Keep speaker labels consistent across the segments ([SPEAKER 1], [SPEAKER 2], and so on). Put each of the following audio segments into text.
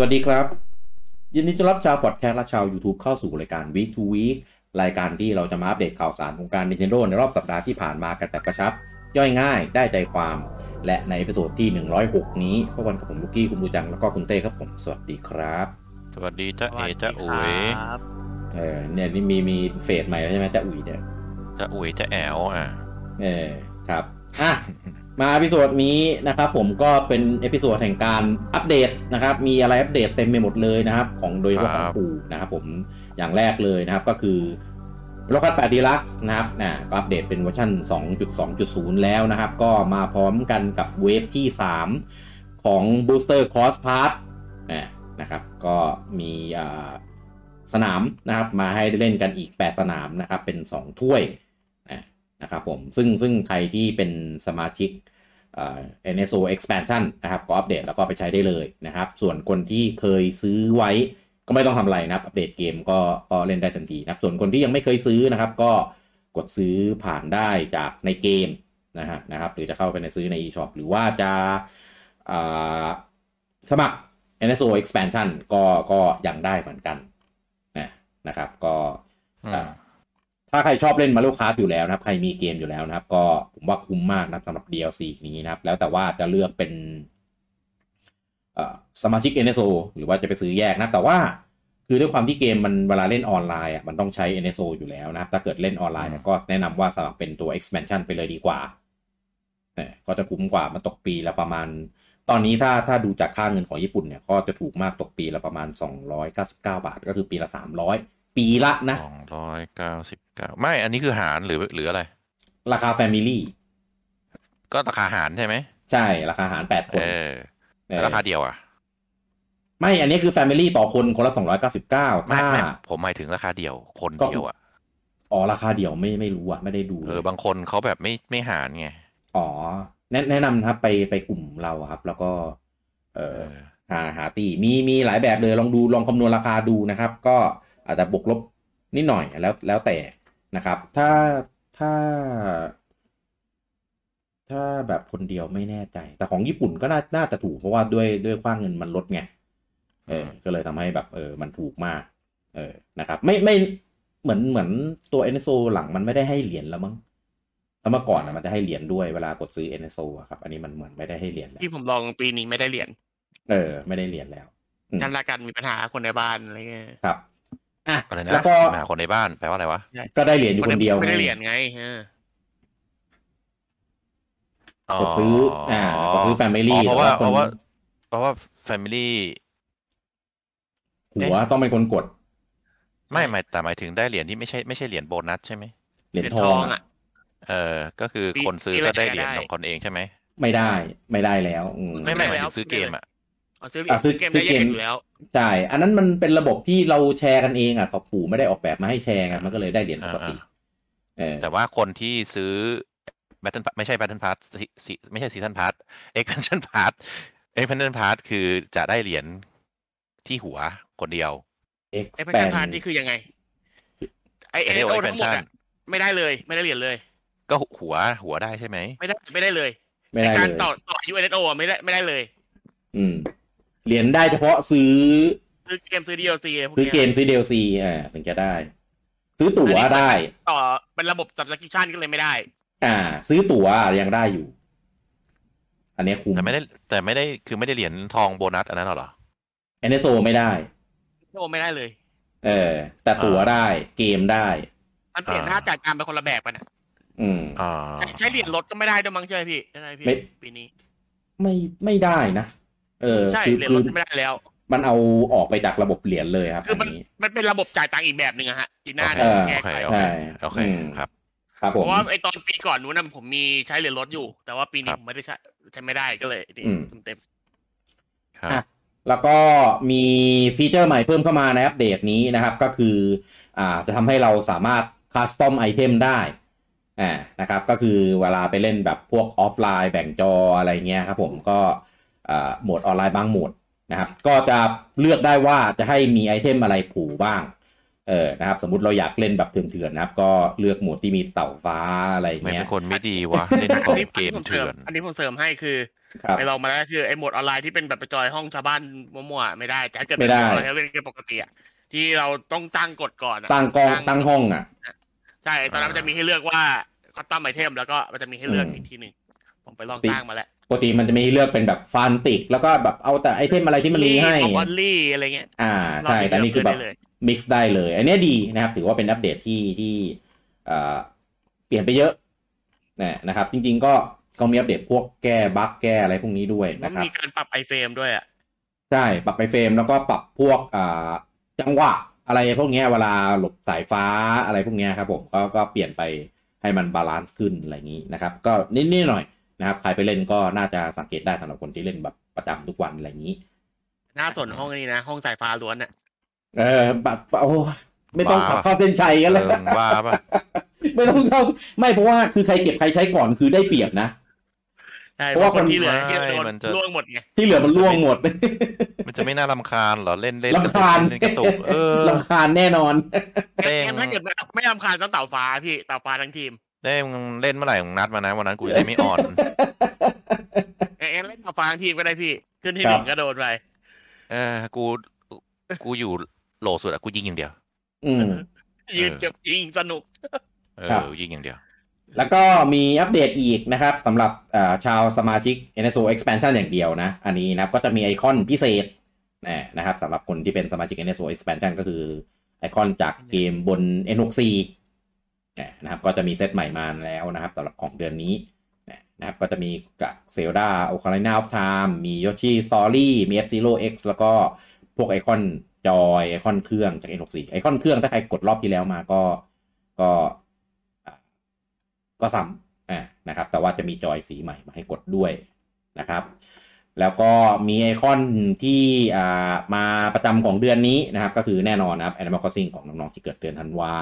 [SPEAKER 1] วัสดีครับ ยินดีต้อนรับชาวพอดแคสต์และชาว YouTube เข้าสู่รายการ Week to Week รายการที่เราจะมาอัปเดตข่าวสารวงการ Nintendo ในรอบสัปดาห์ที่ผ่านมากันแบบกระชับ ย่อยง่ายได้ใจความ และในเอพิโซดที่ 106 นี้พวกวันกับผมลูกกี้คุณบูจังแล้วก็คุณเต้ครับผมสวัสดีครับ
[SPEAKER 2] สวัสดีจ้าเอจ้าอุ๋ย
[SPEAKER 3] ครับ
[SPEAKER 1] เออเนี่ยนี่มีมีเฟสใหม่แล้วใช่ไหมจ้าอุ๋ยเนี่ย
[SPEAKER 2] จ้าอุ๋ยจ้าแอวอ่ะ
[SPEAKER 1] เออครับอ่ะ มาอพิโซดนี้นะครับผมก็เป็นเอพิโซดแห่งการอัปเดตนะครับ มีอะไรอัปเดตเต็มไปหมดเลยนะครับ ของโดยเฉพาะ
[SPEAKER 2] ค
[SPEAKER 1] ข
[SPEAKER 2] รั
[SPEAKER 1] อบ งปู่นะครับผมอย่างแรกเลยนะครับก็คือโลคัสแปดดีลักซ์นะครับนะก็อัปเดตเป็นเวอร์ชัน2.2.0 แล้วนะครับ ก็มาพร้อมกันกับเวฟที่ 3 ของ Booster Cross Pass นะนะครับ ก็มีอ่าสนามนะครับมาให้ได้เล่นกันอีก 8 สนามนะครับ เป็น 2 ถ้วยนะนะครับผมซึ่งซึ่งใครที่เป็นสมาชิก เอ่อ NSO expansion นะครับ ก็อัปเดตแล้วก็ไปใช้ได้เลยนะครับ ส่วนคนที่เคยซื้อไว้ก็ไม่ต้องทำอะไรนะครับ อัปเดตเกมก็ก็เล่นได้ทันทีนะครับ ส่วนคนที่ยังไม่เคยซื้อนะครับ ก็กดซื้อผ่านได้จากในเกมนะฮะนะครับ หรือจะเข้าไปในซื้อใน eShop หรือว่าจะอ่าสมัคร NSO expansion ก็ก็ยังได้เหมือนกันนะนะครับก็
[SPEAKER 2] อืม
[SPEAKER 1] ถ้าใครชอบเล่นมาริโอคาร์อยู่แล้วนะครับ ใครมีเกมอยู่แล้วนะครับ ก็ผมว่าคุ้มมากนะครับสำหรับ DLC นี้นะครับ แล้วแต่ว่าจะเลือกเป็นเอ่อสมาชิก NSO หรือว่าจะไปซื้อแยกนะครับแต่ว่าคือด้วยความที่เกมมันเวลาเล่นออนไลน์อ่ะมันต้องใช้ NSO อยู่แล้วนะครับ ถ้าเกิดเล่นออนไลน์เนี่ยก็แนะนำว่าสมัครเป็นตัว expansion ไปเลยดีกว่าเนี่ยก็จะคุ้มกว่ามันตกปีละประมาณ ตอนนี้ถ้าถ้าดูจากค่าเงินของญี่ปุ่นเนี่ยก็จะถูกมากตกปีละประมาณ 299 บาท ก็คือปีละ 300 ปีละนะ
[SPEAKER 2] สองร้อยเก้าสิบเก้าไม่ อันนี้คือหารหรือหรืออะไร
[SPEAKER 1] ราคาแฟมิลี่
[SPEAKER 2] ก็ราคาหารใช่ไหม
[SPEAKER 1] ใช่ ราคาหาร 8 ค
[SPEAKER 2] เอน อ
[SPEAKER 1] เออ
[SPEAKER 2] ราคาเดียวอ่ะ
[SPEAKER 1] ไม่อันนี้คือแฟมิลี่ต่อคนคนละ 299
[SPEAKER 2] ไม่
[SPEAKER 1] ถ้า
[SPEAKER 2] ไม่ผมหมายถึงราคาเดียว คนเดียวอ่ะ
[SPEAKER 1] อ๋อ ราคาเดียวไม่ไม่รู้อะไม่ได้ดู
[SPEAKER 2] เออบางคนเขาแบบไม่ไม่หารไง
[SPEAKER 1] อ๋อ แนะแนะนำนะครับไปไปกลุ่มเราอะครับ แล้วก็ เอ
[SPEAKER 2] เอ
[SPEAKER 1] อ
[SPEAKER 2] อ
[SPEAKER 1] หาหาตีมีมีหลายแบบเลยลองดูลองคำนวณราคาดูนะครับ ก็อาจจะบวกลบนิดหน่อยแล้วแล้วแต่นะครับ ถ้าถ้า ถ้าแบบคนเดียวไม่แน่ใจ แต่ของญี่ปุ่นก็น่าน่าจะถูก เพราะว่าด้วยด้วยค่าเงินมันลดไง เออ
[SPEAKER 2] อืม
[SPEAKER 1] ก็เลยทำให้แบบเออ มันถูกมาก เออ นะครับ ไม่ไม่เหมือนเหมือนตัว NSO หลังมันไม่ได้ให้เหรียญแล้วมั้งแล้วเมื่อก่อนนะมันจะให้เหรียญด้วยเวลากดซื้อ NSO อะครับ อันนี้มันเหมือนไม่ได้ให้เหรียญแล้ว
[SPEAKER 3] ที่ผมลองปีนี้ไม่ได้เหรียญ
[SPEAKER 1] เออ ไม่ได้เหรียญแล้ว อืม
[SPEAKER 3] นั่นละกันมีปัญหาคนในบ้านอะไรเงี้ย
[SPEAKER 1] ครับ อ่ะ
[SPEAKER 2] อะไรนะ
[SPEAKER 1] แล้วก็
[SPEAKER 2] ปัญหาคนในบ้านแปลว่าอะไรวะ
[SPEAKER 1] ก็ได้เหรียญอยู่คนเดียว
[SPEAKER 3] ไม่ได้
[SPEAKER 1] ไง
[SPEAKER 3] เหรียญไงเออก
[SPEAKER 1] ดซื้ออ่ากดซื้อ Family
[SPEAKER 2] เพราะว่า
[SPEAKER 1] แต่
[SPEAKER 2] เพราะ
[SPEAKER 1] ว่าค
[SPEAKER 2] ว่า
[SPEAKER 1] น
[SPEAKER 2] เพราะว่าแฟมิลี่
[SPEAKER 1] หัวต้องเป็นคนกด
[SPEAKER 2] ไม่หมายแต่หมายถึงได้เหรียญที่ไม่ใช่ไม่ใช่เหรียญโบนัสใช่ไหม
[SPEAKER 1] เหรียญทองอะ
[SPEAKER 3] อ่ะ
[SPEAKER 2] เออ ก็คือ
[SPEAKER 3] ปี
[SPEAKER 2] คนซื้อ
[SPEAKER 3] ปี
[SPEAKER 2] ก็
[SPEAKER 3] ละ
[SPEAKER 2] ได้
[SPEAKER 3] แชร์
[SPEAKER 2] เหรียญ
[SPEAKER 3] ได้
[SPEAKER 2] ของคนเองใช่ไหม
[SPEAKER 1] ไม่ได้ไม่ได้แล้วอืม
[SPEAKER 2] ไม่ไม่หมายถึงซื้อเกมอ่ะ
[SPEAKER 3] เอาซื้อ
[SPEAKER 1] อ่ะซื้อ
[SPEAKER 3] เกม
[SPEAKER 1] ซื้
[SPEAKER 3] ได้
[SPEAKER 1] อเก
[SPEAKER 3] แยก
[SPEAKER 1] ม
[SPEAKER 3] กันอยู่แล้ว
[SPEAKER 1] ใช่ อันนั้นมันเป็นระบบที่เราแชร์กันเองอ่ะขอบปู่ไม่ได้ออกแบบมาให้แชร์กันมันก็เลยได้เหรียญปกติ
[SPEAKER 2] อ่า
[SPEAKER 1] เออ
[SPEAKER 2] แต่ว่าคนที่ซื้อ Battle Pass ไม่ใช่ Battle Pass ซีซีไม่ใช่ Season Pass Expansion Pass Expansion Pass คือจะได้เหรียญที่หัวคนเดียว
[SPEAKER 3] ไอ้พันธ
[SPEAKER 1] expand
[SPEAKER 3] พาร์ทนี่คือยังไงไอเอ
[SPEAKER 2] Annual
[SPEAKER 3] โอทั้งหมด
[SPEAKER 2] Expansion
[SPEAKER 3] อะไม่ได้เลยไม่ได้เหรียญเลย
[SPEAKER 2] ก็หัวหัวได้ใช่ไหม
[SPEAKER 3] ไม่ได้ไม่ได้เลย
[SPEAKER 1] ไม่ได้
[SPEAKER 3] ในการ
[SPEAKER 1] เลย
[SPEAKER 3] ต่อต่ออายุเอเอโอะไม่ได้ไม่ได้เลย
[SPEAKER 1] อืมเหรียญได้เฉพาะซื้อ
[SPEAKER 3] ซื้อเกมซื้อดีโอซีพวก
[SPEAKER 1] ซื้อ
[SPEAKER 3] นี้ย
[SPEAKER 1] เกมซื้อ DLC อ่าถึงจะได้ ซื้อตั๋วได้
[SPEAKER 3] ต่อเป็นระบบจับสกิปชั่นก็เลยไม่ได้
[SPEAKER 1] อ่า ซื้อตั๋วยังได้อยู่ อันเนี้ยคุ้ม
[SPEAKER 2] แต่ไม่ได้แต่ไม่ได้คือไม่ได้เหรียญทองโบนัสอันนั้นหรอ
[SPEAKER 1] NSO ไม่ได้
[SPEAKER 3] โอไม่ได้เลย
[SPEAKER 1] เออ แต่ตั๋วได้เกมได้
[SPEAKER 3] มันเปลี่ยน
[SPEAKER 2] อ่า
[SPEAKER 3] หน้าจากการเป็นคนละแบบกันอะ
[SPEAKER 1] อืม
[SPEAKER 2] อ่า
[SPEAKER 3] ใช้ใช้เหรียญลดก็ไม่ได้ด้วยมั้งใช่ไหมพี่ใช่ไหมพี่
[SPEAKER 1] ไม่
[SPEAKER 3] ปีนี้
[SPEAKER 1] ไม่ไม่ได้นะ เออ
[SPEAKER 3] ใช่
[SPEAKER 1] คือ
[SPEAKER 3] เหรียญ
[SPEAKER 1] คื
[SPEAKER 3] ล
[SPEAKER 1] อ
[SPEAKER 3] ดไม่ได้แล้ว
[SPEAKER 1] มันเอาออกไปจากระบบเหรียญเลยครับ
[SPEAKER 3] คือมั
[SPEAKER 1] อั
[SPEAKER 3] น
[SPEAKER 1] นนี้
[SPEAKER 3] มันเป็นระบบจ่ายตังค์อีกแบบหนึ่งอะฮะอีน่า
[SPEAKER 2] โอ
[SPEAKER 3] จะ
[SPEAKER 2] เค
[SPEAKER 3] แก้
[SPEAKER 2] โอเค
[SPEAKER 3] ไข
[SPEAKER 1] ใช่
[SPEAKER 2] โอเคโอเค
[SPEAKER 1] อืม
[SPEAKER 2] ครับ
[SPEAKER 1] ครับ
[SPEAKER 3] เพ
[SPEAKER 1] ผม
[SPEAKER 3] ราะว่าไอตอนปีก่อนนู้นนะผมมีใช้เหรียญลดอยู่ แต่ว่าปีนี้ผมไม่ได้ใช้ใช้ไม่ได้ก็เลยนี่
[SPEAKER 1] อืม
[SPEAKER 3] เต็ม
[SPEAKER 2] ครับ
[SPEAKER 1] อ่ะ แล้วก็มีฟีเจอร์ใหม่เพิ่มเข้ามาในอัปเดตนี้นะครับ ก็คืออ่าจะทำให้เราสามารถคัสตอมไอเทมได้อ่านะครับก็คือเวลาไปเล่นแบบพวกออฟไลน์แบ่งจออะไรเงี้ยครับผมก็อ่าโหมดออนไลน์บางโหมดนะครับ ก็จะเลือกได้ว่าจะให้มีไอเทมอะไรผูบ้าง เออนะครับสมมติเราอยากเล่นแบบเถื่อนๆนะครับ ก็เลือกโหมดที่มีเต่าฟ้าอะไรอย่าง
[SPEAKER 2] ไม่
[SPEAKER 1] เงี้
[SPEAKER 2] เป็
[SPEAKER 1] ย
[SPEAKER 2] นคนไม่ดีวะเล่นข
[SPEAKER 3] อั
[SPEAKER 2] อง
[SPEAKER 3] นนี้
[SPEAKER 2] เกม
[SPEAKER 3] ผมเสริ
[SPEAKER 2] เถื่
[SPEAKER 3] ม
[SPEAKER 2] อน
[SPEAKER 3] อันนี้ผมเสริมให้คือ
[SPEAKER 1] ครับ
[SPEAKER 3] ไปลองมาแล้วคือไอ้โหมดออนไลน์ที่เป็นแบบไปจอยห้องชาวบ้านมั่วๆไม่ได้แต่ถ้าเกิด
[SPEAKER 1] ไม่ได้
[SPEAKER 3] เป็นโหมดออนไลน์ที่เป็นเกมปกติอะที่เราต้องตั้งกฎก่อนอะ
[SPEAKER 1] ตั้งกองตั้งห้องอ่ะ
[SPEAKER 3] ใช่ตอนนั้นมันจะมีให้เลือกว่าคัตตอมไอเทมแล้วก็มันจะมีให้เลือก
[SPEAKER 1] อืม
[SPEAKER 3] อีกทีหนึ่งผมไปลองสร้างมาแล้ว
[SPEAKER 1] ปกติมันจะมีให้เลือกเป็นแบบฟันติก แล้วก็แบบเอาแต่ไอเทมอะไรที่มันมีให้
[SPEAKER 3] ของวันลี่อะไรเงี้ย
[SPEAKER 1] อ่าใช่
[SPEAKER 3] รอบ
[SPEAKER 1] แต่
[SPEAKER 3] นี้
[SPEAKER 1] นี่คือแบบ
[SPEAKER 3] เลือกได้เลย
[SPEAKER 1] มิกซ์ได้เลย อันเนี้ยดีนะครับ ถือว่าเป็นอัปเดตที่ที่เอ่อเปลี่ยนไปเยอะนะนะครับ จริง ๆ ก็ก็มีอัปเดตพวกแก้บั๊กแก้อะไรพวกนี้ด้วย
[SPEAKER 3] มั
[SPEAKER 1] นะ
[SPEAKER 3] น
[SPEAKER 1] ครับ
[SPEAKER 3] มีการปรับไอเฟรมด้วยอะ
[SPEAKER 1] ใช่ ปรับไปเฟรมแล้วก็ปรับพวกอ่าจังหวะอะไรพวกเนี้ยเวลาหลบสายฟ้าอะไรพวกเนี้ยครับผมก็ก็เปลี่ยนไปให้มันบาลานซ์ขึ้นอะไรอย่างนี้นะครับ ก็นิดๆหน่อยๆนะครับ ใครไปเล่นก็น่าจะสังเกตได้สำหรับคนที่เล่นแบบประจำทุกวันอะไรอย่างนี้
[SPEAKER 3] หน้าสวนห้องนี้นะ ห้องสายฟ้าล้วนอ่ะ
[SPEAKER 1] เออแบบโอ้ไม่ต้องขับเข้าเส้นชัย
[SPEAKER 2] เอ
[SPEAKER 1] กันเลย
[SPEAKER 2] อว่าปะ
[SPEAKER 1] ไม่ต้องเข้าไม่เพราะว่าคือใครเก็บใครใช้ก่อนคือได้เปรียบนะ
[SPEAKER 3] ใช่
[SPEAKER 1] เพราะว่า
[SPEAKER 3] คนที่
[SPEAKER 1] มัน
[SPEAKER 3] เหลือที่โดนล่วงหมดไง
[SPEAKER 1] ที่เหลือมันล่วงหมด
[SPEAKER 2] มันจะไม่น่ารำคาญเหรอเล่นเล่น
[SPEAKER 1] ลำ
[SPEAKER 2] กระตุก
[SPEAKER 1] คาญ
[SPEAKER 2] เล่นกระตุกเออ
[SPEAKER 1] ลำคาญแน่นอน
[SPEAKER 2] เต้ง
[SPEAKER 3] งั้นถ้าเกิดไม่ไม่รำคาญก็เต่าฟ้าพี่เต่าฟ้าทั้งทีม
[SPEAKER 2] ได้มึงเล่นเมื่อไหร่มึงนัดมานะวันนั้นกูจะได้ไม่อ่อน
[SPEAKER 3] เอ็นเล่นเต่าฟ้าทั้งทีมก็ได้พี่ ขึ้นที่
[SPEAKER 1] ค
[SPEAKER 3] ห
[SPEAKER 1] รับ
[SPEAKER 3] นึ่งก็โดนไป
[SPEAKER 2] เออกูกูอยู่โหลสุดอะกูยิงอย่างเดียว
[SPEAKER 1] อืม
[SPEAKER 3] ยืนเก็บยิงสนุก
[SPEAKER 2] เอ
[SPEAKER 1] ครับ
[SPEAKER 2] อยิงอย่างเดียว
[SPEAKER 1] แล้วก็มีอัปเดตอีกนะครับสำหรับอ่าชาวสมาชิก NSO Expansion อย่างเดียวนะ อันนี้นะครับก็จะมีไอคอนพิเศษนะนะครับสำหรับคนที่เป็นสมาชิก NSO Expansion ก็คือไอคอนจากเกมบน N64 นะนะครับก็จะมีเซตใหม่มาแล้วนะครับสำหรับของเดือนนี้นะนะครับก็จะมีกับ Zelda Ocarina of Time มี Yoshi Story มี F-Zero X แล้วก็พวกไอคอนจอยไอคอนเครื่องจาก N64 ไอคอนเครื่องถ้าใครกดรอบที่แล้วมาก็ก็อ่ะก็ซ้ำอ่ะนะครับ แต่ว่าจะมีจอยสีใหม่มาให้กดด้วยนะครับ แล้วก็มีไอคอนที่อ่ามาประจำของเดือนนี้นะครับ ก็คือแน่นอนนะครับ Animal Crossing ของน้องๆที่เกิดเดือนธันวา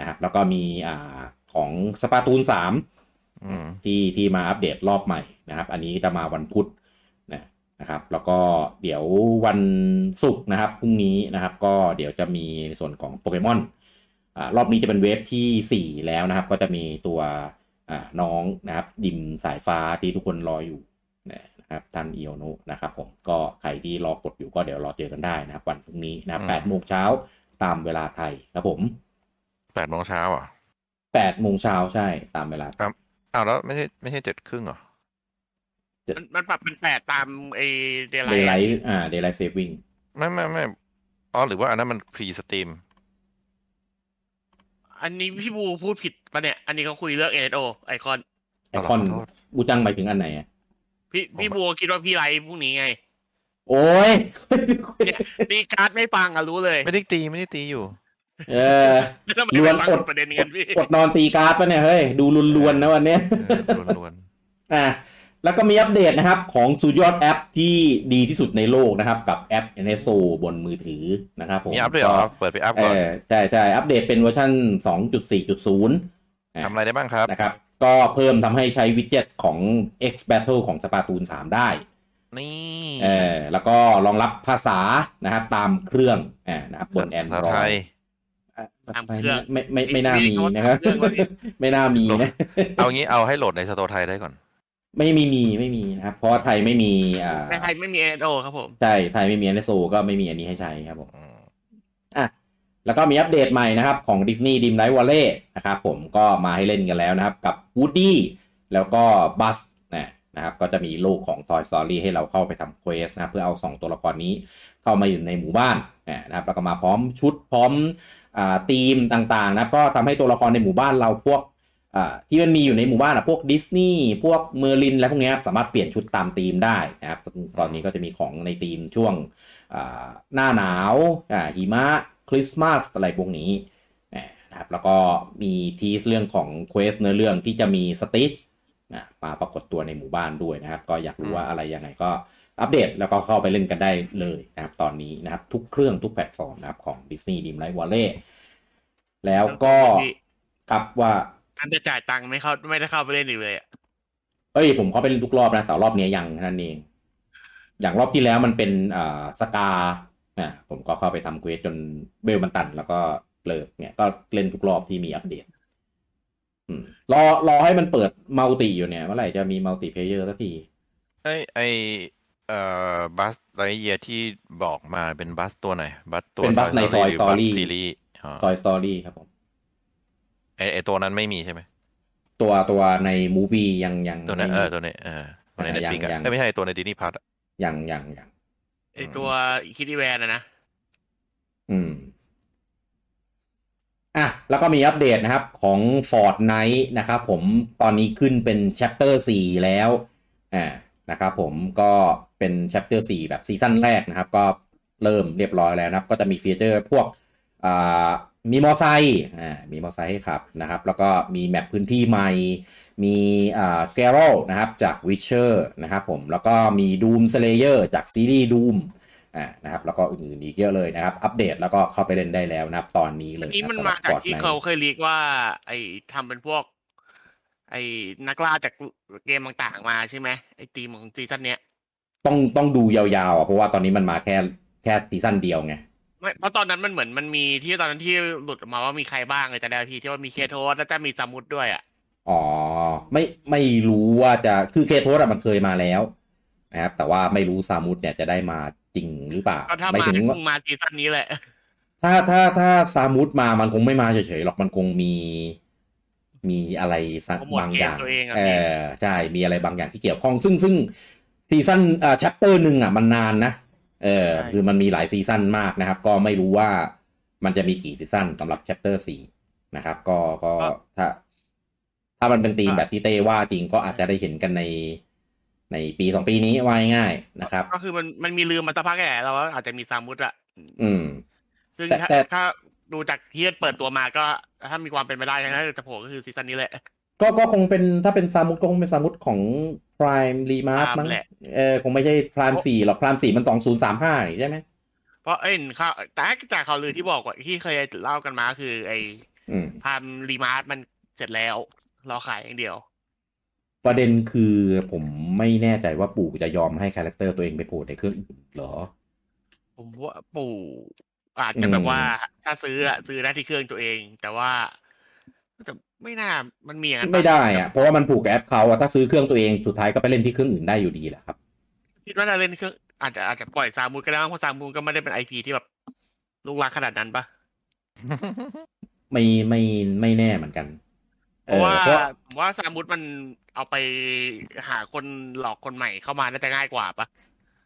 [SPEAKER 1] นะครับแล้วก็มีอ่าของสปาตูน
[SPEAKER 2] อืม
[SPEAKER 1] 3ที่ที่มาอัปเดตรอบใหม่นะครับ อันนี้จะมาวันพุธนะนะครับ แล้วก็เดี๋ยววันศุกร์นะครับพรุ่งนี้นะครับ ก็เดี๋ยวจะมีในส่วนของโปเกมอนอ่ารอบนี้จะเป็นเวฟที่ 4 แล้วนะครับ ก็จะมีตัวอ่าน้องนะครับดิมสายฟ้าที่ทุกคนรออยู่นะครับท่านเอียวนุนะครับผมก็ใครที่รอกดอยู่ก็เดี๋ยวรอเจอกันได้นะครับ วันพรุ่งนี้นะครับ
[SPEAKER 2] อืม
[SPEAKER 1] แปดโมงเช้าตามเวลาไทยครับผม
[SPEAKER 2] แปดโมงเช้าอ่ะ
[SPEAKER 1] แปดโมงเช้าใช่ตามเวลา
[SPEAKER 2] อ้าวแล้วไม่ใช่ไม่ใช่เจ็ดครึ่งเหรอ
[SPEAKER 3] มันมันปรับเป็นแปดตามไอเดลไล
[SPEAKER 1] d a y l i g h t อ่า daylight saving
[SPEAKER 2] ไม่ไม่ไม่อ๋อหรือว่าอันนั้นมันพรีสตรีม
[SPEAKER 3] อันนี้พี่บูพูดผิดปะเนี่ย อันนี้เขาคุยเรื่องเอโอไอคอน
[SPEAKER 1] ไอคอน
[SPEAKER 2] ขอโทษ
[SPEAKER 1] บูจังไปถึงอันไหนอะ
[SPEAKER 3] พี่พี่บูคิดว่าพี่ไลฟ์พรุ่งนี้ไง
[SPEAKER 1] โอ้ย
[SPEAKER 3] ตีการ์ดไม่ฟังอะรู้เลย
[SPEAKER 2] ไม่ได้ตีไม่ได้ตีอยู่
[SPEAKER 1] เออ
[SPEAKER 3] แล้วทำไมไม่ฟัง
[SPEAKER 1] ล้วนอด
[SPEAKER 3] ประเด็นเงินพี่
[SPEAKER 1] กดนอนตีการ์ดปะเนี่ย เฮ้ย ดูลวนๆนะวันเนี้ย
[SPEAKER 2] เออล้วน
[SPEAKER 1] อ่ะแล้วก็มีอัปเดตนะครับ ของสุดยอดแอปที่ดีที่สุดในโลกนะครับ กับแอป NSO บนมือถือนะครับผม
[SPEAKER 2] ๆมีอัพด้วยเหรอ เปิดไปอัพ
[SPEAKER 1] เอ
[SPEAKER 2] ก่อน
[SPEAKER 1] อใช่ใช่อัปเดตเป็นเวอร์ชัน2.4.0
[SPEAKER 2] ทำอะไรได้บ้างครับ
[SPEAKER 1] นะครับ ก็เพิ่มทำให้ใช้วิดเจ็ตของ X Battle ของสปาตูน3 ได้
[SPEAKER 2] นี่
[SPEAKER 1] เออแล้วก็รองรับภาษานะครับตามเครื่องอ่านะครับบนแอนดรอ
[SPEAKER 2] ภาษาไท
[SPEAKER 1] ย
[SPEAKER 2] ย
[SPEAKER 1] ไม่ไม่ไม่น่ามีนะครับ
[SPEAKER 3] เรื่องวะพี่
[SPEAKER 1] ไม่น่ามีนะ
[SPEAKER 2] เอางี้เอาให้โหลดในสตอร์ไทยได้ก่อน
[SPEAKER 1] ไม่มีมีไม่มีนะครับ เพราะว่าไทยไม่มีอ่า
[SPEAKER 3] ในไทยไม่มีเอโอครับผม
[SPEAKER 1] ใช่ไทยไม่มีอันโซก็ไม่มีอันนี้ให้ใช้ครับผม
[SPEAKER 2] อืม
[SPEAKER 1] แล้วก็มีอัปเดตใหม่นะครับ ของ Disney Dream Light Valley นะครับผมก็มาให้เล่นกันแล้วนะครับ กับ Woody แล้วก็ Buzz นะนะครับ ก็จะมีโลกของ Toy Story ให้เราเข้าไปทำเควสนะครับเพื่อเอา 2 ตัวละครนี้เข้ามาอยู่ในหมู่บ้านนะครับ แล้วก็มาพร้อมชุดพร้อมอ่าธีมต่างๆนะครับ ก็ทำให้ตัวละครในหมู่บ้านเราพวกอ่าที่มันมีอยู่ในหมู่บ้านอะพวกดิสนีย์พวกเมอร์ลินและพวกเนี้ยครับสามารถเปลี่ยนชุดตามธีมได้นะครับซึ่งตอนนี้ก็จะมีของในธีมช่วง อ่าหน้าหนาวอ่าหิมะคริสต์มาสอะไรพวกนี้นะครับแล้วก็มีทีสเรื่องของเควสเนื้อเรื่องที่จะมีสติชนะมาปรากฏตัวในหมู่บ้านด้วยนะครับ ก็อยากรู้ว่าอะไรยังไงก็อัปเดตแล้วก็เข้าไปเล่นกันได้เลยนะครับ ตอนนี้นะครับ ทุกเครื่องทุกแพลตฟอร์มนะครับของ Disney d r e a m l i g h t Valley แล้วก็
[SPEAKER 3] พี่
[SPEAKER 1] ครับว่า
[SPEAKER 3] อันจะจ่ายตังค์ไม่เข้าไม่ได้เข้าไปเล่นอีกเลยอะ
[SPEAKER 1] เอ้ยผมเขาไปเล่นทุกรอบนะแต่รอบเนี้ยยังแค่นั่นเอง อย่างรอบที่แล้วมันเป็นอ่าสกา อ่ะผมก็เข้าไปทำเควสจนเบลมันตัน แล้วก็เลิกเนี่ยก็เล่นทุกรอบที่มีอัปเดตอืมรอรอให้มันเปิดมัลติอยู่เนี่ยเมื่อไหร่จะมีมัลติเพเยอร์สักที
[SPEAKER 2] ไอไอเอ่อบัสไรเยียที่บอกมาเป็นบัสตัวไหน บัสตัว
[SPEAKER 1] เป็นบัส
[SPEAKER 2] Toy
[SPEAKER 1] ใน
[SPEAKER 2] Story
[SPEAKER 1] Toy
[SPEAKER 2] หรือบัส
[SPEAKER 1] Story
[SPEAKER 2] ซีรีส์อ๋อ
[SPEAKER 1] ตอยสตอรี่ครับผม
[SPEAKER 2] ไอไอตัวนั้นไม่มีใช่ไหม
[SPEAKER 1] ตัวตัวในมูฟี่ยังยัง
[SPEAKER 2] ตัวนั้น
[SPEAKER 1] ไม่
[SPEAKER 2] เอ
[SPEAKER 1] มี
[SPEAKER 2] อตัวนี้เออตัวใน
[SPEAKER 1] อ่า
[SPEAKER 2] เน็ต
[SPEAKER 1] ยัง
[SPEAKER 2] ฟิกอะ
[SPEAKER 1] ยัง
[SPEAKER 2] เอ้ยไม่ใช่ตัวในดินีพัท
[SPEAKER 1] ยังยังยัง
[SPEAKER 3] ไอตัวคิดดี้แวนนะนะ
[SPEAKER 1] อืม อ่ะ แล้วก็มีอัปเดตนะครับของ Fortnite นะครับผมตอนนี้ขึ้นเป็น Chapter 4 แล้ว อ่านะครับผมก็เป็น Chapter 4 แบบซีซั่นแรกนะครับ ก็เริ่มเรียบร้อยแล้วนะครับ ก็จะมีฟีเจอร์พวกอ่ามีมอไซค์อ่ามีมอไซค์ให้ขับนะครับ แล้วก็มีแมปพื้นที่ใหม่ มีอ่าแกโรนะครับจาก Witcher นะครับผมแล้วก็มี Doom Slayer จากซีรีส์ Doom อ่านะครับแล้วก็อื่นๆอีกเยอะเลยนะครับ อัปเดตแล้วก็เข้าไปเล่นได้แล้วนะครับ ตอนนี้เลย
[SPEAKER 3] นี่มันะ มา
[SPEAKER 1] ครับ
[SPEAKER 3] จาก
[SPEAKER 1] สำหรับ
[SPEAKER 3] ที่
[SPEAKER 1] Fortnite
[SPEAKER 3] เขาเคยรีกว่า ไอ้ทำเป็นพวก ไอ้นักล่าจากเกมต่างๆมาใช่ไหมไอ้ทีมของซีซั่นเนี้ย
[SPEAKER 1] ต้องต้องดูยาวๆอ่ะเพราะว่าตอนนี้มันมาแค่แค่ซีซั่นเดียวไง
[SPEAKER 3] ไม่เพราะตอนนั้นมันเหมือนมันมีที่ตอนนั้นที่หลุดออกมาว่ามีใครบ้างเลยแต่ได้พี่ที่ว่ามีเคโทสแล้วจะมีสมุดด้วยอ่ะ
[SPEAKER 1] อ๋อไม่ไม่รู้ว่าจะคือเคโทสอะมันเคยมาแล้วนะครับแต่ว่าไม่รู้ซามุตเนี่ยจะได้มาจริงหรือเปล่า
[SPEAKER 3] ก็ถ้า
[SPEAKER 1] ไม่
[SPEAKER 3] มา
[SPEAKER 1] ถึง
[SPEAKER 3] คงมาซีซั่นนี้แหละ
[SPEAKER 1] ถ้าถ้าถ้าซามุตมามันคงไม่มาเฉยๆหรอกมันคงมี มีอะไรสัก
[SPEAKER 3] โปรโมท
[SPEAKER 1] บางอย่าง
[SPEAKER 3] เกมตัวเองอะ
[SPEAKER 1] เออใช่มีอะไรบางอย่างที่เกี่ยวข้องซึ่งซึ่งซีซั่นอ่าชัปเตอร์หนึ่งอ่ะมันนานนะเออ
[SPEAKER 3] ใช่
[SPEAKER 1] คือมันมีหลายซีซั่นมากนะครับ ก็ไม่รู้ว่ามันจะมีกี่ซีซั่นสำหรับชัปเตอร์สี่ นะครับก็ก็ถ้า ถ้ามันเป็นธีมแบบที่เต้ว่าจริงก็อาจจะได้เห็นกันในในปีสองปีนี้ว่าง่ายๆนะครับ
[SPEAKER 3] ก็คือมันมันมีลืมมาสักพักแหละเราว่าอาจจะมีสมุดอะ
[SPEAKER 1] อืม
[SPEAKER 3] ซึ่ง
[SPEAKER 1] แต่
[SPEAKER 3] ถ้า
[SPEAKER 1] แต่
[SPEAKER 3] ถ้าดูจากที่เปิดตัวมาก็ถ้ามีความเป็นไปได้นะจะโผล่ก็คือซีซั่นนี้แหละ
[SPEAKER 1] ก็ก็คงเป็นถ้าเป็นซามุดก็คงเป็นซามุดของ Prime r e m a r k มั้ง
[SPEAKER 3] Prime แหละ
[SPEAKER 1] เออคงไม่ใช่ Prime สี่หรอก Prime สี่มันสองศูนย์สามห้านี่ใช่ไหม
[SPEAKER 3] เพราะเอ็นเขาแต่จากข่าวลือที่บอกว่าที่เคยเล่ากันมาคือไอ
[SPEAKER 1] อืม
[SPEAKER 3] ทำรีมาร์ทมันเสร็จแล้ว รอขายอย่างเดียว
[SPEAKER 1] ประเด็นคือผมไม่แน่ใจว่าปู่จะยอมให้คาแรคเตอร์ตัวเองไปโผล่ในเครื่องอื่นเหรอ
[SPEAKER 3] ผมว่าปู่อาจจะแบบว่า ถ้าซื้ออะซื้อได้ที่เครื่องตัวเอง แต่ว่าแต่ไม่น่ามันมีอย่างนั้นป
[SPEAKER 1] ไม่ได้อะเพราะว่ามันผูกกับแอปเขาอะถ้าซื้อเครื่องตัวเองสุดท้ายก็ไปเล่นที่เครื่องอื่นได้อยู่ดีแหละครับ
[SPEAKER 3] คิดว่าน่าเล่นเครื่องอาจจะอาจจะปล่อยซามูนก็ได้มั้งเพราะซามูนก็ไม่ได้เป็นไอพีที่แบบลูกรักขนาดนั้นปะ
[SPEAKER 1] ไม่ไม่ไม่แน่เหมือนกัน
[SPEAKER 3] เพราะว่า
[SPEAKER 1] ออเพราะ
[SPEAKER 3] ผมว่าซามูนมันเอาไปหาคนหลอกคนใหม่เข้ามาน่าจะง่ายกว่าปะ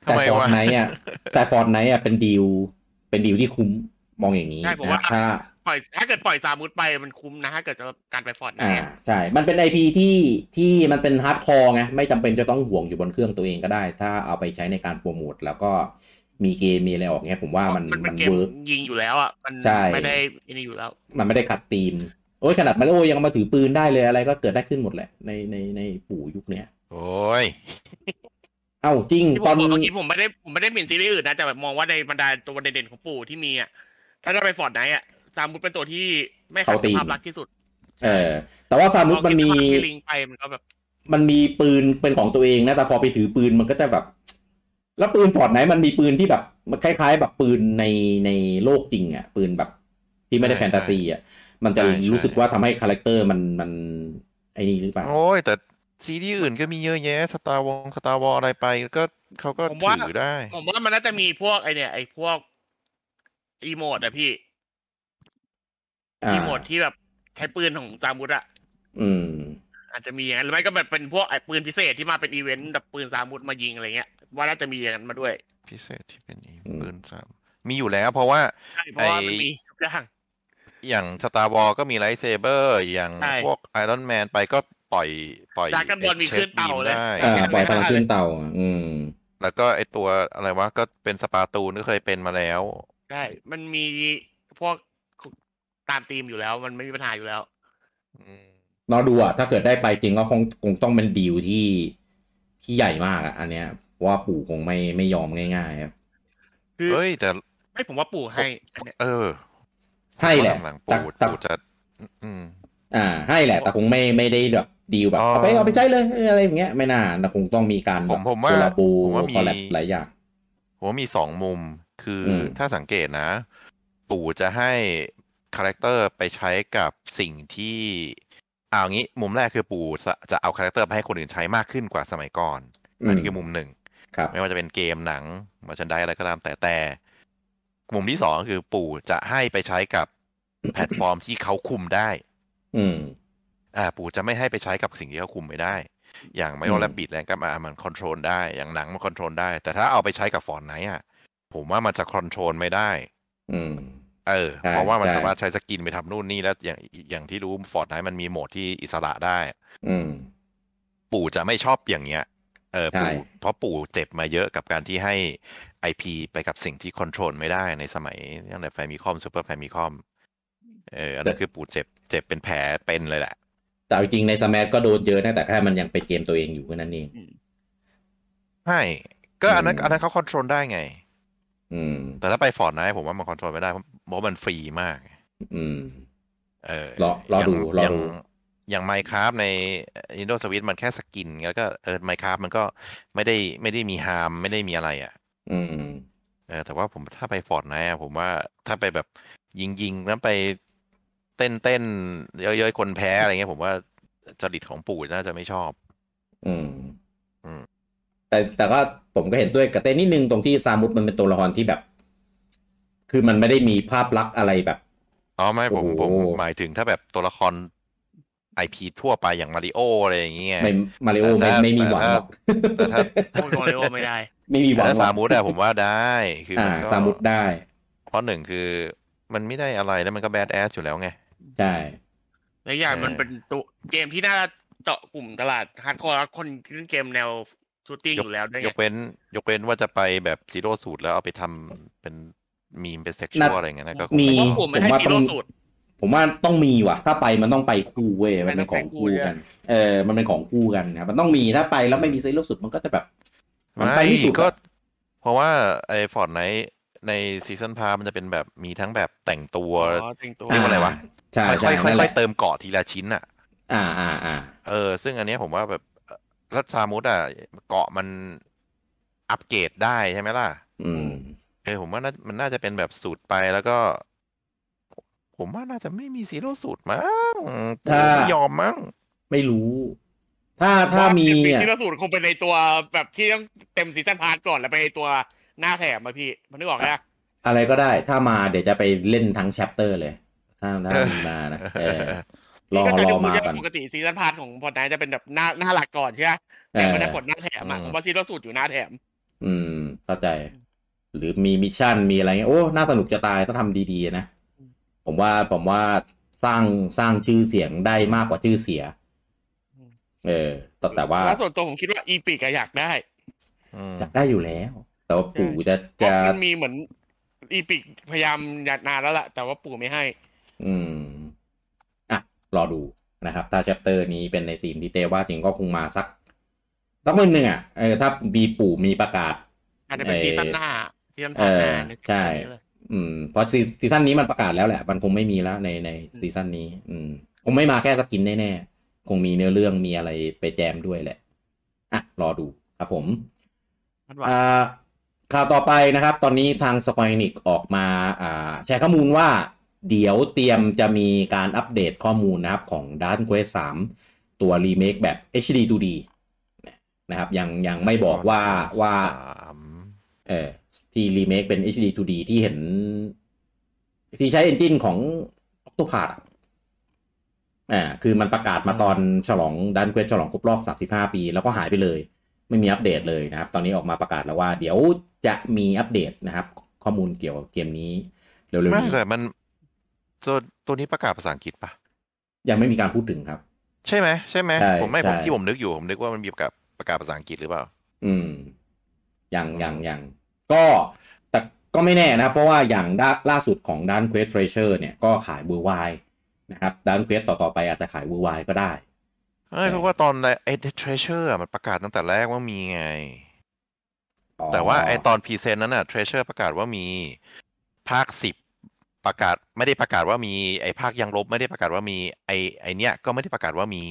[SPEAKER 1] แต่
[SPEAKER 2] ทำไม
[SPEAKER 1] ฟอร์
[SPEAKER 2] วะ
[SPEAKER 1] ดไนอ่ะ แต่ฟอร์ดไนอ่ะเป็นดีลเป็นดีลที่คุ้มมองอย่างนี้
[SPEAKER 3] ใช่ผมว่า
[SPEAKER 1] นะถ้า
[SPEAKER 3] ปล่อยถ้าเกิดปล่อยซามูนไปมันคุ้มนะถ้าเกิดจะการไปฟอร์ดไน
[SPEAKER 1] อ่า
[SPEAKER 3] ท์อะ
[SPEAKER 1] ใช่ มันเป็นไอพีที่ที่มันเป็นฮาร์ดคอร์ไงไม่จำเป็นจะต้องห่วงอยู่บนเครื่องตัวเองก็ได้ ถ้าเอาไปใช้ในการโปรโมทแล้วก็มีเกมมีอะไรออกเงี้ยผมว่ามัน
[SPEAKER 3] มันเป็
[SPEAKER 1] มัน น
[SPEAKER 3] เกม
[SPEAKER 1] เวิร์ก
[SPEAKER 3] ยิงอยู่แล้วอ่ะมัน
[SPEAKER 1] ใช่
[SPEAKER 3] ไม่ได้อันนี้อยู่แล้ว
[SPEAKER 1] มันไม่ได้ขัดตีม โอ้ยขนาดมาริโอยังเอามาถือปืนได้เลยอะไรก็เกิดได้ขึ้นหมดแหละในในในปู่ยุคเนี้ย
[SPEAKER 2] โอ้ ย
[SPEAKER 1] เอ้าจริง
[SPEAKER 3] ที่ผ
[SPEAKER 1] ต
[SPEAKER 3] ม
[SPEAKER 1] อน
[SPEAKER 3] บอกเมื่อกี้ผมไม่ได้ผมไม่ได้หมิ่นซีรีส์อื่นนะ แต่แบบมองว่าในบรรดาตัวเด่นๆของปู่ที่มีอ่ะถ้าจะไปฟอร์ดไนอ่ะซามูดเป็นตัวที่ไม่ขัด
[SPEAKER 1] เข้าตีม
[SPEAKER 3] ภาพลักษณ์ที่สุด
[SPEAKER 1] เออแต่ว่าซามุตมันมี
[SPEAKER 3] พอคิดภาพที่ลิงไปมันก็แบบ
[SPEAKER 1] มันมีปืนเป็นของตัวเองนะ แต่พอไปถือปืนมันก็จะแบบ แล้วปืนฟอร์ดไหนมันมีปืนที่แบบมันคล้าย ๆ แบบปืนในในโลกจริงอะ่ะ ปืนแบบที่ไม่ได้
[SPEAKER 2] ใช่
[SPEAKER 1] แฟนตาซีอ่ะ มันจะ
[SPEAKER 2] ใช่ใช่
[SPEAKER 1] รู้สึกว่าทำให้คาแรคเตอร์มันมันไอ้นี่หรือเปล่า
[SPEAKER 2] โอ้ย แต่ซีรีส์อื่นก็มีเยอะแยะสตาร์วงสตาร์วออะไรไปก็เขาก็ถือได้
[SPEAKER 3] ผมว่ามันน่าจะมีพวกไอเนี่ยไอพวกอีโมดอะพี่
[SPEAKER 1] อ่า
[SPEAKER 3] อีโมดที่แบบใช้ปืนของซามูดอะ
[SPEAKER 1] อืม
[SPEAKER 3] อาจจะมีอย่างนั้นหรือไม่ก็แบบเป็นพวกไอปืนพิเศษที่มาเป็นอีเวนต์แบบปืนซามูดมายิงอะไรเงี้ยว่าน่าจะมีอย่างนั้นมาด้วย
[SPEAKER 2] พิเศษที่เป็นอี
[SPEAKER 1] อืม
[SPEAKER 2] ปืนสามมีอยู่แล้วเพราะว่า
[SPEAKER 3] ใช่เพราะว่ามัน
[SPEAKER 2] ไอ้
[SPEAKER 3] มีทุกอย่าง
[SPEAKER 2] อย่างสตาร์วอลก็มีไลท์เซเบอร์อย่าง
[SPEAKER 3] ใช่
[SPEAKER 2] พวกไอรอนแมนไปก็ปล่อยปล่อย
[SPEAKER 3] Dragon Ball มี
[SPEAKER 2] Chest
[SPEAKER 3] ขึ้นเต่า
[SPEAKER 2] Beam
[SPEAKER 3] เลย
[SPEAKER 2] ได้
[SPEAKER 3] ใช่
[SPEAKER 1] อ่าปล่อยพลังขึ้นเตาอะอืม
[SPEAKER 2] แล้วก็ไอตัวอะไรวะก็เป็นสปาตูนก็เคยเป็นมาแล้ว
[SPEAKER 3] ใช่มันมีพวกตามธีมอยู่แล้ว มันไม่มีปัญหาอยู่แล้ว
[SPEAKER 2] อืม
[SPEAKER 1] รอดูอ่ะถ้าเกิดได้ไปจริงก็คงคงต้องเป็นดีลที่ที่ใหญ่มากอ่ะ อันเนี้ยเพราะว่าปู่คงไม่ไม่ยอมง่ายๆครับ
[SPEAKER 3] คือ
[SPEAKER 2] เฮ้ยแต่
[SPEAKER 3] ไม่ผมว่าปู่ให้อันเนี้ย
[SPEAKER 2] เออ
[SPEAKER 1] ให้แหละ
[SPEAKER 2] หลังๆ
[SPEAKER 1] แต่
[SPEAKER 2] ปูด
[SPEAKER 1] แต่
[SPEAKER 2] ปูดจะอืม
[SPEAKER 1] อ่าให้แหละ แต่คงไม่ไม่ได้แบบดีลแบบ
[SPEAKER 2] อ๋อ
[SPEAKER 1] เอาไปเอาไปใช้เลยอะไรอย่างเงี้ยไม่น่านะคงต้องมีการ
[SPEAKER 2] ผมผมว่า
[SPEAKER 1] โคลาบู
[SPEAKER 2] ผมว่ามี
[SPEAKER 1] คอลแลบหลายอย่าง
[SPEAKER 2] ผมว่ามีสองมุม คือ
[SPEAKER 1] อืม
[SPEAKER 2] ถ้าสังเกตนะ ปู่จะให้คาแรคเตอร์ไปใช้กับสิ่งที่เอางี้มุมแรกคือปู่จะจะเอาคาแรคเตอร์ไปให้คนอื่นใช้มากขึ้นกว่าสมัยก่อนอันนี้คือมุมหนึ่ง
[SPEAKER 1] ครับ
[SPEAKER 2] ไม่ว่าจะเป็นเกมหนังมาชันได้อะไรก็ตามแต่แต่ มุมที่สองคือปู่จะให้ไปใช้กับ แพลตฟอร์มที่เขาคุมได้
[SPEAKER 1] อืม
[SPEAKER 2] อ่าปู่จะไม่ให้ไปใช้กับสิ่งที่เขาคุมไม่ได้ อย่างไม่
[SPEAKER 1] อื
[SPEAKER 2] ร
[SPEAKER 1] ม
[SPEAKER 2] แลปิดแรงก็มามันคอนโทรลได้อย่างหนังมันคอนโทรลได้ แต่ถ้าเอาไปใช้กับฟอนไหนอ่ะ ผมว่ามันจะคอนโทรลไม่ได้
[SPEAKER 1] อืม
[SPEAKER 2] เออ
[SPEAKER 1] ใช่
[SPEAKER 2] เพราะว่ามัน
[SPEAKER 1] ใช่
[SPEAKER 2] สามารถใช้สกินไปทำนู่นนี่แล้วอย่างอย่างที่รู้ฟอร์ดไนมันมีโหมดที่อิสระได้
[SPEAKER 1] อืม
[SPEAKER 2] ปู่จะไม่ชอบอย่างเงี้ย เออปู่
[SPEAKER 1] ใช่
[SPEAKER 2] เพราะปู่เจ็บมาเยอะกับการที่ให้ไอพีไปกับสิ่งที่คอนโทรลไม่ได้ในสมัยตั้งแต่แฟมิคอมซูเปอร์แฟมิคอมเอออันนั้นคือปู่เจ็บเจ็บเป็นแผลเป็นเลยแหละ
[SPEAKER 1] แต่เอาจริงในสมาร์ก็โดนเยอะนะแต่แค่มันยังเป็นเกมตัวเองอยู่แค่นั้นเอง
[SPEAKER 2] ใช่ ก็อันนั้น
[SPEAKER 1] อืม
[SPEAKER 2] อันนั้นเขาคอนโทรลได้ไง
[SPEAKER 1] อืม
[SPEAKER 2] แต่ถ้าไปฟอร์ดไนผมว่ามันคอนโทรลไม่ได้เพราะเพราะมันฟรีมาก
[SPEAKER 1] อืม
[SPEAKER 2] เออ
[SPEAKER 1] รอรอดูรอ
[SPEAKER 2] อย่าง
[SPEAKER 1] ดู
[SPEAKER 2] อย่างไมครับใน Nintendo Switch มันแค่สกิน แล้วก็เออไมครับมันก็ไม่ได้ไม่ได้มีฮาร์มไม่ได้มีอะไรอ่ะ
[SPEAKER 1] อืม
[SPEAKER 2] เออแต่ว่าผมถ้าไปฟอร์ดไนผมว่าถ้าไปแบบยิงยิงๆแล้วไปเต้นเต้นๆเยอะๆคนแพ้อะไรเงี้ยผมว่าจริตของปู่น่าจะไม่ชอบ
[SPEAKER 1] อืม
[SPEAKER 2] อืม
[SPEAKER 1] แต่แต่ก็ผมก็เห็นด้วยกับเต้นิดนึงตรงที่ซามุตมันเป็นตัวละครที่แบบ คือมันไม่ได้มีภาพลักษณ์อะไรแบบ
[SPEAKER 2] อ๋อไม่ผม
[SPEAKER 1] โอ้
[SPEAKER 2] ผม
[SPEAKER 1] โห
[SPEAKER 2] หมายถึงถ้าแบบตัวละครไอพีทั่วไปอย่างมาริโออะไรอย่างเงี้ย
[SPEAKER 1] ไม่มาริโอ
[SPEAKER 2] แต่
[SPEAKER 1] ไม่
[SPEAKER 2] ถ้า
[SPEAKER 1] ไม่มีหวังหรอก
[SPEAKER 2] แต่ถ้า
[SPEAKER 3] พวกโดเรโอไม่ได้
[SPEAKER 1] ไม่มีหวัง
[SPEAKER 2] แต่ถ้า
[SPEAKER 1] หร
[SPEAKER 2] สา
[SPEAKER 1] อก
[SPEAKER 2] มุดอะผมว่าได้คือ
[SPEAKER 1] อ่า
[SPEAKER 2] มันก็
[SPEAKER 1] ซามุตได้
[SPEAKER 2] เพราะหนึ่งคือมันไม่ได้อะไรแล้วมันก็แบดแอสอยู่แล้วไง
[SPEAKER 1] ใช่
[SPEAKER 3] และอย่างมัน
[SPEAKER 2] เออ
[SPEAKER 3] เป็นตัวเกมที่น่าเจาะกลุ่มตลาดฮาร์ดคอร์แล้วคนที่เล่นเกมแนวชูตติ้งอยู่แล้วด้วย
[SPEAKER 2] ย
[SPEAKER 3] ไง
[SPEAKER 2] กเว้น ยกเว้นว่าจะไปแบบซีโร่สูตรแล้วเอาไปทำเป็นมีมเป็นเซ็กชวล
[SPEAKER 1] น่า
[SPEAKER 2] อะไรเงี้ยนะก็คง
[SPEAKER 1] มี
[SPEAKER 2] ไ
[SPEAKER 3] เพราะกลุ่มไม่ให้
[SPEAKER 1] ผมว่า
[SPEAKER 3] ซี
[SPEAKER 1] ต้
[SPEAKER 3] โร่
[SPEAKER 1] อง
[SPEAKER 3] สูตร
[SPEAKER 1] ผมว่าต้องมีว่ะ ถ้าไปมันต้องไปคู่เว้ย
[SPEAKER 3] ไป
[SPEAKER 1] มันเป็นของคู่
[SPEAKER 3] ต้
[SPEAKER 1] กั
[SPEAKER 3] องไปคู่
[SPEAKER 1] น เออ มันเป็นของคู่กันนะครับมันต้องมีถ้าไปแล้วไม่มีเซลล์สุดมันก็จะแบบ มันไปไม่สุด
[SPEAKER 2] ก็
[SPEAKER 1] อะ
[SPEAKER 2] เพราะว่าไอ้ฟอร์ดไนในซีซันพามันจะเป็นแบบมีทั้งแบบแต่งตัว
[SPEAKER 3] อ๋อแต่งตัว
[SPEAKER 2] เรียกว่าอะไรวะ
[SPEAKER 1] ใช่
[SPEAKER 2] ค่
[SPEAKER 1] ใช่
[SPEAKER 2] อยๆค่
[SPEAKER 1] นั่นแห
[SPEAKER 2] อย
[SPEAKER 1] ละ
[SPEAKER 2] ๆเติมเกาะทีละชิ้นอ่ะ
[SPEAKER 1] อ่าอ่าอ่า
[SPEAKER 2] เออซึ่งอันเนี้ยผมว่าแบบเอ่อรัชชามุดอ่ะเกาะมันอัปเกรดได้ใช่ไหมล่ะ
[SPEAKER 1] อืม
[SPEAKER 2] เออผมว่าน่ามันน่าจะเป็นแบบสูตรไปแล้วก็ ผมว่าน่าจะไม่มีซีโร่สูตรมั้ง
[SPEAKER 1] ถ้า
[SPEAKER 2] ไม่ยอมมั้ง
[SPEAKER 1] ไม่รู้ ถ้าถ้ามี
[SPEAKER 3] ว่เกปี
[SPEAKER 1] อ่ะ
[SPEAKER 3] ที่ล่าสุดคงเป็นในตัวแบบที่ต้องเต็มซีซั่นพาร์ทก่อนแล้วไปในตัวหน้าแถมมาพี่มันนึกออกไหมอะ
[SPEAKER 1] อะไรก็ได้ ถ้ามาเดี๋ยวจะไปเล่นทั้งแชปเตอร์เลย ถ้าถ้า
[SPEAKER 2] เออ
[SPEAKER 1] มีมานะเออร
[SPEAKER 3] พี่
[SPEAKER 1] อ
[SPEAKER 3] ก็จะ
[SPEAKER 1] ร
[SPEAKER 3] ดู
[SPEAKER 1] อมา
[SPEAKER 3] จะ
[SPEAKER 1] ก่อน
[SPEAKER 3] ปกติซีซั่นพาร์ทของพอดไนจะเป็นแบบหน้าหน้าหลักก่อนใช่ไหม
[SPEAKER 1] เอ
[SPEAKER 3] แต่
[SPEAKER 1] อ
[SPEAKER 3] มันจะกดหน้าแถมอะ
[SPEAKER 2] อืม
[SPEAKER 3] เพราะซีซั่นสูตรอยู่หน้าแถม
[SPEAKER 1] อืม เข้าใจ หรือมีมิชชั่นมีอะไรเงี้ยโอ้ น่าสนุกจะตายถ้าทำดีๆนะ ผมว่าผมว่าสร้างสร้างชื่อเสียงได้มากกว่าชื่อเสีย
[SPEAKER 3] อืม
[SPEAKER 1] เออ แต่แต่ว่า
[SPEAKER 3] แล้วส่วนตัวผมคิดว่าอีพิกอยากได้
[SPEAKER 2] อืม
[SPEAKER 1] อยากได้อยู่แล้ว แต่ว่าปู่จะ
[SPEAKER 3] เพราะ
[SPEAKER 1] จะ
[SPEAKER 3] มันมีเหมือนอีพิกพยายามอยากนานแล้วล่ะแต่ว่าปู่ไม่ให้
[SPEAKER 1] อืม อ่ะ รอดูนะครับ ถ้าแชปเตอร์นี้เป็นในทีมที่เตว่าจริงก็คงมาสักสักมือหนึ่งอ่ะเออถ้ามีปู่มีประกาศ
[SPEAKER 3] อาจจะเป็น
[SPEAKER 1] เอ่อ
[SPEAKER 3] ซีซั่นหน้าซีซั่นพาร์ทหน้า
[SPEAKER 1] เออ
[SPEAKER 3] ใน
[SPEAKER 1] ใช่
[SPEAKER 3] ซีซั่นนี้เลย
[SPEAKER 1] อืมเพราะซีซีซั่นนี้มันประกาศแล้วแหละ มันคงไม่มีแล้วในใน
[SPEAKER 3] อืม
[SPEAKER 1] ซีซั่นนี้ อืม คงไม่มาแค่สกินแน่ๆ คงมีเนื้อเรื่องมีอะไรไปแจมด้วยแหละ อ่ะ รอดูครับผม
[SPEAKER 3] คาดหวัง
[SPEAKER 1] อ่าข่าวต่อไปนะครับ ตอนนี้ทาง Square Enix ออกมาอ่าแชร์ข้อมูลว่า เดี๋ยวเตรียมจะมีการอัปเดตข้อมูลนะครับ ของ Dark Quest 3 ตัวรีเมคแบบ HD 2D นะครับยังยังไม่บอกว่าว่า
[SPEAKER 2] สาม
[SPEAKER 1] เออที่รีเมคเป็น HD 2D ที่เห็น ที่ใช้เอนจินของ Octopath อะอ่าคือมันประกาศมาตอนฉลองดันเควสฉลองครบรอบ 35 ปี แล้วก็หายไปเลย ไม่มีอัปเดตเลยนะครับ ตอนนี้ออกมาประกาศแล้วว่า เดี๋ยวจะมีอัปเดตนะครับ ข้อมูลเกี่ยวกับเกมนี้ เร็วๆ
[SPEAKER 2] ไม่
[SPEAKER 1] นี้
[SPEAKER 2] แต่มันตัวตัวนี้ประกาศภาษาอังกฤษปะ
[SPEAKER 1] ยังไม่มีการพูดถึงครับ
[SPEAKER 2] ใช่ไหมใช่ไหม
[SPEAKER 1] ใช่
[SPEAKER 2] ผมไม่
[SPEAKER 1] ใช่
[SPEAKER 2] ผมที่ผมนึกอยู่ผมนึกว่ามันมีประกาศประกาศภาษาอังกฤษหรือเปล่า
[SPEAKER 1] อืมอย่างอย่างอย่างก็แต่ก็ไม่แน่นะครับ เพราะว่าอย่างด้าล่าสุดของด้าน Quest Treasure เนี่ยก็ขายเวอร์ไวนะครับด้าน Quest ต่อ ๆ ไปอาจจะขายเวอร์ไวก็ได้
[SPEAKER 2] เอ้ย
[SPEAKER 1] ใช่
[SPEAKER 2] เพราะว่าตอนไอ้ treasure อะมันประกาศตั้งแต่แรกว่ามีไง
[SPEAKER 1] อ๋
[SPEAKER 2] แต่ว่าไอ้ตอนพรีเซนต์นั้นน่ะ treasure ประกาศว่ามีภาคสิบประกาศไม่ได้ประกาศว่ามีไอ้ภาคยังลบไม่ได้ประกาศว่ามีไอ้ไอ้เนี้ยก็ไม่ได้ประกาศว่ามี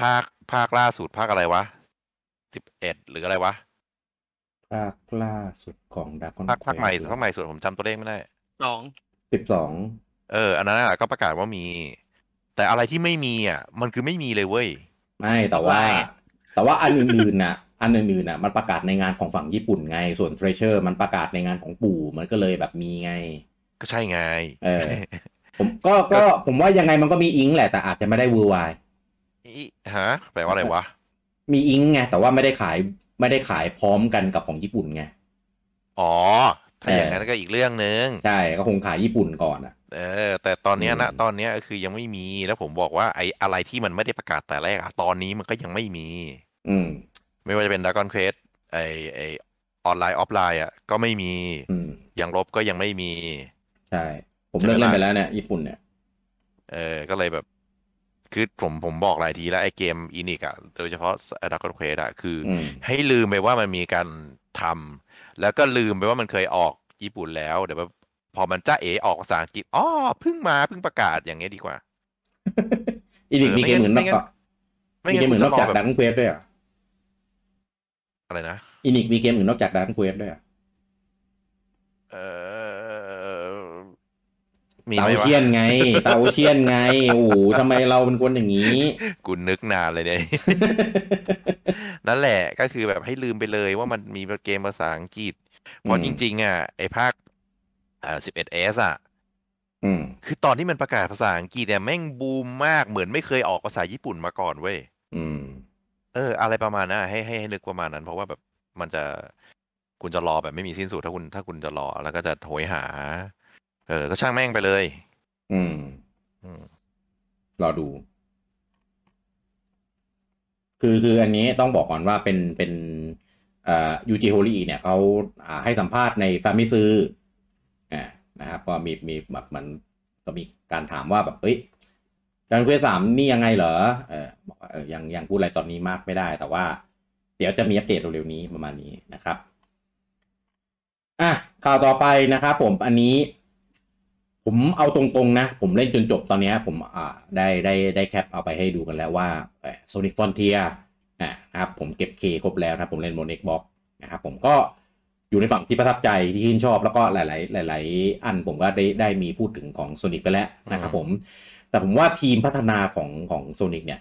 [SPEAKER 2] ภาคภาคล่าสุดภาคอะไรวะสิบเอ็ดหรืออะไรวะ
[SPEAKER 1] ภาคล่าสุดของดักคอน
[SPEAKER 2] ภาคภาคใหม่ภาคใหม่สุดผมจำตัวเลขไม่ได้
[SPEAKER 3] สอง
[SPEAKER 1] สิบสอง
[SPEAKER 2] เออ อันนั้นอะก็ประกาศว่ามี แต่อะไรที่ไม่มีอ่ะ มันคือไม่มีเลยเว้ย
[SPEAKER 1] ไม่แต่ว่า แต่ว่าอันอื่นๆน่ะ อันอื่นๆน่ะมันประกาศในงานของฝั่งญี่ปุ่นไงส่วนเทรเชอร์มันประกาศในงานของปู่มันก็เลยแบบมีไง
[SPEAKER 2] ก็ใช่ไง
[SPEAKER 1] เออ ผมก็ก็ผมว่ายังไงมันก็มีอิงแหละแต่อาจจะไม่ได้วูวาย
[SPEAKER 2] อิฮะ แปลว่าอะไรวะ
[SPEAKER 1] มีอิงไงแต่ว่าไม่ได้ขายไม่ได้ขายพร้อมกันกับของญี่ปุ่นไง
[SPEAKER 2] อ๋อ ถ้า
[SPEAKER 1] เออ
[SPEAKER 2] อ
[SPEAKER 1] อ
[SPEAKER 2] ย่างนั้นก็อีกเรื่องหนึ่ง
[SPEAKER 1] ใช่ก็คงขายญี่ปุ่นก่อนอ่ะ
[SPEAKER 2] เออ แต่ตอนเนี้ย
[SPEAKER 1] อืม
[SPEAKER 2] นะตอนเนี้ยคือยังไม่มี แล้วผมบอกว่าไอ้อะไรที่มันไม่ได้ประกาศแต่แรกอะตอนนี้มันก็ยังไม่มี
[SPEAKER 1] อืม
[SPEAKER 2] ไม่ว่าจะเป็น Dragon Quest ไอไอออนไลน์ออฟไลน์อ่ะก็ไม่มี
[SPEAKER 1] อืม
[SPEAKER 2] อย่างลบก็ยังไม่มี
[SPEAKER 1] ใช่ ผมเลิกเล่นไปแล้วเนี่ยญี่ปุ่นเนี่ย
[SPEAKER 2] เออ ก็เลยแบบ คือผมผมบอกหลายทีแล้วไอ้เกมอินิกอะโดยเฉพาะ Dragon Quest อะคืออ
[SPEAKER 1] อืม
[SPEAKER 2] ให้ลืมไปว่ามันมีการทำแล้วก็ลืมไปว่ามันเคยออกญี่ปุ่นแล้ว เดี๋ยวแบบพอมันจ้าเอออกภาษาอังกฤษอ๋อเพิ่งมาเพิ่งประกาศอย่างเงี้ยดีกว่า
[SPEAKER 1] อีดิก
[SPEAKER 2] เออ
[SPEAKER 1] มีเกม
[SPEAKER 2] ไม่
[SPEAKER 1] อื่นน
[SPEAKER 2] งั้
[SPEAKER 1] อก
[SPEAKER 2] น
[SPEAKER 1] จาก
[SPEAKER 2] ไม่
[SPEAKER 1] มีเก
[SPEAKER 2] งั้
[SPEAKER 1] ม
[SPEAKER 2] นคุ
[SPEAKER 1] อื่
[SPEAKER 2] ณ
[SPEAKER 1] นนอก
[SPEAKER 2] จะรอ
[SPEAKER 1] จาก
[SPEAKER 2] แบบ
[SPEAKER 1] ดังเควสด้วยเหรอ่ะ
[SPEAKER 2] อะไรนะ
[SPEAKER 1] อินิกมีเกมอื่นนอกจากดังเควสด้วยเหรอ
[SPEAKER 2] เออมีไห
[SPEAKER 1] เตาม เชียน
[SPEAKER 2] วะ
[SPEAKER 1] ไง เตาเชียนไงโอ้โหทำไมเราเป็นคนอย่างนี้
[SPEAKER 2] กูนึกนานเลยเนี่ย นั่นแหละก็คือแบบให้ลืมไปเลยว่ามันมีเกมภาษาอังกฤษ เพราะ
[SPEAKER 1] อืม
[SPEAKER 2] จริง ๆ อ่ะ ไอ้ภาคอ่า 11S อ่ะ
[SPEAKER 1] อืม
[SPEAKER 2] คือตอนที่มันประกาศภาษาอังกฤษเนี่ยแม่งบูมมากเหมือนไม่เคยออกภาษาญี่ปุ่นมาก่อนเว้ย
[SPEAKER 1] อืม
[SPEAKER 2] เออ อะไรประมาณนั้นอะให้ให้ให้นึกประมาณนั้น เพราะว่าแบบมันจะคุณจะรอแบบไม่มีสิ้นสุดถ้าคุณถ้าคุณจะรอ แล้วก็จะโหยหา เออ ก็ช่างแม่งไปเลย
[SPEAKER 1] อืม
[SPEAKER 2] อืม
[SPEAKER 1] รอดู คือคืออันนี้ต้องบอกก่อนว่าเป็นเป็นเอ่อยูจิโฮลีเนี่ยเขาอ่าให้สัมภาษณ์ในฟามิซืออ่านะครับ ก็มีมีแบบเหมือนก็มีการถามว่าแบบ เอ้ยดันเควสามนี่ยังไงเหรอเออบอกว่าเออยังยังพูดอะไรตอนนี้มากไม่ได้ แต่ว่า เดี๋ยวจะมีอัปเดตเร็วๆนี้ประมาณนี้นะครับ อ่ะข่าวต่อไปนะครับผมอันนี้ ผมเอาตรงๆนะ ผมเล่นจนจบตอนเนี้ยผมอ่าได้ได้ได้แคปเอาไปให้ดูกันแล้วว่าโซนิ c ฟอนเทียนะครับผมเก็บเคครบแล้วนะครับผมเล่นบน Xbox นะครับผมก็อยู่ในฝั่งที่ประทับใจที่ชื่นชอบแล้วก็หลาย ๆ หลาย ๆ อันผมก็ได้ได้มีพูดถึงของ Sonic ไปแล้วนะครับ
[SPEAKER 2] อืม
[SPEAKER 1] ผม แต่ผมว่าทีมพัฒนาของของโซนิกเนี่ย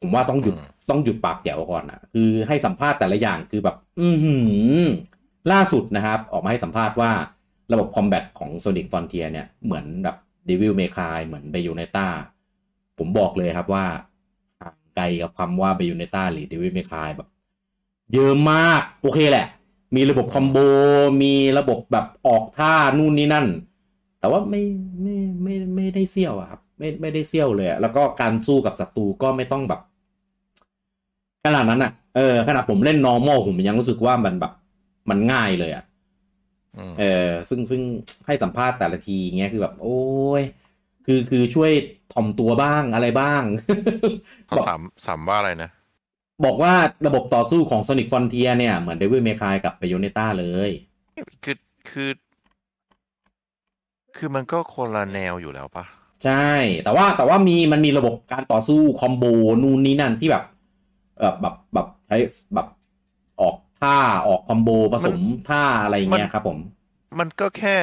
[SPEAKER 1] ผมว่าต้องหยุด
[SPEAKER 2] อืม
[SPEAKER 1] ต้องหยุดปากแจ๋วก่อนอ่ะ คือให้สัมภาษณ์แต่ละอย่างคือแบบ อือหือ ล่าสุดนะครับ ออกมาให้สัมภาษณ์ว่าระบบคอมแบทของ Sonic Frontier เนี่ย เหมือนแบบ Devil May Cry เหมือน Bayonetta ผมบอกเลยครับว่าห่างไกลกับคำว่า Bayonetta หรือ Devil May Cry แบบ เยอะมาก โอเคแหละ มีระบบคอมโบ มีระบบแบบออกท่านู่นนี่นั่น แต่ว่าไม่ไม่ไม่ไม่ได้เซี่ยวอะครับ ไม่ไม่ได้เซี่ยวเลยอะแล้วก็การสู้กับศัตรูก็ไม่ต้องแบบ ขนาดนั้นอะเออขนาดผมเล่น normal ผมยังรู้สึกว่ามันแบบมันง่ายเลยอะ
[SPEAKER 2] อืม
[SPEAKER 1] เออซึ่งซึ่งให้สัมภาษณ์แต่ละทีเงี้ยคือแบบ โอ้ย คือคือช่วยถ่อมตัวบ้างอะไรบ้าง
[SPEAKER 2] เขาสามสามว่าอะไรนะ
[SPEAKER 1] บอกว่าระบบต่อสู้ของ Sonic Frontier เนี่ย เหมือน Devil May Cry กับ Bayonetta เลย
[SPEAKER 2] คือคือ คือมันก็คนละแนวอยู่แล้วปะ
[SPEAKER 1] ใช่ แต่ว่าแต่ว่ามีมันมีระบบการต่อสู้คอมโบนู่นนี่นั่นที่แบบแบบแบบแบบใช้แบบออกท่าออกคอมโบผสมท่าอะไรเงี้ยครับผม
[SPEAKER 2] มันก็แค่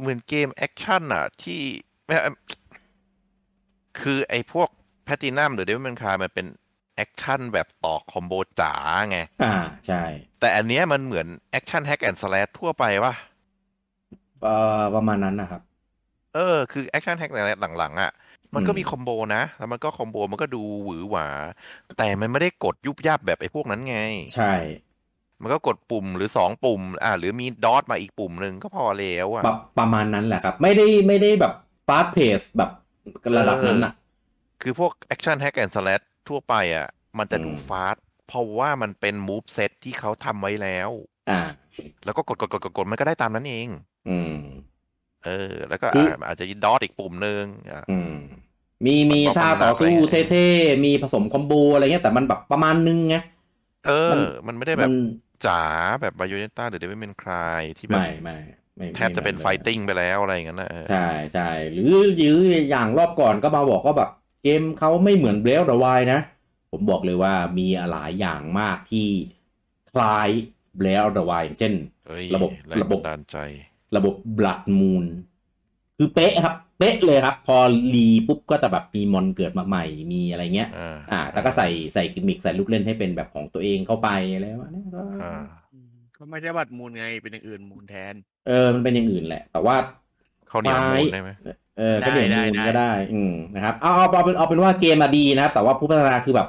[SPEAKER 2] เหมือนเกมแอคชั่นอะที่ไม่เอิ่มคือไอ้พวกแพตินัมหรือเดวิมันคามันเป็นแอคชั่นแบบต่อคอมโบจ๋าไง
[SPEAKER 1] อ่าใช่
[SPEAKER 2] แต่อันเนี้ยมันเหมือนแอคชั่นแฮกแอนด์สแลชทั่วไปปะ
[SPEAKER 1] เอ่อประมาณนั้นนะครับ
[SPEAKER 2] เออคือแอคชั่นแฮกแอนด์สแลชหลังๆอะมันก็
[SPEAKER 1] อืม
[SPEAKER 2] มีคอมโบนะ แล้วมันก็คอมโบมันก็ดูหวือหวา แต่มันไม่ได้กดยุบยับแบบไอ้พวกนั้นไง
[SPEAKER 1] ใช่
[SPEAKER 2] มันก็กดปุ่มหรือสองปุ่ม อ่า หรือมีดอทมาอีกปุ่มหนึ่งก็พอแล้วอ่ะ
[SPEAKER 1] แบบประมาณนั้นแหละครับ ไม่ได้ไม่ได้แบบฟาสเพสแบบระดับนั้นอ่ะ
[SPEAKER 2] คือพวกแอคชั่นแฮกแอนด์สแลชทั่วไปอ่ะ มันจะดู
[SPEAKER 1] อืม
[SPEAKER 2] ฟาสต์เพราะว่ามันเป็นมูฟเซตที่เขาทำไว้แล้ว
[SPEAKER 1] อ่า
[SPEAKER 2] แล้วก็กดกดกดกดกดมันก็ได้ตามนั้นเอง
[SPEAKER 1] อืม
[SPEAKER 2] เออ แล้วก็
[SPEAKER 1] คืออ่
[SPEAKER 2] าอาจจะดอทอีกปุ่มหนึ่งอ่ะ
[SPEAKER 1] อืม มีมี
[SPEAKER 2] มันก็
[SPEAKER 1] ท่าต่อสู้
[SPEAKER 2] ประมาณนั้น
[SPEAKER 1] เท่ๆ มีผสมคอมโบอะไรเงี้ยแต่มันแบบประมาณนึงไง
[SPEAKER 2] เออ
[SPEAKER 1] มัน
[SPEAKER 2] มันไม่ได้แบ
[SPEAKER 1] มั
[SPEAKER 2] บ
[SPEAKER 1] น
[SPEAKER 2] จ๋าแบบบ a ย o เนต้าหรือเดวิดเมนคลายที่แบบ
[SPEAKER 1] ไม่ไม่ไม่ไม่
[SPEAKER 2] แทบจะเป็น
[SPEAKER 1] ไม่
[SPEAKER 2] ไฟติ้งไปแล้วอะไรอย่างนั้นนะเออ
[SPEAKER 1] ใช่ใช่หรือหรืออย่างรอบก่อนก็มาบอกก็แบบ เกมเขาไม่เหมือนเบลล์ดวายนะ ผมบอกเลยว่ามีหลายอย่างมากที่คล้าย b l a ร์ดวายเช่น
[SPEAKER 2] เอ้ย
[SPEAKER 1] ระบบ
[SPEAKER 2] แง
[SPEAKER 1] ระบบ
[SPEAKER 2] บันดาลใจ
[SPEAKER 1] ระบบบลัดมูลคือเป๊ะครับ เป๊ะเลยครับ พอรีปุ๊บก็จะแบบมีมอนเกิดมาใหม่มีอะไรเงี้ย
[SPEAKER 2] อ่า
[SPEAKER 1] อ่าแต่ก็ใส่ใส่กิมมิคใส่ลูกเล่นให้เป็นแบบของตัวเองเข้าไปอะไรวะเนี่ยก็
[SPEAKER 2] อ่า
[SPEAKER 3] ก็ไม่ได้บัตรมูลไงเป็นอย่างอื่นมูลแทน
[SPEAKER 1] เออมันเป็นอย่างอื่นแหละ แต่ว่า
[SPEAKER 2] เขาวเหนียวมูลได้ไหม
[SPEAKER 1] เออก็เดี๋ยว
[SPEAKER 3] ได้
[SPEAKER 1] มูล
[SPEAKER 3] ได้
[SPEAKER 1] ก็ได้ อืมนะครับเอาเอาเอาเป็นเอาเป็นว่าเกมมาดีนะครับ แต่ว่าผู้พัฒนาคือแบบ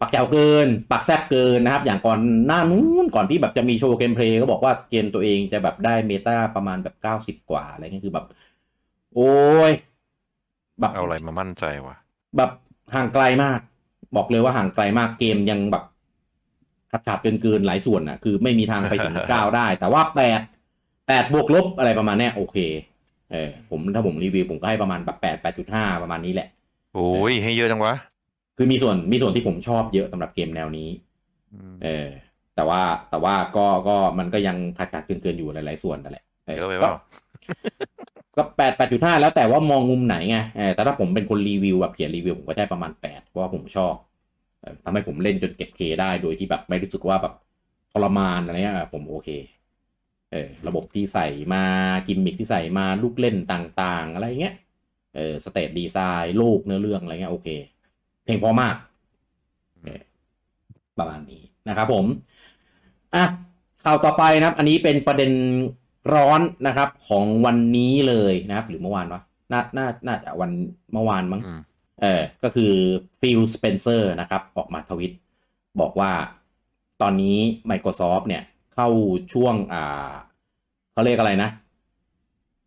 [SPEAKER 1] ปักแจวเกิน ปักแซบเกินนะครับ อย่างก่อนหน้านู้นก่อนที่แบบจะมีโชว์เกมเพลย์ก็บอกว่าเกมตัวเองจะแบบได้เมตาประมาณแบบเก้าสิบ90 กว่าอะไรเงี้ยคือแบบ โอ้ยแบบ
[SPEAKER 2] เอาอะไรมามั่นใจวะ
[SPEAKER 1] แบบห่างไกลมาก บอกเลยว่าห่างไกลมากเกมยังแบบขาดขาดเกินเกินๆหลายส่วนนะคือไม่มี ทางไปถึง เก้าได้ แต่ว่าแปดแปดบวกลบอะไรประมาณเนี้ยโอเคเออผมถ้าผมรีวิวผมก็ให้ประมาณแบบแปดแปดจุดห้าประมาณนี้แหละ
[SPEAKER 2] โอ้ยให้เยอะจังวะ
[SPEAKER 1] คือมีส่วนมีส่วนที่ผมชอบเยอะสำหรับเกมแนวนี้
[SPEAKER 2] อืม
[SPEAKER 1] เออ แต่ว่าแต่ว่าก็ก็มันก็ยังขาดขาดเกินเกินๆอยู่หลายๆส่วนนั่นแหละ
[SPEAKER 2] เยอะไปเป
[SPEAKER 1] ก
[SPEAKER 2] ล่า
[SPEAKER 1] ็ก็แปดแปดจุดห้าแล้วแต่ว่ามองมุมไหนไงเออแต่ถ้าผมเป็นคนรีวิวแบบเขียนรีวิวผมก็ได้ประมาณแปดเพราะว่าผมชอบเออทำให้ผมเล่นจนเก็บเคได้โดยที่แบบไม่รู้สึกว่าแบบทรมานอะไรเงี้ยเออผมโอเคเออระบบที่ใส่มากิมมิคที่ใส่มาลูกเล่นต่างๆ อะไรเงี้ยเออสเตตดีไซน์โลกเนื้อเรื่องอะไรเงี้ยโอเค เพียงพอมากโอเคประมาณนี้นะครับผม อ่ะข่าวต่อไปนะครับ อันนี้เป็นประเด็นร้อนนะครับ ของวันนี้เลยนะครับ หรือเมื่อวานวะน่าน่าน่าจะวันเมื่อวานมั้ง
[SPEAKER 2] อืม
[SPEAKER 1] เออก็คือฟิลสเปนเซอร์นะครับ ออกมาทวิต บอกว่าตอนนี้ Microsoft เนี่ย เข้าช่วงอ่าเขาเรียกอะไรนะ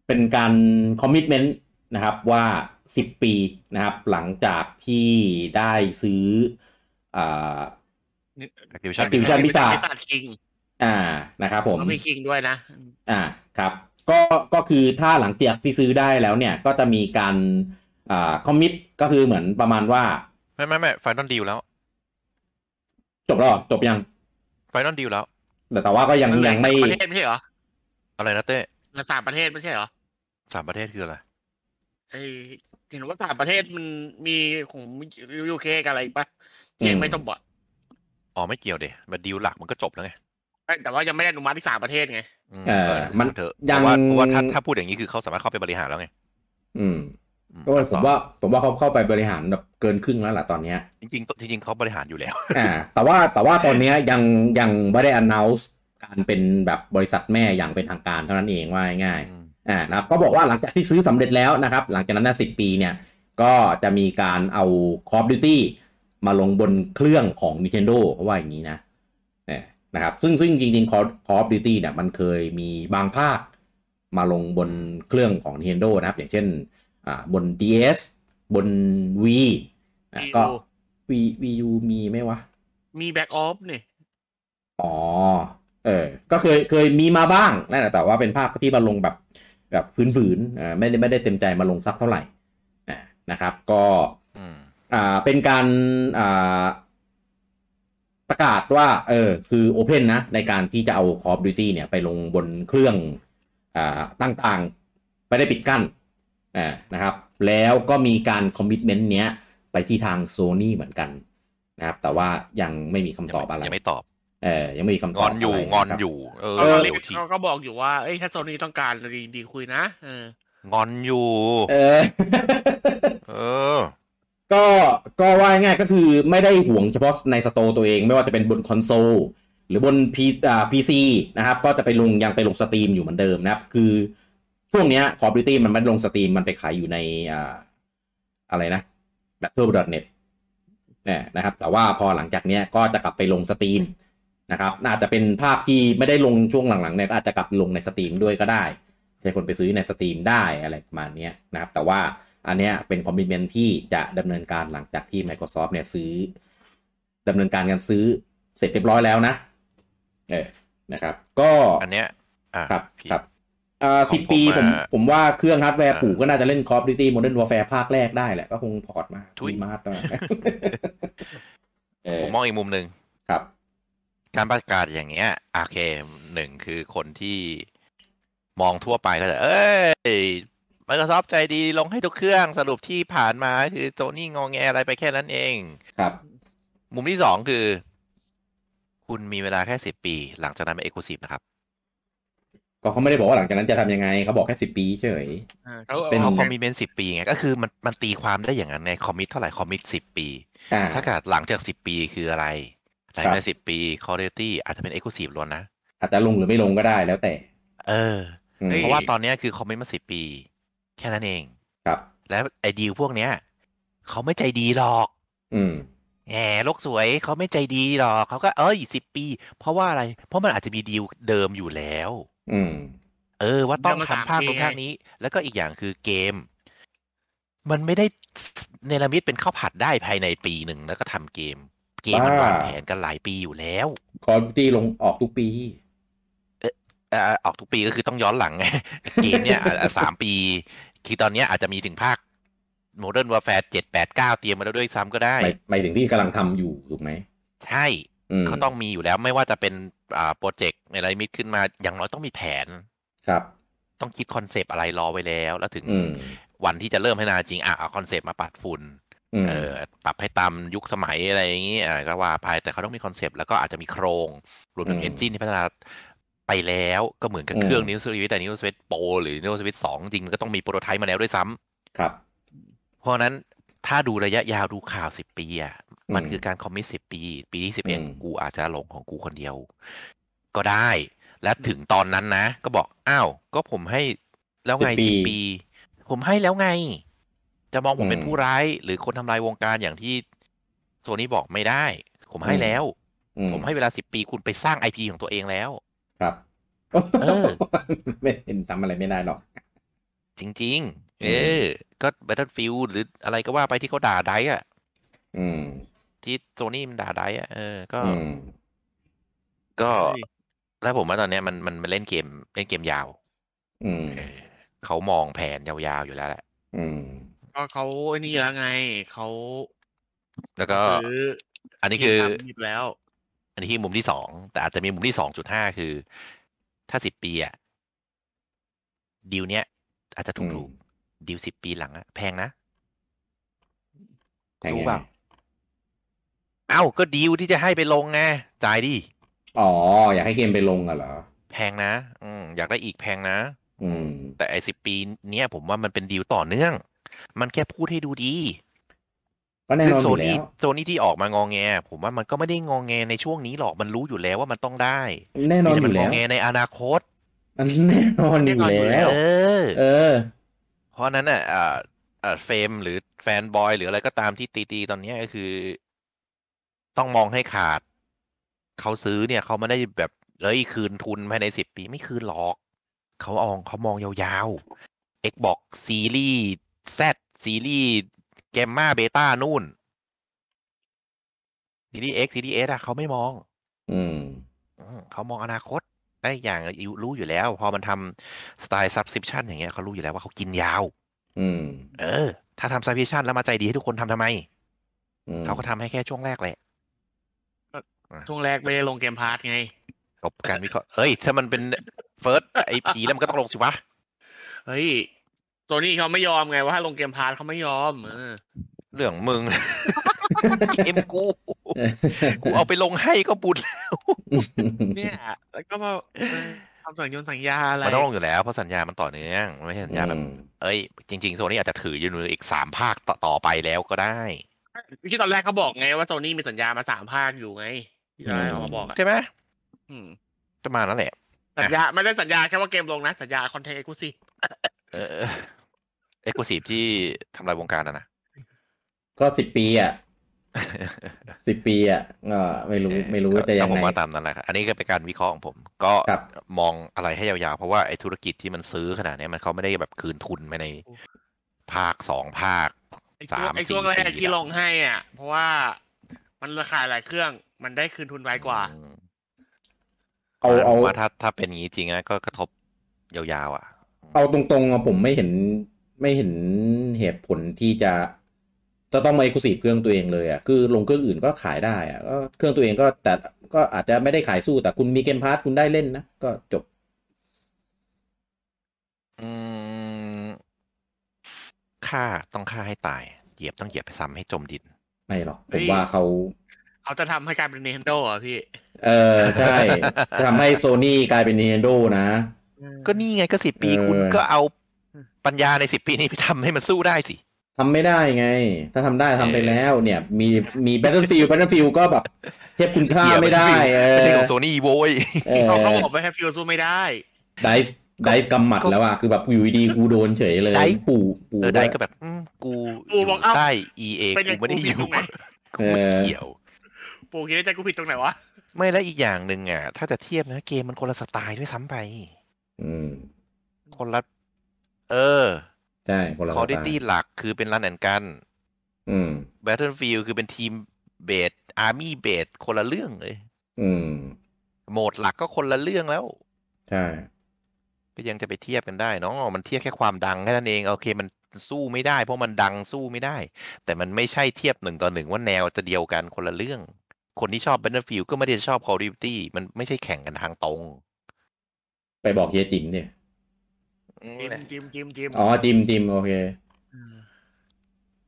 [SPEAKER 1] เป็นการคอมมิชเมนต์นะครับว่า 10 ปีนะครับ หลังจากที่ได้ซื้ออ่า
[SPEAKER 2] แอคทิวิชั่น
[SPEAKER 1] Activision
[SPEAKER 3] พิ
[SPEAKER 1] Blizzard
[SPEAKER 3] พิซาคิง
[SPEAKER 1] อ่านะครับผม
[SPEAKER 3] เขามีคิงด้วยนะ
[SPEAKER 1] อ่าครับก็ก็คือถ้าหลังจากที่ซื้อได้แล้วเนี่ย ก็จะมีการอ่าคอมมิตก็คือเหมือนประมาณว่า
[SPEAKER 2] ไม่ไม่ไม่ไฟนอลดีลแล้ว
[SPEAKER 1] จบแล้วเหรอจบยัง
[SPEAKER 2] ไฟนอลดีลแล้ว
[SPEAKER 1] แต่แต่ว่าก็ยัง
[SPEAKER 3] มันเหลือ
[SPEAKER 1] ยังไม่
[SPEAKER 3] สาประเทศไม่ใช่เหรอ
[SPEAKER 2] อะไรนะเต้
[SPEAKER 3] เหลือสามประเทศไม่ใช่เหรอ
[SPEAKER 2] สามประเทศคืออะไร
[SPEAKER 3] ไอเห็นว่าสามประเทศมันมีของยูเคกับอะไรอีกปะที่ยังไม่ต้องบอก
[SPEAKER 2] อ๋อไม่เกี่ยวเดะมาดีลหลักมันก็จบแล้วไง
[SPEAKER 3] เอ้ยแต่ว่ายังไม่ได้อนุมัติที่สามประเทศไง
[SPEAKER 2] อืม
[SPEAKER 1] เอ่อ
[SPEAKER 2] เออ
[SPEAKER 1] มัน
[SPEAKER 2] เถอะ
[SPEAKER 1] ยั
[SPEAKER 2] แต่
[SPEAKER 1] ง
[SPEAKER 2] ว่าเพราะว่าถ้าถ้าพูดอย่างนี้คือเขาสามารถเข้าไปบริหารแล้วไง
[SPEAKER 1] อืม
[SPEAKER 2] อื
[SPEAKER 1] ก็ผม
[SPEAKER 2] ต่อ
[SPEAKER 1] ว่าผมว่าเขาเข้าไปบริหารแบบเกินครึ่งแล้วล่ะตอนเนี้ ย
[SPEAKER 2] จริงๆจริงๆเขาบริหารอยู่แล้ว
[SPEAKER 1] อ่า แต่ว่าแต่ว่าตอนเนี้ยยังยังไม่ได้ announce การเป็นแบบบริษัทแม่อย่างเป็นทางการเท่านั้นเองว่าง่ายๆ
[SPEAKER 2] อืม
[SPEAKER 1] อ่านะครับก็บอกว่าหลังจากที่ซื้อสำเร็จแล้วนะครับ หลังจากนั้นนะสิปีเนี่ย ก็จะมีการเอา Call of Duty มาลงบนเครื่องของ Nintendo เพราะว่าอย่างนี้นะเนี่ยนะครับซึ่งซึ่งจริงๆ Call Call of Duty เนี่ยมันเคยมีบางภาคมาลงบนเครื่องของ Nintendo นะครับ อย่างเช่นอ่าบน DS บน V อ่ะก็
[SPEAKER 3] Wii U
[SPEAKER 1] V V U มีไหมวะ
[SPEAKER 3] มีแบ็กออฟเนี่ย
[SPEAKER 1] อ๋อ เออ ก็เคย เคยมีมาบ้างนั่นแหละแต่ว่าเป็นภาพที่มาลงแบบ แบบฝืนๆอ่าไม่ได้ไม่ได้เต็มใจมาลงสักเท่าไหร่อ่านะครับ ก็
[SPEAKER 2] อืม
[SPEAKER 1] อ่า เป็นการ อ่า ประกาศว่า เออ คือ Open นะ ในการที่จะเอา Call of Duty เนี่ย ไปลงบนเครื่อง อ่า ต่างๆ ไม่ได้ปิดกั้น อ่า นะครับ แล้วก็มีการคอมมิชเมนต์เนี้ย ไปที่ทาง Sony เหมือนกัน นะครับ แต่ว่ายังไม่มีคำตอบอะไร
[SPEAKER 2] ยังไม่ตอบ
[SPEAKER 1] เออยังไม่มีคำต
[SPEAKER 2] ง
[SPEAKER 1] อบ
[SPEAKER 2] อนอยู่
[SPEAKER 1] ะไะ
[SPEAKER 2] งอน
[SPEAKER 1] ครับ
[SPEAKER 2] อยู่ เออ
[SPEAKER 3] เขาก็
[SPEAKER 2] เร็วที
[SPEAKER 3] เขาก็บอกอยู่ว่าเอ้ยถ้าโซนี่ต้องการดีดีคุยนะเออง
[SPEAKER 2] อนอยู่
[SPEAKER 1] เออ
[SPEAKER 2] เออ
[SPEAKER 1] ก็ก็ว่าง่ายๆก็คือไม่ได้ห่วงเฉพาะในสโตร์ตัวเอง ไม่ว่าจะเป็นบนคอนโซลหรือบนพีอ่าพีซีนะครับ ก็จะไปลงยังไปลงสตรีมอยู่เหมือนเดิมนะครับ คือช่วงเนี้ยคอมพิวตี้มันไม่ได้ลงสตรีมมันไปขายอยู่ในอ่าอะไรนะ battle.net เนี่ยนะครับ แต่ว่าพอหลังจากเนี้ยก็จะกลับไปลงสตรีมนะครับ น่าจะเป็นภาพที่ไม่ได้ลงช่วงหลังๆเนี่ยก็อาจจะกลับลงในสตรีมด้วยก็ได้ ให้คนไปซื้อในสตรีมได้อะไรประมาณเนี้ยนะครับ แต่ว่าอันเนี้ยเป็นคอมมิชเมนที่จะดำเนินการหลังจากที่ Microsoft เนี่ยซื้อดำเนินการกันซื้อเสร็จเรียบร้อยแล้วนะเออนะครับ ก็
[SPEAKER 2] อันเนี้ย อ่ะ
[SPEAKER 1] ครับ
[SPEAKER 2] พี่
[SPEAKER 1] ครับอ่า
[SPEAKER 2] ข
[SPEAKER 1] สิ
[SPEAKER 2] องผม
[SPEAKER 1] ปีผม
[SPEAKER 2] อ่ะ
[SPEAKER 1] ผมว่าเครื่องฮาร์ดแวร์
[SPEAKER 2] อ่า
[SPEAKER 1] ปู่ก็น่าจะเล่น Call of Duty Modern Warfare ภาคแรกได้แหละ ก็คงพอร์ตมา
[SPEAKER 2] ทุย
[SPEAKER 1] มาตมาเออ
[SPEAKER 2] ผมมองอีกมุมหนึ่ง
[SPEAKER 1] ครับ
[SPEAKER 2] การประกาศอย่างเงี้ยโอเคหนึ่งคือคนที่มองทั่วไปก็จะ เอ้ย Microsoft ใจดีลงให้ทุกเครื่องสรุปที่ผ่านมาคือโซนี่งองแงอะไรไปแค่นั้นเอง
[SPEAKER 1] ครับ
[SPEAKER 2] มุมที่สองคือ คุณมีเวลาแค่สิบปี หลังจากนั้นเป็นเอกลูซีฟนะครับ
[SPEAKER 1] ก็เขาไม่ได้บอกว่าหลังจากนั้นจะทำยังไงเขาบอกแค่สิบปีเฉย
[SPEAKER 3] อ่าเขา
[SPEAKER 1] เป็น
[SPEAKER 2] เอาคอม
[SPEAKER 3] มิ
[SPEAKER 2] มิเมนต์สิบปีไง ก็คือมันมันตีความได้อย่างนั้นในคอมมิตเท่าไหร่คอมมิตสิบปี
[SPEAKER 1] อ่า
[SPEAKER 2] ถ้าเกิดหลังจากสิบปีคืออะไร หลัง
[SPEAKER 1] ครั
[SPEAKER 2] จาก
[SPEAKER 1] บ
[SPEAKER 2] สิบปีคอร์เรตี้อาจจะเป็นเอกลูซีฟล้วนนะ
[SPEAKER 1] อาจจะลงหรือไม่ลงก็ได้แล้วแต่
[SPEAKER 2] เออ
[SPEAKER 1] อืม
[SPEAKER 2] เพราะว่าตอนเนี้ยคือคอมมิตมาสิบปี แค่นั้นเอง
[SPEAKER 1] ครับ
[SPEAKER 2] แล้วไอ้ดีลพวกเนี้ยเขาไม่ใจดีหรอก
[SPEAKER 1] อืม
[SPEAKER 2] แหมโลกสวยเขาไม่ใจดีหรอกเขาก็เอ้ยสิบปี เพราะว่าอะไร เพราะมันอาจจะมีดีลเดิมอยู่แล้ว
[SPEAKER 1] อืม
[SPEAKER 2] เออ ว่าต้องทำภาพตรงภาพนี้ แล้วก็อีกอย่างคือเกม มันไม่ได้เนรมิตเป็นข้าวผัดได้ภายในปีหนึ่งแล้วก็ทำเกม เกมมัน
[SPEAKER 1] บ้า
[SPEAKER 2] วางแผนกันหลายปีอยู่แล้ว
[SPEAKER 1] คอร์ตี้ลงออกทุกปี
[SPEAKER 2] เอ่อออกทุกปีก็คือต้องย้อนหลัง ไง เกมเนี่ยอ่ะอ่ะสามปีคือตอนเนี้ยอาจจะมีถึงภาคโมเดิร์นวอร์แฟร์เจ็ดแปดเก้าเตรียมมาแล้วด้วยซ้ำก็ได้
[SPEAKER 1] หมายหมายถึงที่กำลังทำอยู่ถูกไหม
[SPEAKER 2] ใช่
[SPEAKER 1] อืม
[SPEAKER 2] เขาต้องมีอยู่แล้วไม่ว่าจะเป็นอ่าโปรเจกต์ในรายมิตขึ้นมาอย่างน้อยต้องมีแผน
[SPEAKER 1] ครับ
[SPEAKER 2] ต้องคิดคอนเซปต์อะไรรอไว้แล้ว แล้วถึง
[SPEAKER 1] อืม
[SPEAKER 2] วันที่จะเริ่มให้นาจริงอ่ะเอาคอนเซปต์มาปัดฝุ่น
[SPEAKER 1] อืม
[SPEAKER 2] เออปรับให้ตามยุคสมัยอะไรอย่างนี้อ่าก็ว่าไปแต่เขาต้องมีคอนเซปต์แล้วก็อาจจะมีโครงรวมถึงเอนจินที่พัฒนาไปแล้วก็เหมือนกับเครื่องนิวสวิตแต่นิวสวิตโปรหรือนิวสวิตสองจริงมันก็ต้องมีโปรโตไทป์มาแล้วด้วยซ้ำ
[SPEAKER 1] ครับ
[SPEAKER 2] เพราะฉะนั้นถ้าดูระยะยาวดูข่าวสิบปีอ่ะมัน
[SPEAKER 1] อืม
[SPEAKER 2] คือการคอมมิตสิบปี ปีที่สิบ
[SPEAKER 1] อื
[SPEAKER 2] เอ็ด
[SPEAKER 1] ม
[SPEAKER 2] กูอาจจะหลงของกูคนเดียว ก็ได้ และถึงตอนนั้นนะ ก็บอกอ้าวก็ผมให้แล้วไงสิบปี ผมให้แล้วไง จะมองผ
[SPEAKER 1] อื
[SPEAKER 2] ม
[SPEAKER 1] ม
[SPEAKER 2] เป็นผู้ร้าย หรือคนทำลายวงการอย่างที่โซนี่บอกไม่ได้ ผมให้
[SPEAKER 1] อืม
[SPEAKER 2] แล้ว
[SPEAKER 1] อื
[SPEAKER 2] ผมให้เวลาสิบปีคุณไปสร้างไอพีของตัวเองแล้ว
[SPEAKER 1] ครับ
[SPEAKER 2] เออ
[SPEAKER 1] ไม่เห็นทำอะไรไม่ได้หรอก
[SPEAKER 2] จริง ๆ เอ
[SPEAKER 1] อืม
[SPEAKER 2] อ ก็ Battlefield หรืออะไรก็ว่าไปที่เขาด่าไดอะ
[SPEAKER 1] อืม
[SPEAKER 2] ที่โซนี่มันด่าไดอะเออก็
[SPEAKER 1] อืม
[SPEAKER 2] ก็แล้วผมว่าตอนเนี้ยมันมันมันเล่นเกมเล่นเกมยาว
[SPEAKER 1] อืม
[SPEAKER 2] เออเขามองแผนยาวๆอยู่แล้วแหละ
[SPEAKER 1] อืม
[SPEAKER 3] ก็เขาไอ้นี่แล้วไงเขา
[SPEAKER 2] แล้วก็
[SPEAKER 3] ซื้อ
[SPEAKER 2] อันนี้คือ
[SPEAKER 3] ที่ทำยิบแล้ว
[SPEAKER 2] อันนี้คือมุมที่สองแต่อาจจะมีมุมที่สองจุดห้าคือ ถ้าสิบปีอะดีลเนี้ยอาจจะถูก
[SPEAKER 1] อืม
[SPEAKER 2] ถูกดีลสิบปีหลังอะแพงนะ
[SPEAKER 1] แพง
[SPEAKER 2] รู้
[SPEAKER 1] ยัง
[SPEAKER 2] เปล่า
[SPEAKER 1] ไง
[SPEAKER 2] เอ้าก็ดีลที่จะให้ไปลงไงจ่ายดิ
[SPEAKER 1] อ๋อ อยากให้เกมไปลงอะเหรอ
[SPEAKER 2] แพงนะ อืมอยากได้อีกแพงนะ
[SPEAKER 1] อืม
[SPEAKER 2] แต่ไอ้สิบปี เนี้ยผมว่ามันเป็นดีลต่อเนื่อง มันแค่พูดให้ดูดี
[SPEAKER 1] ก็แน่
[SPEAKER 2] ซึ่
[SPEAKER 1] น
[SPEAKER 2] ง
[SPEAKER 1] อนอ
[SPEAKER 2] โซ
[SPEAKER 1] ยู่แล้
[SPEAKER 2] นี่
[SPEAKER 1] ว
[SPEAKER 2] โซนี่ที่ออกมางองแง ผมว่ามันก็ไม่ได้งองแงในช่วงนี้หรอกมันรู้อยู่แล้วว่ามันต้องได้
[SPEAKER 1] แน่นอน
[SPEAKER 2] แต่
[SPEAKER 1] อ
[SPEAKER 2] มัน
[SPEAKER 1] ยู่แล้
[SPEAKER 2] งอ
[SPEAKER 1] ว
[SPEAKER 2] งแงในอนาคต
[SPEAKER 1] อัน แน่นอนอยู่
[SPEAKER 3] แน่นอนอยู่แล้
[SPEAKER 1] แล้ว ว
[SPEAKER 2] เออ
[SPEAKER 1] เออ
[SPEAKER 2] เพราะฉะนั้นอ่ะอ่าอ่าเฟมหรือแฟนบอยหรืออะไรก็ตามที่ตีตีๆตอนเนี้ยก็คือ ต้องมองให้ขาด เขาซื้อเนี่ยเขาไม่ได้แบบเอ้ยคืนทุนภายในสิบปีไม่คืนหรอก เขาอองเขามองยาวๆ Xbox ซีรีส์ Z ซีรีส์แกมมาเบต้านู่นซีรีส์ X ซีรีส์ S อะเขาไม่มอง
[SPEAKER 1] อืม
[SPEAKER 2] อืมเขามองอนาคตได้อย่างอยู่รู้อยู่แล้ว พอมันทำสไตล์ subscription อย่างเงี้ยเขารู้อยู่แล้วว่าเขากินยาว
[SPEAKER 1] อืม
[SPEAKER 2] เออ ถ้าทำซับพิชันแล้วมาใจดีให้ทุกคนทำทำไม
[SPEAKER 1] อืม
[SPEAKER 2] เขาก็ทำให้แค่ช่วงแรกแหละ
[SPEAKER 3] ช่วงแรกไม่ได้ลงเกมพาร์ทไง
[SPEAKER 2] จบการวิเคราะห์ เอ้ย ถ้ามันเป็นเฟิร์สไอพีแล้วมันก็ต้องลงสิวะ
[SPEAKER 3] เฮ้ย ตัวนี้เขาไม่ยอมไงว่าถ้าลงเกมพาร์ทเขาไม่ยอมเออ
[SPEAKER 2] เรื่องมึง เกมกู กูเอาไปลงให้ก็บุญ
[SPEAKER 3] เนี่ยแล้วก็มาเออทำสัญญงสัญญาอะไร
[SPEAKER 2] มันต้องลงอยู่แล้ว เพราะสัญญามันต่อเนื่องมันไม่ใช่สัญญาแบบ เอ้ย จริงๆโซนี่อาจจะถืออยู่ในอีกสามภาคต่อต่อไปแล้วก็ได้
[SPEAKER 3] ที่ตอนแรกเขาบอกไงว่าโซนี่มีสัญญามาสามภาคอยู่ไงที่ตอนแรกเขามาบอกอะ
[SPEAKER 2] ใช่ไหม
[SPEAKER 3] อืม
[SPEAKER 2] จะมานั่นแหละ
[SPEAKER 3] สัญญาไม่ได้สัญญาแค่ว่าเกมลงนะ สัญญาคอนเทนต์เอ็กซ์คลูซีฟ
[SPEAKER 2] เออเอ็กซ์คลูซีฟที่ทำลายวงการอะนะ
[SPEAKER 1] ก็สิบปีอ่ะสิบปีอ่ะก็ไม่รู้
[SPEAKER 2] เออ
[SPEAKER 1] ไม่รู้
[SPEAKER 2] ก็
[SPEAKER 1] ว่าจะยั
[SPEAKER 2] ก็
[SPEAKER 1] ง
[SPEAKER 2] ผม
[SPEAKER 1] ไง
[SPEAKER 2] ว่าตามนั้นแหละครับอันนี้ก็เป็นการวิเคราะห์ของผม ก็
[SPEAKER 1] ครับ
[SPEAKER 2] มองอะไรให้ยาวๆ เพราะว่าไอ้ธุรกิจที่มันซื้อขนาดเนี้ยมันเขาไม่ได้แบบคืนทุนไปในภาคสองภาค
[SPEAKER 3] ไอ้ช่วง
[SPEAKER 2] สาม
[SPEAKER 3] ไอ้ช่วง
[SPEAKER 2] สี่
[SPEAKER 3] แรก
[SPEAKER 2] ปี
[SPEAKER 3] ที่
[SPEAKER 2] อะ
[SPEAKER 3] ลงให้อ่ะ เพราะว่ามันราคายหลายเครื่องมันได้คืนทุนไวกว่า
[SPEAKER 2] อืม
[SPEAKER 1] เอาเอา
[SPEAKER 2] พระฉะนั้นผมว่าถ้าถ้าเป็นอย่างนี้จริงนะก็กระทบยาวๆ อ่ะ
[SPEAKER 1] เอาตรงๆอะผมไม่เห็นไม่เห็นเหตุผลที่จะจะต้องมาเอกลุศีเครื่องตัวเองเลยอ่ะคือลงเครื่องอื่นก็ขายได้อ่ะก็เครื่องตัวเองก็แต่ก็อาจจะไม่ได้ขายสู้แต่คุณมีเกมพาร์ทคุณได้เล่นนะก็จบ
[SPEAKER 2] อืมฆ่าต้องฆ่าให้ตาย เหยียบต้องเหยียบไปซ้ำให้จมดิน
[SPEAKER 1] ไม่หรอกผ
[SPEAKER 3] เฮ้
[SPEAKER 1] ม
[SPEAKER 3] ย
[SPEAKER 1] ว่าเขา
[SPEAKER 3] เขาจะทำให้กลายเป็น Nintendo เหรอ่ะพี่
[SPEAKER 1] เออใช่จะทำ ให้โซนี่กลายเป็น Nintendo นะ
[SPEAKER 2] ก็นี่ไงก็สิบปี
[SPEAKER 1] เออ
[SPEAKER 2] คุณก็เอาปัญญาในสิบปีนี้ไปทำให้มันสู้ได้สิ
[SPEAKER 1] ทำไม่ได้ไง ถ้าทำได้ทำไปแล้วเนี่ยมีมี Battlefield Battlefield ก็แบบเทียบคุณค่าไม่ได้ เอ
[SPEAKER 2] ไม่
[SPEAKER 1] อ
[SPEAKER 2] ใช่ของโซนี่โว้ย
[SPEAKER 1] เออ
[SPEAKER 3] เขาเขาบอกว่าแฮฟฟิลสู้ไม่ได้
[SPEAKER 1] ไดส์ไดส์กำหมัดแล้วอะคือแบบอยู่ดีๆกูโดนเฉยเลย
[SPEAKER 2] ไดส์
[SPEAKER 1] ปู่ปู่
[SPEAKER 2] เออได้ก็แบบอืมกู
[SPEAKER 3] กูบอกเอ้า
[SPEAKER 2] ใต้ EA
[SPEAKER 3] เป็นไง
[SPEAKER 2] กูไม่ได้อยู่
[SPEAKER 3] กูผิด
[SPEAKER 2] กู
[SPEAKER 3] ตรงไหน
[SPEAKER 2] ไม่เกี่ยว
[SPEAKER 3] ปู่คิดในใจกูผิดตรงไหนวะ
[SPEAKER 2] ไม่และอีกอย่างหนึ่งอ่ะ ถ้าจะเทียบนะเกมมันคนละสไตล์ด้วยซ้ำไป
[SPEAKER 1] อืม
[SPEAKER 2] คนละเออ
[SPEAKER 1] ใช่คนละ
[SPEAKER 2] คอร์ดิตี้
[SPEAKER 1] สไตล์
[SPEAKER 2] หลักคือเป็นรันแอนกัน
[SPEAKER 1] อืม
[SPEAKER 2] Battlefield คือเป็นทีมเบสอาร์มี่เบสคนละเรื่องเลย
[SPEAKER 1] อืม
[SPEAKER 2] โหมดหลักก็คนละเรื่องแล้ว
[SPEAKER 1] ใช่
[SPEAKER 2] ก็ยังจะไปเทียบกันได้เนาะมันเทียบแค่ความดังแค่นั้นเอง โอเคมันสู้ไม่ได้ เพราะมันดังสู้ไม่ได้ แต่มันไม่ใช่เทียบหนึ่งต่อหนึ่งว่าแนวจะเดียวกันคนละเรื่อง คนที่ชอบ Battlefield ก็ไม่ได้ชอบ Call of Duty มันไม่ใช่แข่งกันทางตรง
[SPEAKER 1] ไปบอกเฮียจิมเนี่ย
[SPEAKER 3] จิมจิมจิมจิม
[SPEAKER 1] อ๋อจิมจิมโอเค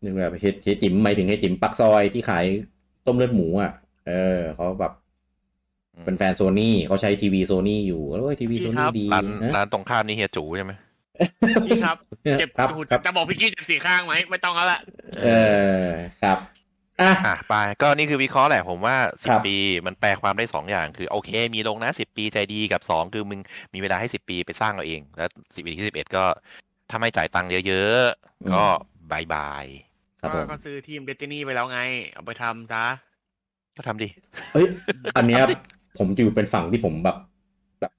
[SPEAKER 1] นึกว่าเฮียเฮียจิมหมายถึงเฮียจิมปักซอยที่ขายต้มเลือดหมูอ่ะเออเขาแบบเป็นแฟนโซนี่เขาใช้ทีวีโซนี่อยู่โอ้ยทีวีโซนี่ดี
[SPEAKER 2] ร้าน
[SPEAKER 1] นะ
[SPEAKER 2] ร้านตรงข้ามนี่เฮียจูใช่ไหม
[SPEAKER 3] พี่ครับเจ็บ
[SPEAKER 1] ครับ
[SPEAKER 3] หู
[SPEAKER 1] ครับ
[SPEAKER 3] จะบอกพี่กี้เจ็บสี่ข้างไหมไม่ต้องแล้วล่ะ
[SPEAKER 1] เออครับอ่ะ
[SPEAKER 2] อ่ะไปก็นี่คือวิเคราะห์แหละผมว่าสิ
[SPEAKER 1] ครับ บ
[SPEAKER 2] ปีมันแปลความได้สองอย่างคือโอเค มีลงนะสิบปีใจดีกับสองคือมึงมีเวลาให้สิบปีไปสร้างเอาเอง แล้วสิบปีที่สิบเอ็ดก็ถ้าไม่จ่ายตังค์เยอะๆก็บายบาย
[SPEAKER 1] ครับผ
[SPEAKER 3] ก็
[SPEAKER 1] ม
[SPEAKER 3] ก็ซื้อทีมเดตินี่ไปแล้วไง เอาไปทำซะ
[SPEAKER 2] ก็ทำดิ
[SPEAKER 1] เอ้ย อันเนี้ยผมจะอยู่เป็นฝั่งที่ผมแบบแบบ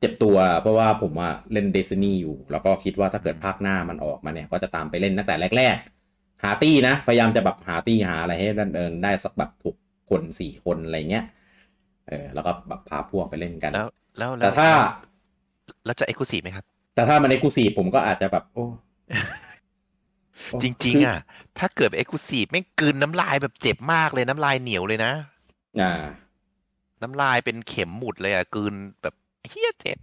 [SPEAKER 1] เจ็บตัว เพราะว่าผมอะเล่นเดซ t นี่อยู่ แล้วก็คิดว่าถ้าเกิดภาคหน้ามันออกมาเนี่ย ก็จะตามไปเล่นตั้งแต่แรก ๆ หาตี้นะ พยายามจะแบบหาตี้หาอะไรให้ดันเอิงได้สักแบบหกคนสี่คนอะไรเงี้ยเออแล้วก็แบบพาพวกไปเล่นกัน
[SPEAKER 2] แล้วแล้ว
[SPEAKER 1] แต่ถ้า
[SPEAKER 2] แล้วจะเอ็กซ์คลูซีไหมครับ
[SPEAKER 1] แต่ถ้ามันในกูสีผมก็อาจจะแบบ โอ้โ
[SPEAKER 2] จริง ๆ อ่ะ ถ้าเกิดเอ็กซ์คลูซีไม่งกลืนน้ำลายแบบเจ็บมากเลยน้ำลายเหนียวเลยนะ
[SPEAKER 1] อ่า
[SPEAKER 2] น้ำลายเป็นเข็มหมุดเลยอ่ะกลืนแบบเฮียเจ็บ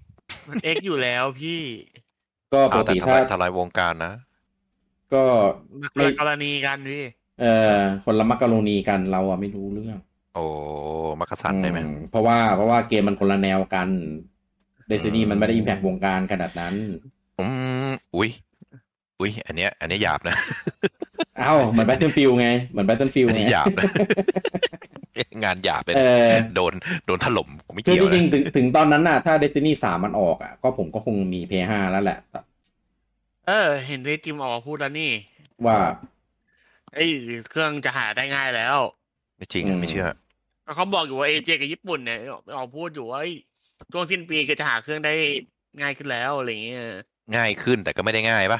[SPEAKER 3] มันเอ็กอยู่แล้วพี่
[SPEAKER 1] ก็ป
[SPEAKER 2] เอา
[SPEAKER 1] ก
[SPEAKER 2] แต่
[SPEAKER 1] ติ
[SPEAKER 2] ทำ
[SPEAKER 1] ถ้า
[SPEAKER 2] ลายทำลายวงการนะ
[SPEAKER 1] ก็
[SPEAKER 3] มันคนละกรณีกันพี่
[SPEAKER 1] เออคนละมักกะโรนีกันเราอะไม่รู้เรื่อง
[SPEAKER 2] โอ้มักกะสันได้ไหม
[SPEAKER 1] อืมเพราะว่าเพราะว่าเกมมันคนละแนวกันเดซินี่
[SPEAKER 2] อืม
[SPEAKER 1] มันไม่ได้อิมแพกวงการขนาดนั้น
[SPEAKER 2] อืมอุ้ยอุ้ยอันเนี้ย อันเนี้ยหยาบนะ
[SPEAKER 1] เอ้าเหมือนแบทเทิลฟิลไง เหมือนแบทเทิลฟิล
[SPEAKER 2] อัน
[SPEAKER 1] ไง
[SPEAKER 2] นี้หยาบนะ งานหยาบเลย
[SPEAKER 1] เอ
[SPEAKER 2] นะ
[SPEAKER 1] อ
[SPEAKER 2] โดนโดนถล่มกูไม่
[SPEAKER 1] คือ
[SPEAKER 2] เกี่ย
[SPEAKER 1] จ
[SPEAKER 2] ว
[SPEAKER 1] ริง
[SPEAKER 2] นะ
[SPEAKER 1] ๆถึงถึงตอนนั้นน่ะ ถ้าเดซินี่สามมันออกอ่ะ ก็ผมก็คงมีเพย์ห้าแล้วแหละ
[SPEAKER 3] เออ เห็นได้จิมออกมาพูดแล้วนี่
[SPEAKER 1] ว่า
[SPEAKER 3] ไอ้เครื่องจะหาได้ง่ายแล้ว
[SPEAKER 2] ไม่จริงอะไม่เชื่อ
[SPEAKER 3] เขาบอกอยู่ว่าเอเจกับญี่ปุ่นเนี่ยออกพูดอยู่ว่าเอ้ยช่วงสิ้นปีก็จะหาเครื่องได้ง่ายขึ้นแล้วอะไรอย่างเงี้ย
[SPEAKER 2] ง่ายขึ้นแต่ก็ไม่ได้ง่ายปะ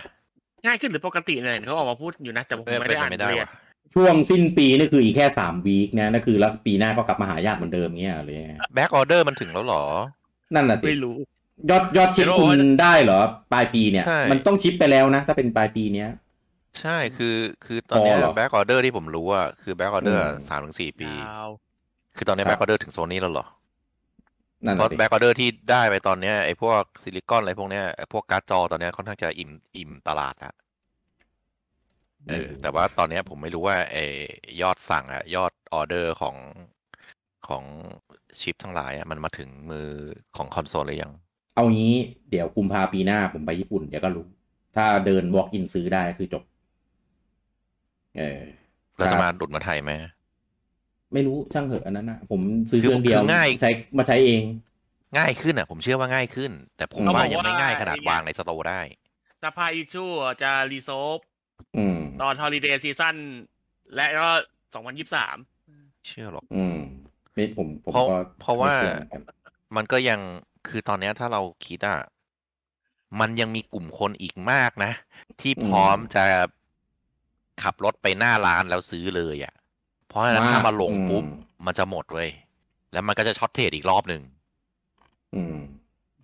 [SPEAKER 3] ง่ายขึ้นหรือปกติเนี่ยเขาออกมาพูดอยู่นะ แต่ผม
[SPEAKER 2] เออ
[SPEAKER 3] ไม่
[SPEAKER 2] เป็น
[SPEAKER 3] ได้อ่า
[SPEAKER 2] ไป
[SPEAKER 3] น
[SPEAKER 2] ไม่ได้
[SPEAKER 3] เลย
[SPEAKER 2] ว่ะ
[SPEAKER 1] ช่วงสิ้นปีนี่คืออีกแค่สามวีคนะนั่นคือแล้วปีหน้าก็กลับมาหายากเหมือนเดิมเงี้ยเลย
[SPEAKER 2] แบ็กออเดอร์มันถึงแล้วเหรอ
[SPEAKER 1] นั่นน่ะสิ
[SPEAKER 3] ไม่รู้
[SPEAKER 1] ยอดยอดชิปคุณได้เหรอ ปลายปีเนี่ย
[SPEAKER 2] ใช่
[SPEAKER 1] มันต้องชิปไปแล้วนะ ถ้าเป็นปลายปีเนี้ย
[SPEAKER 2] ใช่ คือ คือตอนเนี้
[SPEAKER 1] พอเหรอ
[SPEAKER 2] แบ็กออเดอร์ที่ผมรู้อะคือแบ็กออเดอร์
[SPEAKER 1] อืม
[SPEAKER 2] สามถึงสี่ปี
[SPEAKER 3] ยาว
[SPEAKER 2] คือตอนเนี้
[SPEAKER 1] ครั
[SPEAKER 2] แบ็
[SPEAKER 1] บ
[SPEAKER 2] กออเดอร์ถึงโซนี่แล้วเหรอ
[SPEAKER 1] นั่น
[SPEAKER 2] เพ
[SPEAKER 1] น่ะ
[SPEAKER 2] ราะ
[SPEAKER 1] สิ
[SPEAKER 2] แบ็กออเดอร์ที่ได้ไปตอนเนี้ยไอ้พวกซิลิคอนอะไรพวกเนี้ยไอ้พวกการ์ดจอตอนเนี้ยค่อนข้างจะอิ่มอิ่มตลาดละเออ แต่ว่าตอนเนี้ยผมไม่รู้ว่าไอ้ยอดสั่งอะยอดออเดอร์ของของชิปทั้งหลายอะมันมาถึงมือของคอนโซลหรือยัง
[SPEAKER 1] เอางี้เดี๋ยวกุมภาปีหน้าผมไปญี่ปุ่นเดี๋ยวก็รู้ ถ้าเดิน walk in ซื้อได้คือจบ เออ
[SPEAKER 2] เรา
[SPEAKER 1] ค
[SPEAKER 2] จะ
[SPEAKER 1] รับ
[SPEAKER 2] มาดุดมาไทยไหม
[SPEAKER 1] ไม่รู้ช่างเถอะอันนั้นนะผมซื้อ
[SPEAKER 2] คือ
[SPEAKER 1] เครื่องเดียว
[SPEAKER 2] คือง่าย
[SPEAKER 1] ใช้มาใช้เอง
[SPEAKER 2] ง่ายขึ้นอะผมเชื่อว่าง่ายขึ้น แต่ผม
[SPEAKER 1] เขาบอก
[SPEAKER 2] ว่ายังไม่ง่ายขนาดวางในสโตร์ได้
[SPEAKER 3] สภาอิชูจะรีโซฟ
[SPEAKER 1] อืม
[SPEAKER 3] ตอนฮอลิเดย์ซีซั่นและก็สองพันยี่สาม
[SPEAKER 2] เชื่อหรอก
[SPEAKER 1] อืมนี่ผมผม
[SPEAKER 2] เพราะ
[SPEAKER 1] ก็
[SPEAKER 2] เพราะว่า
[SPEAKER 1] ไม่ชื่อเหมือนกัน
[SPEAKER 2] มันก็ยังคือตอนเนี้ยถ้าเราคิดอะมันยังมีกลุ่มคนอีกมากนะ ที่พร้อมจะขับรถไปหน้าร้านแล้วซื้อเลยอะเพราะฉะนั้นถ้ามาลงปุ๊บ มันจะหมดเว้ยแล้วมันก็จะช็อตเทรดอีกรอบหนึ่ง
[SPEAKER 1] อืม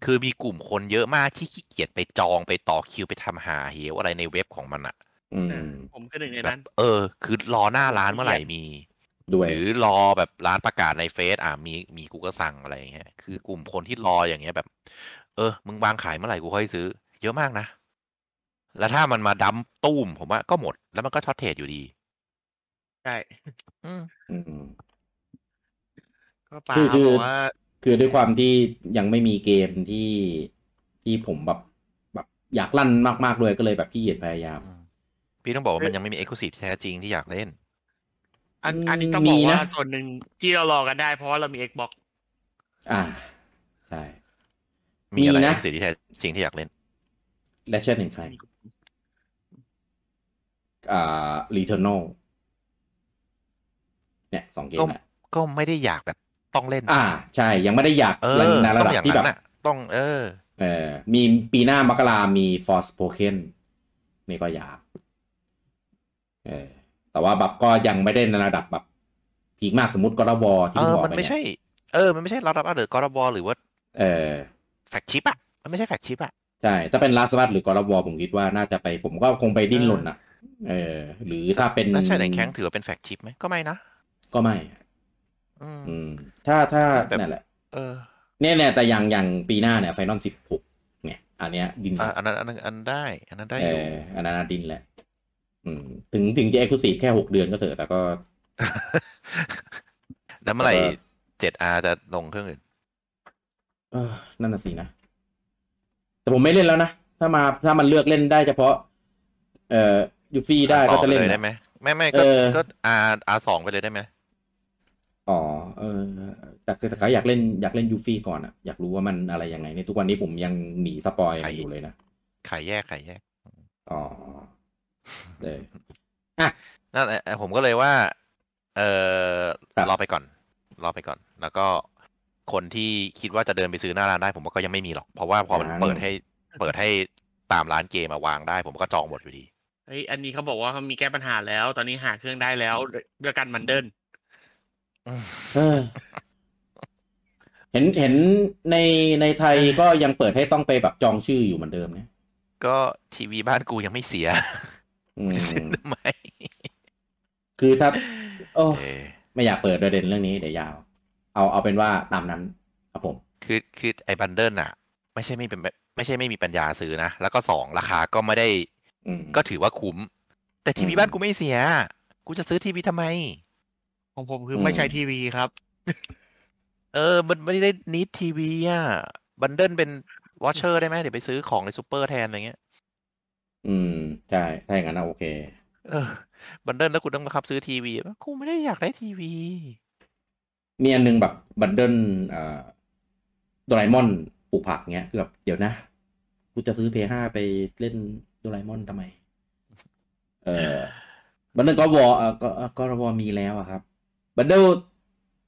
[SPEAKER 2] คือมีกลุ่มคนเยอะมากที่ขี้เกียจไปจองไปต่อคิวไปทำหาเหวอะไรในเว็บของมันอะ
[SPEAKER 1] อืม
[SPEAKER 3] ผมคือหนึ่งใน
[SPEAKER 2] แบ
[SPEAKER 3] นั้
[SPEAKER 2] บ
[SPEAKER 3] น
[SPEAKER 2] เออ คือรอหน้าร้านเมื่อไหร่มี
[SPEAKER 1] ด้วย
[SPEAKER 2] หรือรอแบบร้านประกาศในเฟซอ่ามีมีกูก็สั่งอะไรอย่างเงี้ยคือกลุ่มคนที่รออย่างเงี้ยแบบ เออ มึงวางขายเมื่อไหร่กูค่อยซื้อ เยอะมากนะ แล้วถ้ามันมาดัมตุ้มผมว่าก็หมด แล้วมันก็ช็อตเทรดอยู่ดี
[SPEAKER 3] ใช่
[SPEAKER 2] อืม
[SPEAKER 1] อืม
[SPEAKER 3] ก็ป๋า
[SPEAKER 1] คือ
[SPEAKER 3] เขา
[SPEAKER 1] คื
[SPEAKER 3] บ
[SPEAKER 1] อ
[SPEAKER 3] อกว่า
[SPEAKER 1] คือด้วยความที่ยังไม่มีเกมที่ที่ผมแบบแบบอยากลั่นมากๆด้วยก็เลยแบบขี้เกียจพยายาม
[SPEAKER 2] พี่ต้องบอกว่ามันยังไม่มีเอ็กซ์คลูซีฟที่แท้จริงที่อยากเล่น
[SPEAKER 3] อัน
[SPEAKER 1] อืม
[SPEAKER 3] อันนี้ต้องบอก
[SPEAKER 1] มีนะ
[SPEAKER 3] ว่าส่วนหนึ่งที่เรารอกันได้ เพราะว่าเรามี Xbox
[SPEAKER 1] อ่า ใช่
[SPEAKER 2] มีอะไร
[SPEAKER 1] มีนะ
[SPEAKER 2] เอ็กซ์คลูซีฟที่แท้จริงที่อยากเล่น
[SPEAKER 1] และเช่นหนึ่งใครอ่ารีเทอร์นอลเนี่ยสองเกม
[SPEAKER 2] ก็
[SPEAKER 1] นะ
[SPEAKER 2] ก็ไม่ได้อยากแบบต้องเล่น
[SPEAKER 1] อ่า ใใช่ ยังไม่ได้อยาก
[SPEAKER 2] เออ
[SPEAKER 1] ในระ
[SPEAKER 2] ต้อ
[SPEAKER 1] ดับ
[SPEAKER 2] งอย่าง
[SPEAKER 1] ที่แบ
[SPEAKER 2] นั้
[SPEAKER 1] บ
[SPEAKER 2] นน่ะต้องเออ
[SPEAKER 1] เออมีปีหน้ามกรามีฟอร์สโ o เ e นนี่ก็อยากเออแต่ว่าแบบก็ยังไม่ได้ในระดับแบบพีคมากสมมติกรวอที่
[SPEAKER 2] เอ
[SPEAKER 1] เพิ่งบ
[SPEAKER 2] อ
[SPEAKER 1] อก
[SPEAKER 2] มัน
[SPEAKER 1] ไป
[SPEAKER 2] ไม่
[SPEAKER 1] เนี่ย
[SPEAKER 2] ใช่ เออ มันไม่ใช่รับรับหรือกรบหรือว่า
[SPEAKER 1] เออ
[SPEAKER 2] แฟกชิปอะมันไม่ใช่แฟกชิปอะ
[SPEAKER 1] ใช่ ถ้าเป็นลาสวัตหรือกรวอผมคิดว่าน่าจะไป ผมก็คงไปดิ้นรนอ่ะ เออ หรือถ้าเป็น
[SPEAKER 2] แล้วใช่ไหนแข้งถือว่าเป็นแฟกชิปไหมก็ไม่นะ
[SPEAKER 1] ก็ไม่
[SPEAKER 2] อืม
[SPEAKER 1] อืม ถ้าถ้า
[SPEAKER 2] แบบ
[SPEAKER 1] นั่นแหละ
[SPEAKER 2] เออ
[SPEAKER 1] เนี่ยเนี่ยแต่อย่างอย่างปีหน้าเนี่ยไฟนอลสิบหกเนี่ย อันเนี้ยดิน
[SPEAKER 2] อ่ะอันนั้นอันนั้นอันได้ อันนั้นได้
[SPEAKER 1] เอ
[SPEAKER 2] อยู่
[SPEAKER 1] ออันนั้นน่าดินแหละ อืม ถึงถึงจะเอ็กซ์คลูซีฟแค่หกเดือนก็เถอะแต่ก็
[SPEAKER 2] แล้วเมื่อไหร่
[SPEAKER 1] แต่ก็
[SPEAKER 2] 7R จะลงเครื่องอื่น
[SPEAKER 1] เออนั่นน่ะสินะ แต่ผมไม่เล่นแล้วนะ ถ้ามาถ้ามันเลือกเล่นได้เฉพาะ เอ่อยูฟี่ได้
[SPEAKER 2] ต่
[SPEAKER 1] ก็
[SPEAKER 2] อ
[SPEAKER 1] จะ
[SPEAKER 2] ไป
[SPEAKER 1] เล่น
[SPEAKER 2] เลยได้
[SPEAKER 1] นะ
[SPEAKER 2] ไหมไม่ไม่ก็
[SPEAKER 1] เออ
[SPEAKER 2] ก็ R R สองไปเลยได้ไหม
[SPEAKER 1] อ๋อเออแต่แต่เขาอยากเล่นอยากเล่นยูฟี่ก่อนอะอยากรู้ว่ามันอะไรยังไงเนี่ยทุกวันนี้ผมยังหนีสปอยมันอยู่เลยนะ
[SPEAKER 2] ขายแยกขายแยก
[SPEAKER 1] อ๋อเออ
[SPEAKER 2] นั่นแหละเออผมก็เลยว่า เออ
[SPEAKER 1] ครับ
[SPEAKER 2] รอไปก่อน รอไปก่อน แล้วก็คนที่คิดว่าจะเดินไปซื้อหน้าร้านได้ ผมว่าก็ยังไม่มีหรอก เพราะว่าพอมันเปิดให้ เปิดให้ตามร้านเกมมาวางได้ ผมก็จองหมดอยู่ดี
[SPEAKER 3] เฮ้ยอันนี้เขาบอกว่าเขามีแก้ปัญหาแล้ว ตอนนี้หาเครื่องได้แล้วด้วยกันมันเดิน
[SPEAKER 1] เออ เห็นเห็นในในไทยก็ยังเปิดให้ต้องไปแบบจองชื่ออยู่เหมือนเดิมเนี่ย
[SPEAKER 2] ก็ทีวีบ้านกูยังไม่เสีย
[SPEAKER 1] อืม
[SPEAKER 2] ไม่ซื้อทำไม
[SPEAKER 1] คือถ้า โอ้
[SPEAKER 2] เออ
[SPEAKER 1] ไม่อยากเปิดประเด็นเรื่องนี้เดี๋ยวยาว เอาเอาเป็นว่าตามนั้นครับผม
[SPEAKER 2] คือคือไอ้บันเดิลน่ะ ไม่ใช่ไม่เป็นไม่ใช่ไม่มีปัญญาซื้อนะ แล้วก็สองราคาก็ไม่ได้
[SPEAKER 1] อืม
[SPEAKER 2] ก็ถือว่าคุ้ม แต่ทีวี
[SPEAKER 1] อืม
[SPEAKER 2] บ้านกูไม่เสีย กูจะซื้อทีวีทำไม
[SPEAKER 3] ของผมคือ
[SPEAKER 1] ม
[SPEAKER 3] อไม่ใช้ทีวีครับ
[SPEAKER 2] เออ มันมันไม่ได้นิดทีวีอ่ะบันเดิลเป็นวอชเชอร์ได้ไหมเดี๋ยวไปซื้อของในซูเปอร์แทนอะไรเงี้ย
[SPEAKER 1] อืม ใช่ถ้าอย่างนั้นอะโอเค
[SPEAKER 2] เออบันเดิลแล้วกูต้องมาคับซื้อทีวีกูไม่ได้อยากได้ทีวี
[SPEAKER 1] มีอันหนึงแบบบันเดิลเอ่อโดราเอมอนปลูกผักเงี้ยคือแบบเดี๋ยวนะ กูจะซื้อเพย์ห้าไปเล่นโดราเอมอนทำไม เออบันเดิลก็วอเอ่อก็เอ่อก็วอมีแล้วอะครับบันเดิล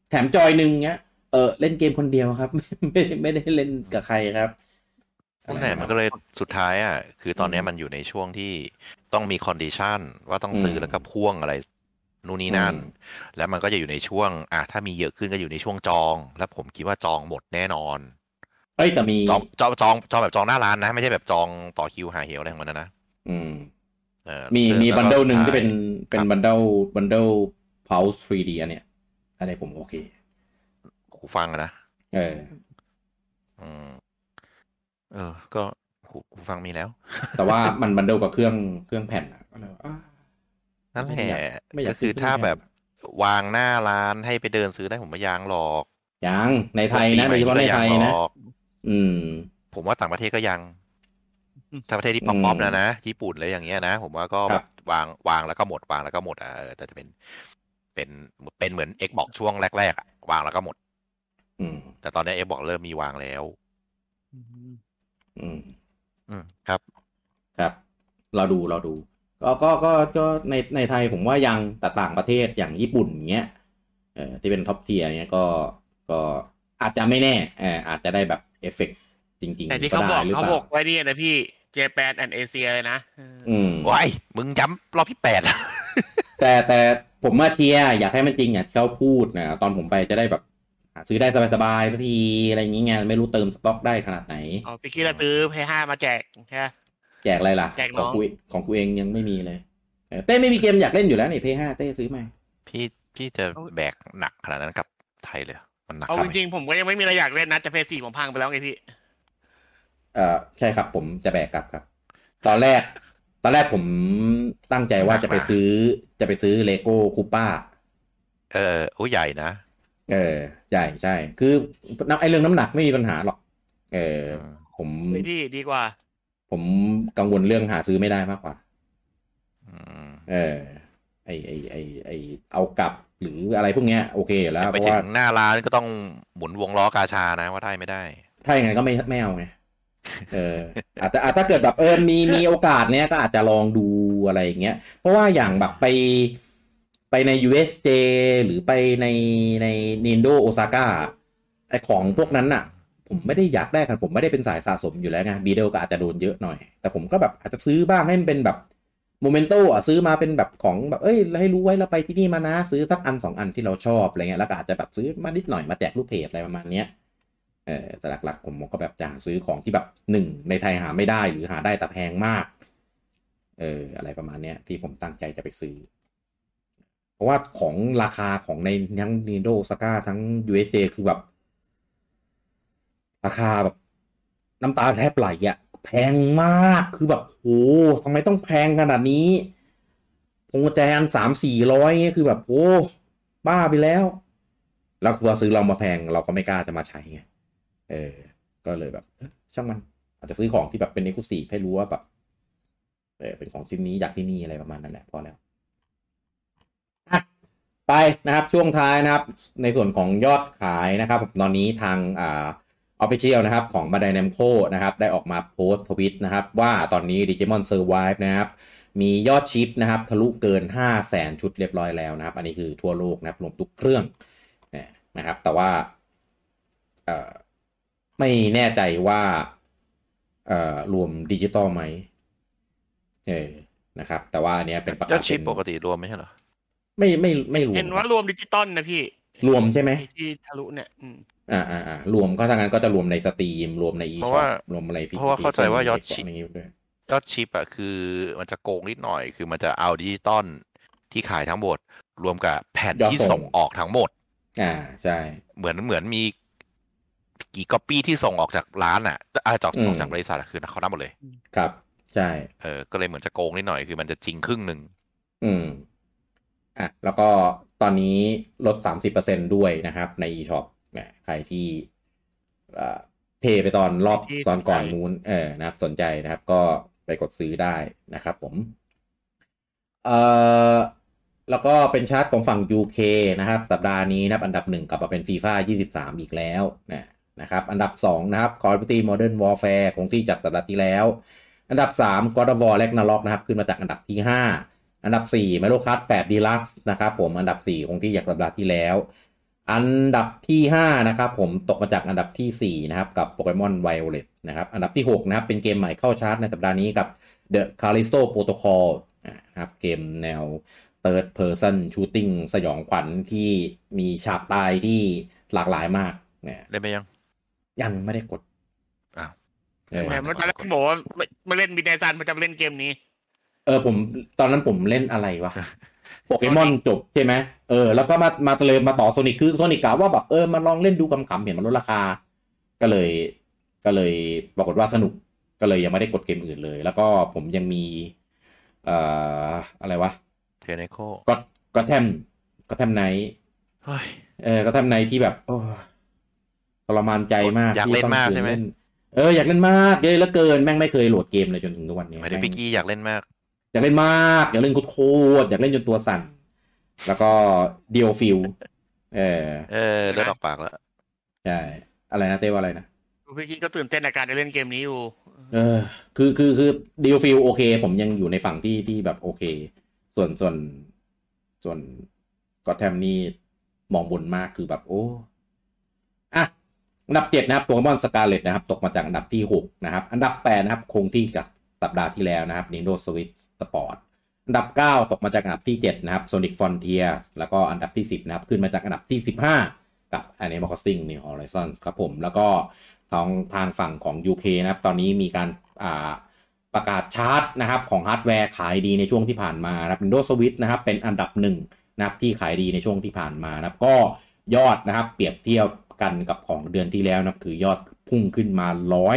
[SPEAKER 1] แถมจอยหนึ่งเงี้ยเออเล่นเกมคนเดียวครับ ไม่ได้ไม่ได้เล่นกับใครครับ
[SPEAKER 2] พวกไหนมันก็เลยสุดท้ายอ่ะคือตอนเนี้ยมันอยู่ในช่วงที่ต้องมีคอนดิชันว่าต้องซื้อแล้วก็พ่วงอะไรนู่นนี่นั่น แล้วมันก็จะอยู่ในช่วง อ่ะถ้ามีเยอะขึ้นก็อยู่ในช่วงจอง แล้วผมคิดว่าจองหมดแน่นอน
[SPEAKER 1] เอ้ยแต่มี
[SPEAKER 2] จองจองจองจองแบบจองหน้าร้านนะ ไม่ใช่แบบจองต่อคิวหาเหวอะไรของมันนะนะ
[SPEAKER 1] อืม
[SPEAKER 2] เออ
[SPEAKER 1] มี
[SPEAKER 2] ซึ่
[SPEAKER 1] มี
[SPEAKER 2] แวก็
[SPEAKER 1] บันเดิลหนึ่ง
[SPEAKER 2] ใช่
[SPEAKER 1] ที่เป็นเป็นบันเดิลบันเดิล pulse 3D อันเนี่ยอันนี้ผมโอเค
[SPEAKER 2] หูฟังอะนะ
[SPEAKER 1] เออ
[SPEAKER 2] อืมเออ ก็หูหูฟังมีแล้ว
[SPEAKER 1] แต่ว่ามันบันเดิลกับเครื่องเครื่องแผ่นอะก็เลยว่าอ้า
[SPEAKER 2] นั่นแห
[SPEAKER 1] ไม่อยา
[SPEAKER 2] ละ
[SPEAKER 1] กไม่อยาก
[SPEAKER 2] ก็คือ
[SPEAKER 1] ซื้อเครื่อง
[SPEAKER 2] ถ้า
[SPEAKER 1] แพง
[SPEAKER 2] แบบวางหน้าร้านให้ไปเดินซื้อได้ผมไม่ยางหรอก
[SPEAKER 1] ยังในไทยนะโดยเฉพาะในไทย
[SPEAKER 2] ก็างหร
[SPEAKER 1] นะ
[SPEAKER 2] อก
[SPEAKER 1] อืม
[SPEAKER 2] ผมว่าต่างประเทศก็ยัง
[SPEAKER 3] อืม
[SPEAKER 2] ต่างประเทศที่
[SPEAKER 1] อื
[SPEAKER 2] ป๊
[SPEAKER 1] ม
[SPEAKER 2] อปๆแล้วนะญี่ปุ่นอะไรอย่างเงี้ยนะผมว่าก็
[SPEAKER 1] ค
[SPEAKER 2] แบ
[SPEAKER 1] รับ
[SPEAKER 2] บวางวางแล้วก็หมดวางแล้วก็หมดอ่ะเออแต่จะเป็น เป็นเป็นเหมือน Xbox ช่วงแรกๆอ่ะวางแล้วก็หมด
[SPEAKER 1] อืม
[SPEAKER 2] แต่ตอนนี้ Xbox เริ่มมีวางแล้ว
[SPEAKER 1] อืม
[SPEAKER 2] อืมครับ
[SPEAKER 1] ครับ เราดูเราดู ก็ก็ก็ก็ในในไทยผมว่ายังแต่ต่างประเทศอย่างญี่ปุ่นเงี้ยเออที่เป็นท็อปเทียเงี้ยก็ก็อาจจะไม่แน่เอออาจจะได้แบบเอฟเฟกต์จริง
[SPEAKER 3] แต่
[SPEAKER 1] ๆ
[SPEAKER 3] ที่
[SPEAKER 1] ก็
[SPEAKER 3] เขาบ
[SPEAKER 1] ได้
[SPEAKER 3] อก
[SPEAKER 1] หรือ
[SPEAKER 3] เขา
[SPEAKER 1] เป
[SPEAKER 3] บ
[SPEAKER 1] ล่า
[SPEAKER 3] อกไว้เนี่ยนะพี่เจแปนแอนเอเชียเลยนะเอออ
[SPEAKER 1] อืม
[SPEAKER 2] ว้ายมึงย้ำรอบที่แปด อะ
[SPEAKER 1] แต่แต่ผมมาเชียร์อยากให้มันจริงอย่างที่เขาพูดนะตอนผมไปจะได้แบบหาซื้อได้สบายๆสักทีอะไรอย่างเงี้ยไม่รู้เติมสต็อกได้ขนาดไหน
[SPEAKER 3] อ๋อพี่คิดว่าซื้อเพย์ห้ามาแจกใช่ไหม
[SPEAKER 1] แจกอะไรล่ะ
[SPEAKER 3] แจก
[SPEAKER 1] ข
[SPEAKER 3] น้
[SPEAKER 1] อ
[SPEAKER 3] องง
[SPEAKER 1] กูของกูเองยังไม่มีเลยเออเต้ไม่มีเกมอยากเล่นอยู่แล้วนี่เพย์ห้าเต้ซื้อมา
[SPEAKER 2] พี่พี่จะแบกหนักขนาดนั้นกับไทยเลยเหรอมันหนัก
[SPEAKER 3] เอา
[SPEAKER 2] ไหม
[SPEAKER 3] จริงๆผมก็ยังไม่มีอะไรอยากเล่นนะแต่เพย์สี่ผมพังไปแล้วไงพี่
[SPEAKER 1] เออใช่ครับผมจะแบกกลับครับ ตอนแรก ตอนแรกผมตั้งใจว่าจะไปซื้อจะไปซื้อเลโก้คูป้า
[SPEAKER 2] เออโอ้ใหญ่นะ
[SPEAKER 1] เออใช่ใช่คือน้ำไอเรื่องน้ำหนักไม่มีปัญหาหรอก เออ
[SPEAKER 2] อืม
[SPEAKER 1] ผม
[SPEAKER 3] ไม่ดีดีกว่า
[SPEAKER 1] ผมกังวลเรื่องหาซื้อไม่ได้มากกว่า
[SPEAKER 2] อืม
[SPEAKER 1] เออไอไอไอไอเอากลับหรืออะไรพวกเนี้ยโอเคอยู่แล้วเพ
[SPEAKER 2] ไป
[SPEAKER 1] ราะ
[SPEAKER 2] ถึ
[SPEAKER 1] ว่าง
[SPEAKER 2] หน้าร้านก็ต้องหมุนวงล้อกาชานะว่าได้ไม่ได้
[SPEAKER 1] ถ้าอย่างนั้นก็ไม่ไม่เอาไงเอออาจจะอาจจะถ้าเกิดแบบเออมีมีโอกาสเนี้ยก็อาจจะลองดูอะไรอย่างเงี้ยเพราะว่าอย่างแบบไปไปใน USJ หรือไปในใน Nindo Osaka ไอของพวกนั้นน่ะ ผมไม่ได้อยากได้กันผมไม่ได้เป็นสายสะสมอยู่แล้วไงบีเดลก็อาจจะโดนเยอะหน่อย แต่ผมก็แบบอาจจะซื้อบ้างให้มันเป็นแบบโมเมนโตอ่ะซื้อมาเป็นแบบของแบบเอ้ยให้รู้ไว้เราไปที่นี่มานะ ซื้อสักอันสองอันที่เราชอบอะไรเงี้ยแล้วก็อาจจะแบบซื้อมานิดหน่อยมาแจกลูกเพจอะไรประมาณเนี้ยเออแต่หลักๆ ผมก็แบบจะหาซื้อของที่แบบหนึ่งในไทยหาไม่ได้หรือหาได้แต่แพงมากเอออะไรประมาณเนี้ยที่ผมตั้งใจจะไปซื้อ เพราะว่าของราคาของในทั้ง Nintendo Osaka ทั้ง USJ คือแบบ ราคาแบบน้ำตาแทบไหลอะแพงมากคือแบบโหทำไมต้องแพงขนาดนี้พวงกุญแจอันสามสี่ร้อยเงี้ยคือแบบโอ้บ้าไปแล้ว แล้วคือเราซื้อเรามาแพงเราก็ไม่กล้าจะมาใช้ไงเออ ก็เลยแบบเอ้ยช่างมัน อาจจะซื้อของที่แบบเป็นเอกลุศีให้รู้ว่าแบบเออเป็นของชิ้นนี้อยากที่นี่อะไรประมาณนั้นแหละพอแล้วอ่ะไปนะครับช่วงท้ายนะครับ ในส่วนของยอดขายนะครับผมตอนนี้ทางอ่า ออฟฟิเชียลนะครับของมาดายแนมโคนะครับ ได้ออกมาโพสต์ทวิตนะครับ ว่าตอนนี้ Digimon Survive นะครับ มียอดชิปนะครับ ทะลุเกิน 5 0 0แสนชุดเรียบร้อยแล้วนะครับ อันนี้คือทั่วโลกนะครับ รวมทุกเครื่องเนี่ยนะครับ แต่ว่าเอ่อไม่แน่ใจว่าเอ่อรวมดิจิตอลไหมเออนะครับ แต่ว่าอันเนี้ยเป็นประกาศ
[SPEAKER 2] ยอดชิป
[SPEAKER 1] เป็น
[SPEAKER 2] ปกติรวมไม่ใช่เหรอ
[SPEAKER 1] ไม่ไม่ไม่รวม
[SPEAKER 3] เห็นว่ารวมดิจิตอลนะพี่
[SPEAKER 1] รวมใช่ไหม
[SPEAKER 3] ที่ทะลุเนี่ยอืม
[SPEAKER 1] อ่าอ่าอ่ารวมก็ถ้างั้นก็จะรวมในสตรีมรวมในอี
[SPEAKER 2] เพ
[SPEAKER 1] ช็
[SPEAKER 2] ราะ
[SPEAKER 1] อ
[SPEAKER 2] ว่า
[SPEAKER 1] ปรวมอะไรพี่
[SPEAKER 2] เพราะว่าเข้าใจว่ายอดชิป
[SPEAKER 1] ะไรางงี้ด้วย
[SPEAKER 2] ยอดชิปอะคือมันจะโกงนิดหน่อย คือมันจะเอาดิจิตอลที่ขายทั้งหมด รวมกับแผ่น
[SPEAKER 1] ยอด
[SPEAKER 2] ที่
[SPEAKER 1] ส่ง
[SPEAKER 2] ส่งออกทั้งหมด
[SPEAKER 1] อ่าใช่
[SPEAKER 2] เหมือนเหมือนมีกี่ก๊อปปี้ที่ส่งออกจากร้านอะอ่ะจาก
[SPEAKER 1] อืม
[SPEAKER 2] ส่งจากบริษัทอะคือเขานับหมดเลย
[SPEAKER 1] ครับ ใช่
[SPEAKER 2] เออ ก็เลยเหมือนจะโกงนิดหน่อย คือมันจะจริงครึ่งหนึ่ง
[SPEAKER 1] อืมอ่ะแล้วก็ตอนนี้ลด 30%ด้วยนะครับ ใน eShop เนี่ยใครที่เอ่อเพย์ไปตอนรอบตอนก่อนนู้นเออนะครับ สนใจนะครับ ก็ไปกดซื้อได้นะครับผม เอ่อแล้วก็เป็นชาร์ตของฝั่ง UK นะครับ สัปดาห์นี้นะครับ อันดับหนึ่งกลับมาเป็น FIFA 23 อีกแล้วนะนะครับ อันดับ 2 นะครับ Call of Duty Modern Warfare คงที่จากสัปดาห์ที่แล้ว อันดับ 3 God of War Ragnarok นะครับ ขึ้นมาจากอันดับที่ 5 อันดับ 4 Mario Kart 8 Deluxe นะครับผมอันดับ 4 คงที่จากสัปดาห์ที่แล้ว อันดับที่ 5 นะครับผมตกมาจากอันดับทีสี่4 นะครับ กับ Pokemon Violet นะครับ อันดับที่ 6 นะครับ เป็นเกมใหม่เข้าชาร์ตในสัปดาห์นี้กับ The Callisto Protocol นะครับเกมแนว Third Person Shooting สยองขวัญที่มีฉากตายที่หลากหลายมากเนี่ย
[SPEAKER 2] ได้ไหมยัง
[SPEAKER 1] ยังไม่ได้กด
[SPEAKER 2] อ้าว
[SPEAKER 1] เออ
[SPEAKER 3] แต่เมื่อตอนแรกผมบอกว่าไม่ไม่เล่นบินไดซันมันจะเล่นเกมนี้
[SPEAKER 1] เออผมตอนนั้นผมเล่นอะไรวะ โปเกมอนจบใช่ไหมเออแล้วก็มามาเลยมาต่อโซนิ c คือโซนิ c กะว่าแบบเออมาลองเล่นดูกำขำๆเห็นมันลดราคา ก็เลย ก็เลยปรากฏว่าสนุกก็เลยยังไม่ได้กดเกมอื่นเลย แล้วก็ผมยังมี เอ่ออะไรวะ
[SPEAKER 2] เทเนโค
[SPEAKER 1] ก็ก็แทมก็แทมไน
[SPEAKER 2] เฮ้ย
[SPEAKER 1] เออก็แทมไนที่แบบโอ้ทรมานใจมาก
[SPEAKER 2] อยาก
[SPEAKER 1] ที่
[SPEAKER 2] เล่น
[SPEAKER 1] ต้อง
[SPEAKER 2] มาก
[SPEAKER 1] ฝื
[SPEAKER 2] ใช่ไหม
[SPEAKER 1] เล่นเอออยากเล่นมากเยอะเหลือเกินแม่งไม่เคยโหลดเกมเลยจนถึงทุกวันนี้
[SPEAKER 2] หมายถึงพี่กี้อยากเล่นมาก
[SPEAKER 1] อยากเล่นมากอยากเล่นโคตรๆอยากเล่นจนตัวสั่น แล้วก็เดียวฟิลเออ
[SPEAKER 2] เออเลือดออกปากแล้ว
[SPEAKER 1] ใช่อะไรนะเต้ว่าอะไรนะ
[SPEAKER 3] พี่กี้ก็ตื่นเต้นในการได้เล่นเกมนี้อยู่
[SPEAKER 1] เออ คือคือคือเดียวฟิลโอเค ผมยังอยู่ในฝั่งที่ที่แบบโอเค ส่วนส่วนส่วนก็แทมนี่มองบนมากคือแบบโอ้อ่ะอันดับเจ็ดนะครับโปเกมอนสกาเลตนะครับ ตกมาจากอันดับที่หกนะครับ อันดับแปดนะครับ คงที่กับสัปดาห์ที่แล้วนะครับ Nintendo Switch Sport อันดับ 9 ตกมาจากอันดับที่ 7 นะครับ Sonic Frontiers แล้วก็อันดับที่ 10 นะครับ ขึ้นมาจากอันดับที่ 15 กับ Animal Crossing New Horizons ครับผม แล้วก็ทางทางฝั่งของ UK นะครับ ตอนนี้มีการอ่าประกาศชาร์ตนะครับ ของฮาร์ดแวร์ขายดีในช่วงที่ผ่านมานะครับ Windows Switch นะครับ เป็นอันดับหนึ่งนะครับที่ขายดีในช่วงที่ผ่านมานะครับ ก็ยอดนะครับ เปรียบเทียบกันกับของเดือนที่แล้วนะครับ คือยอดพุ่งขึ้นมา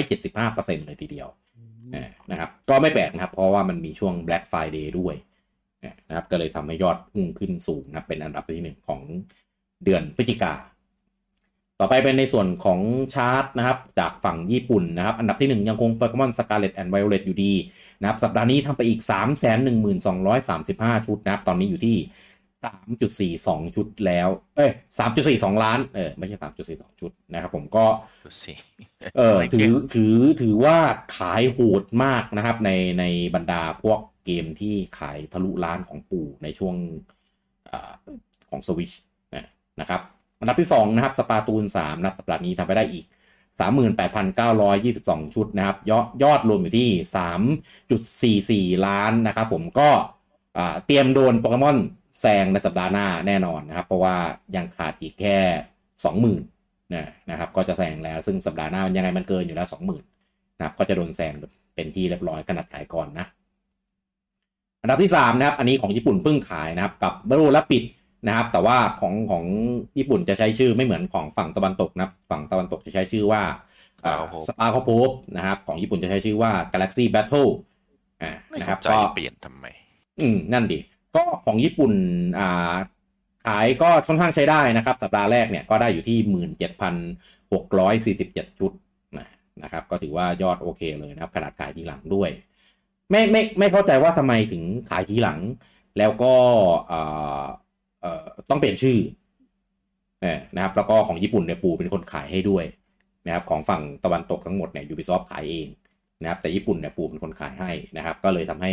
[SPEAKER 1] 175%เลยทีเดียว อ่านะครับก็ไม่แปลกนะครับ เพราะว่ามันมีช่วง Black Friday ด้วยนะครับก็เลยทำให้ยอดพุ่งขึ้นสูงนะครับเป็นอันดับที่หนึ่งของเดือนพฤศจิกา ต่อไปเป็นในส่วนของชาร์ตนะครับจากฝั่งญี่ปุ่นนะครับ อันดับที่ 1 ยังคง Pokemon Scarlet and Violet อยู่ดีนะครับสัปดาห์นี้ทำไปอีก 312,235 ชุดนะครับ ตอนนี้อยู่ที่ 3.42 ชุดแล้ว เอ้ย 3.42 ล้าน เออ ไม่ใช่ 3.42 ชุดนะครับผมก็
[SPEAKER 2] ดูสิ
[SPEAKER 1] เออ
[SPEAKER 2] ไม่
[SPEAKER 1] ถื
[SPEAKER 2] เก่
[SPEAKER 1] อง ถือถือว่าขายโหดมากนะครับในในบรรดาพวกเกมที่ขายทะลุล้านของปู่ในช่วงอาของสวิชนะครับอันดับที่ 2 นะครับสปาตูน3นะครับสัปดาห์นี้ทำไปได้อีก 38,922 ชุดนะครับ ยอดยอดรวมอยู่ที่ 3.44 ล้านนะครับผมก็อ่าเตรียมโดนโปเกมอนแซงในสัปดาห์หน้าแน่นอนนะครับ เพราะว่ายังขาดอีกแค่ 20,000 นะนะครับก็จะแซงแล้วซึ่งสัปดาห์หน้ามันยังไงมันเกินอยู่แล้วสองหมื่นนะครับก็จะโดนแซงเป็นที่เรียบร้อยขนาดขายก่อนนะ อันดับที่สามนะครับอันนี้ของญี่ปุ่นเพิ่งขายนะครับกับบรูและปิดนะครับ แต่ว่าของของญี่ปุ่นจะใช้ชื่อไม่เหมือนของฝั่งตะวันตกนะครับฝั่งตะวันตกจะใช้ชื่อว่า
[SPEAKER 2] Sparkle Hope
[SPEAKER 1] สปาร์คโพบนะครับของญี่ปุ่นจะใช้ชื่อว่า Galaxy Battle อ่า
[SPEAKER 2] ไม่
[SPEAKER 1] นะค
[SPEAKER 2] เข้า
[SPEAKER 1] รับ
[SPEAKER 2] ใจ
[SPEAKER 1] ก็
[SPEAKER 2] เปลี่ยนทำไม
[SPEAKER 1] อืมนั่นดิก็ของญี่ปุ่นอ่าขายก็ค่อนข้างใช้ได้นะครับ สัปดาห์แรกเนี่ยก็ได้อยู่ที่ 17,647 ชุดนะนะครับ ก็ถือว่ายอดโอเคเลยนะครับขนาดขายทีหลังด้วย ไม่ไม่ไม่เข้าใจว่าทำไมถึงขายทีหลัง แล้วก็อ่าเอ่อต้องเปลี่ยนชื่อเออนะครับ แล้วก็ของญี่ปุ่นเนี่ยปู่เป็นคนขายให้ด้วยนะครับ ของฝั่งตะวันตกทั้งหมดเนี่ย Ubisoft ขายเอง นะครับแต่ญี่ปุ่นเนี่ยปูเป็นคนขายให้นะครับ ก็เลยทำให้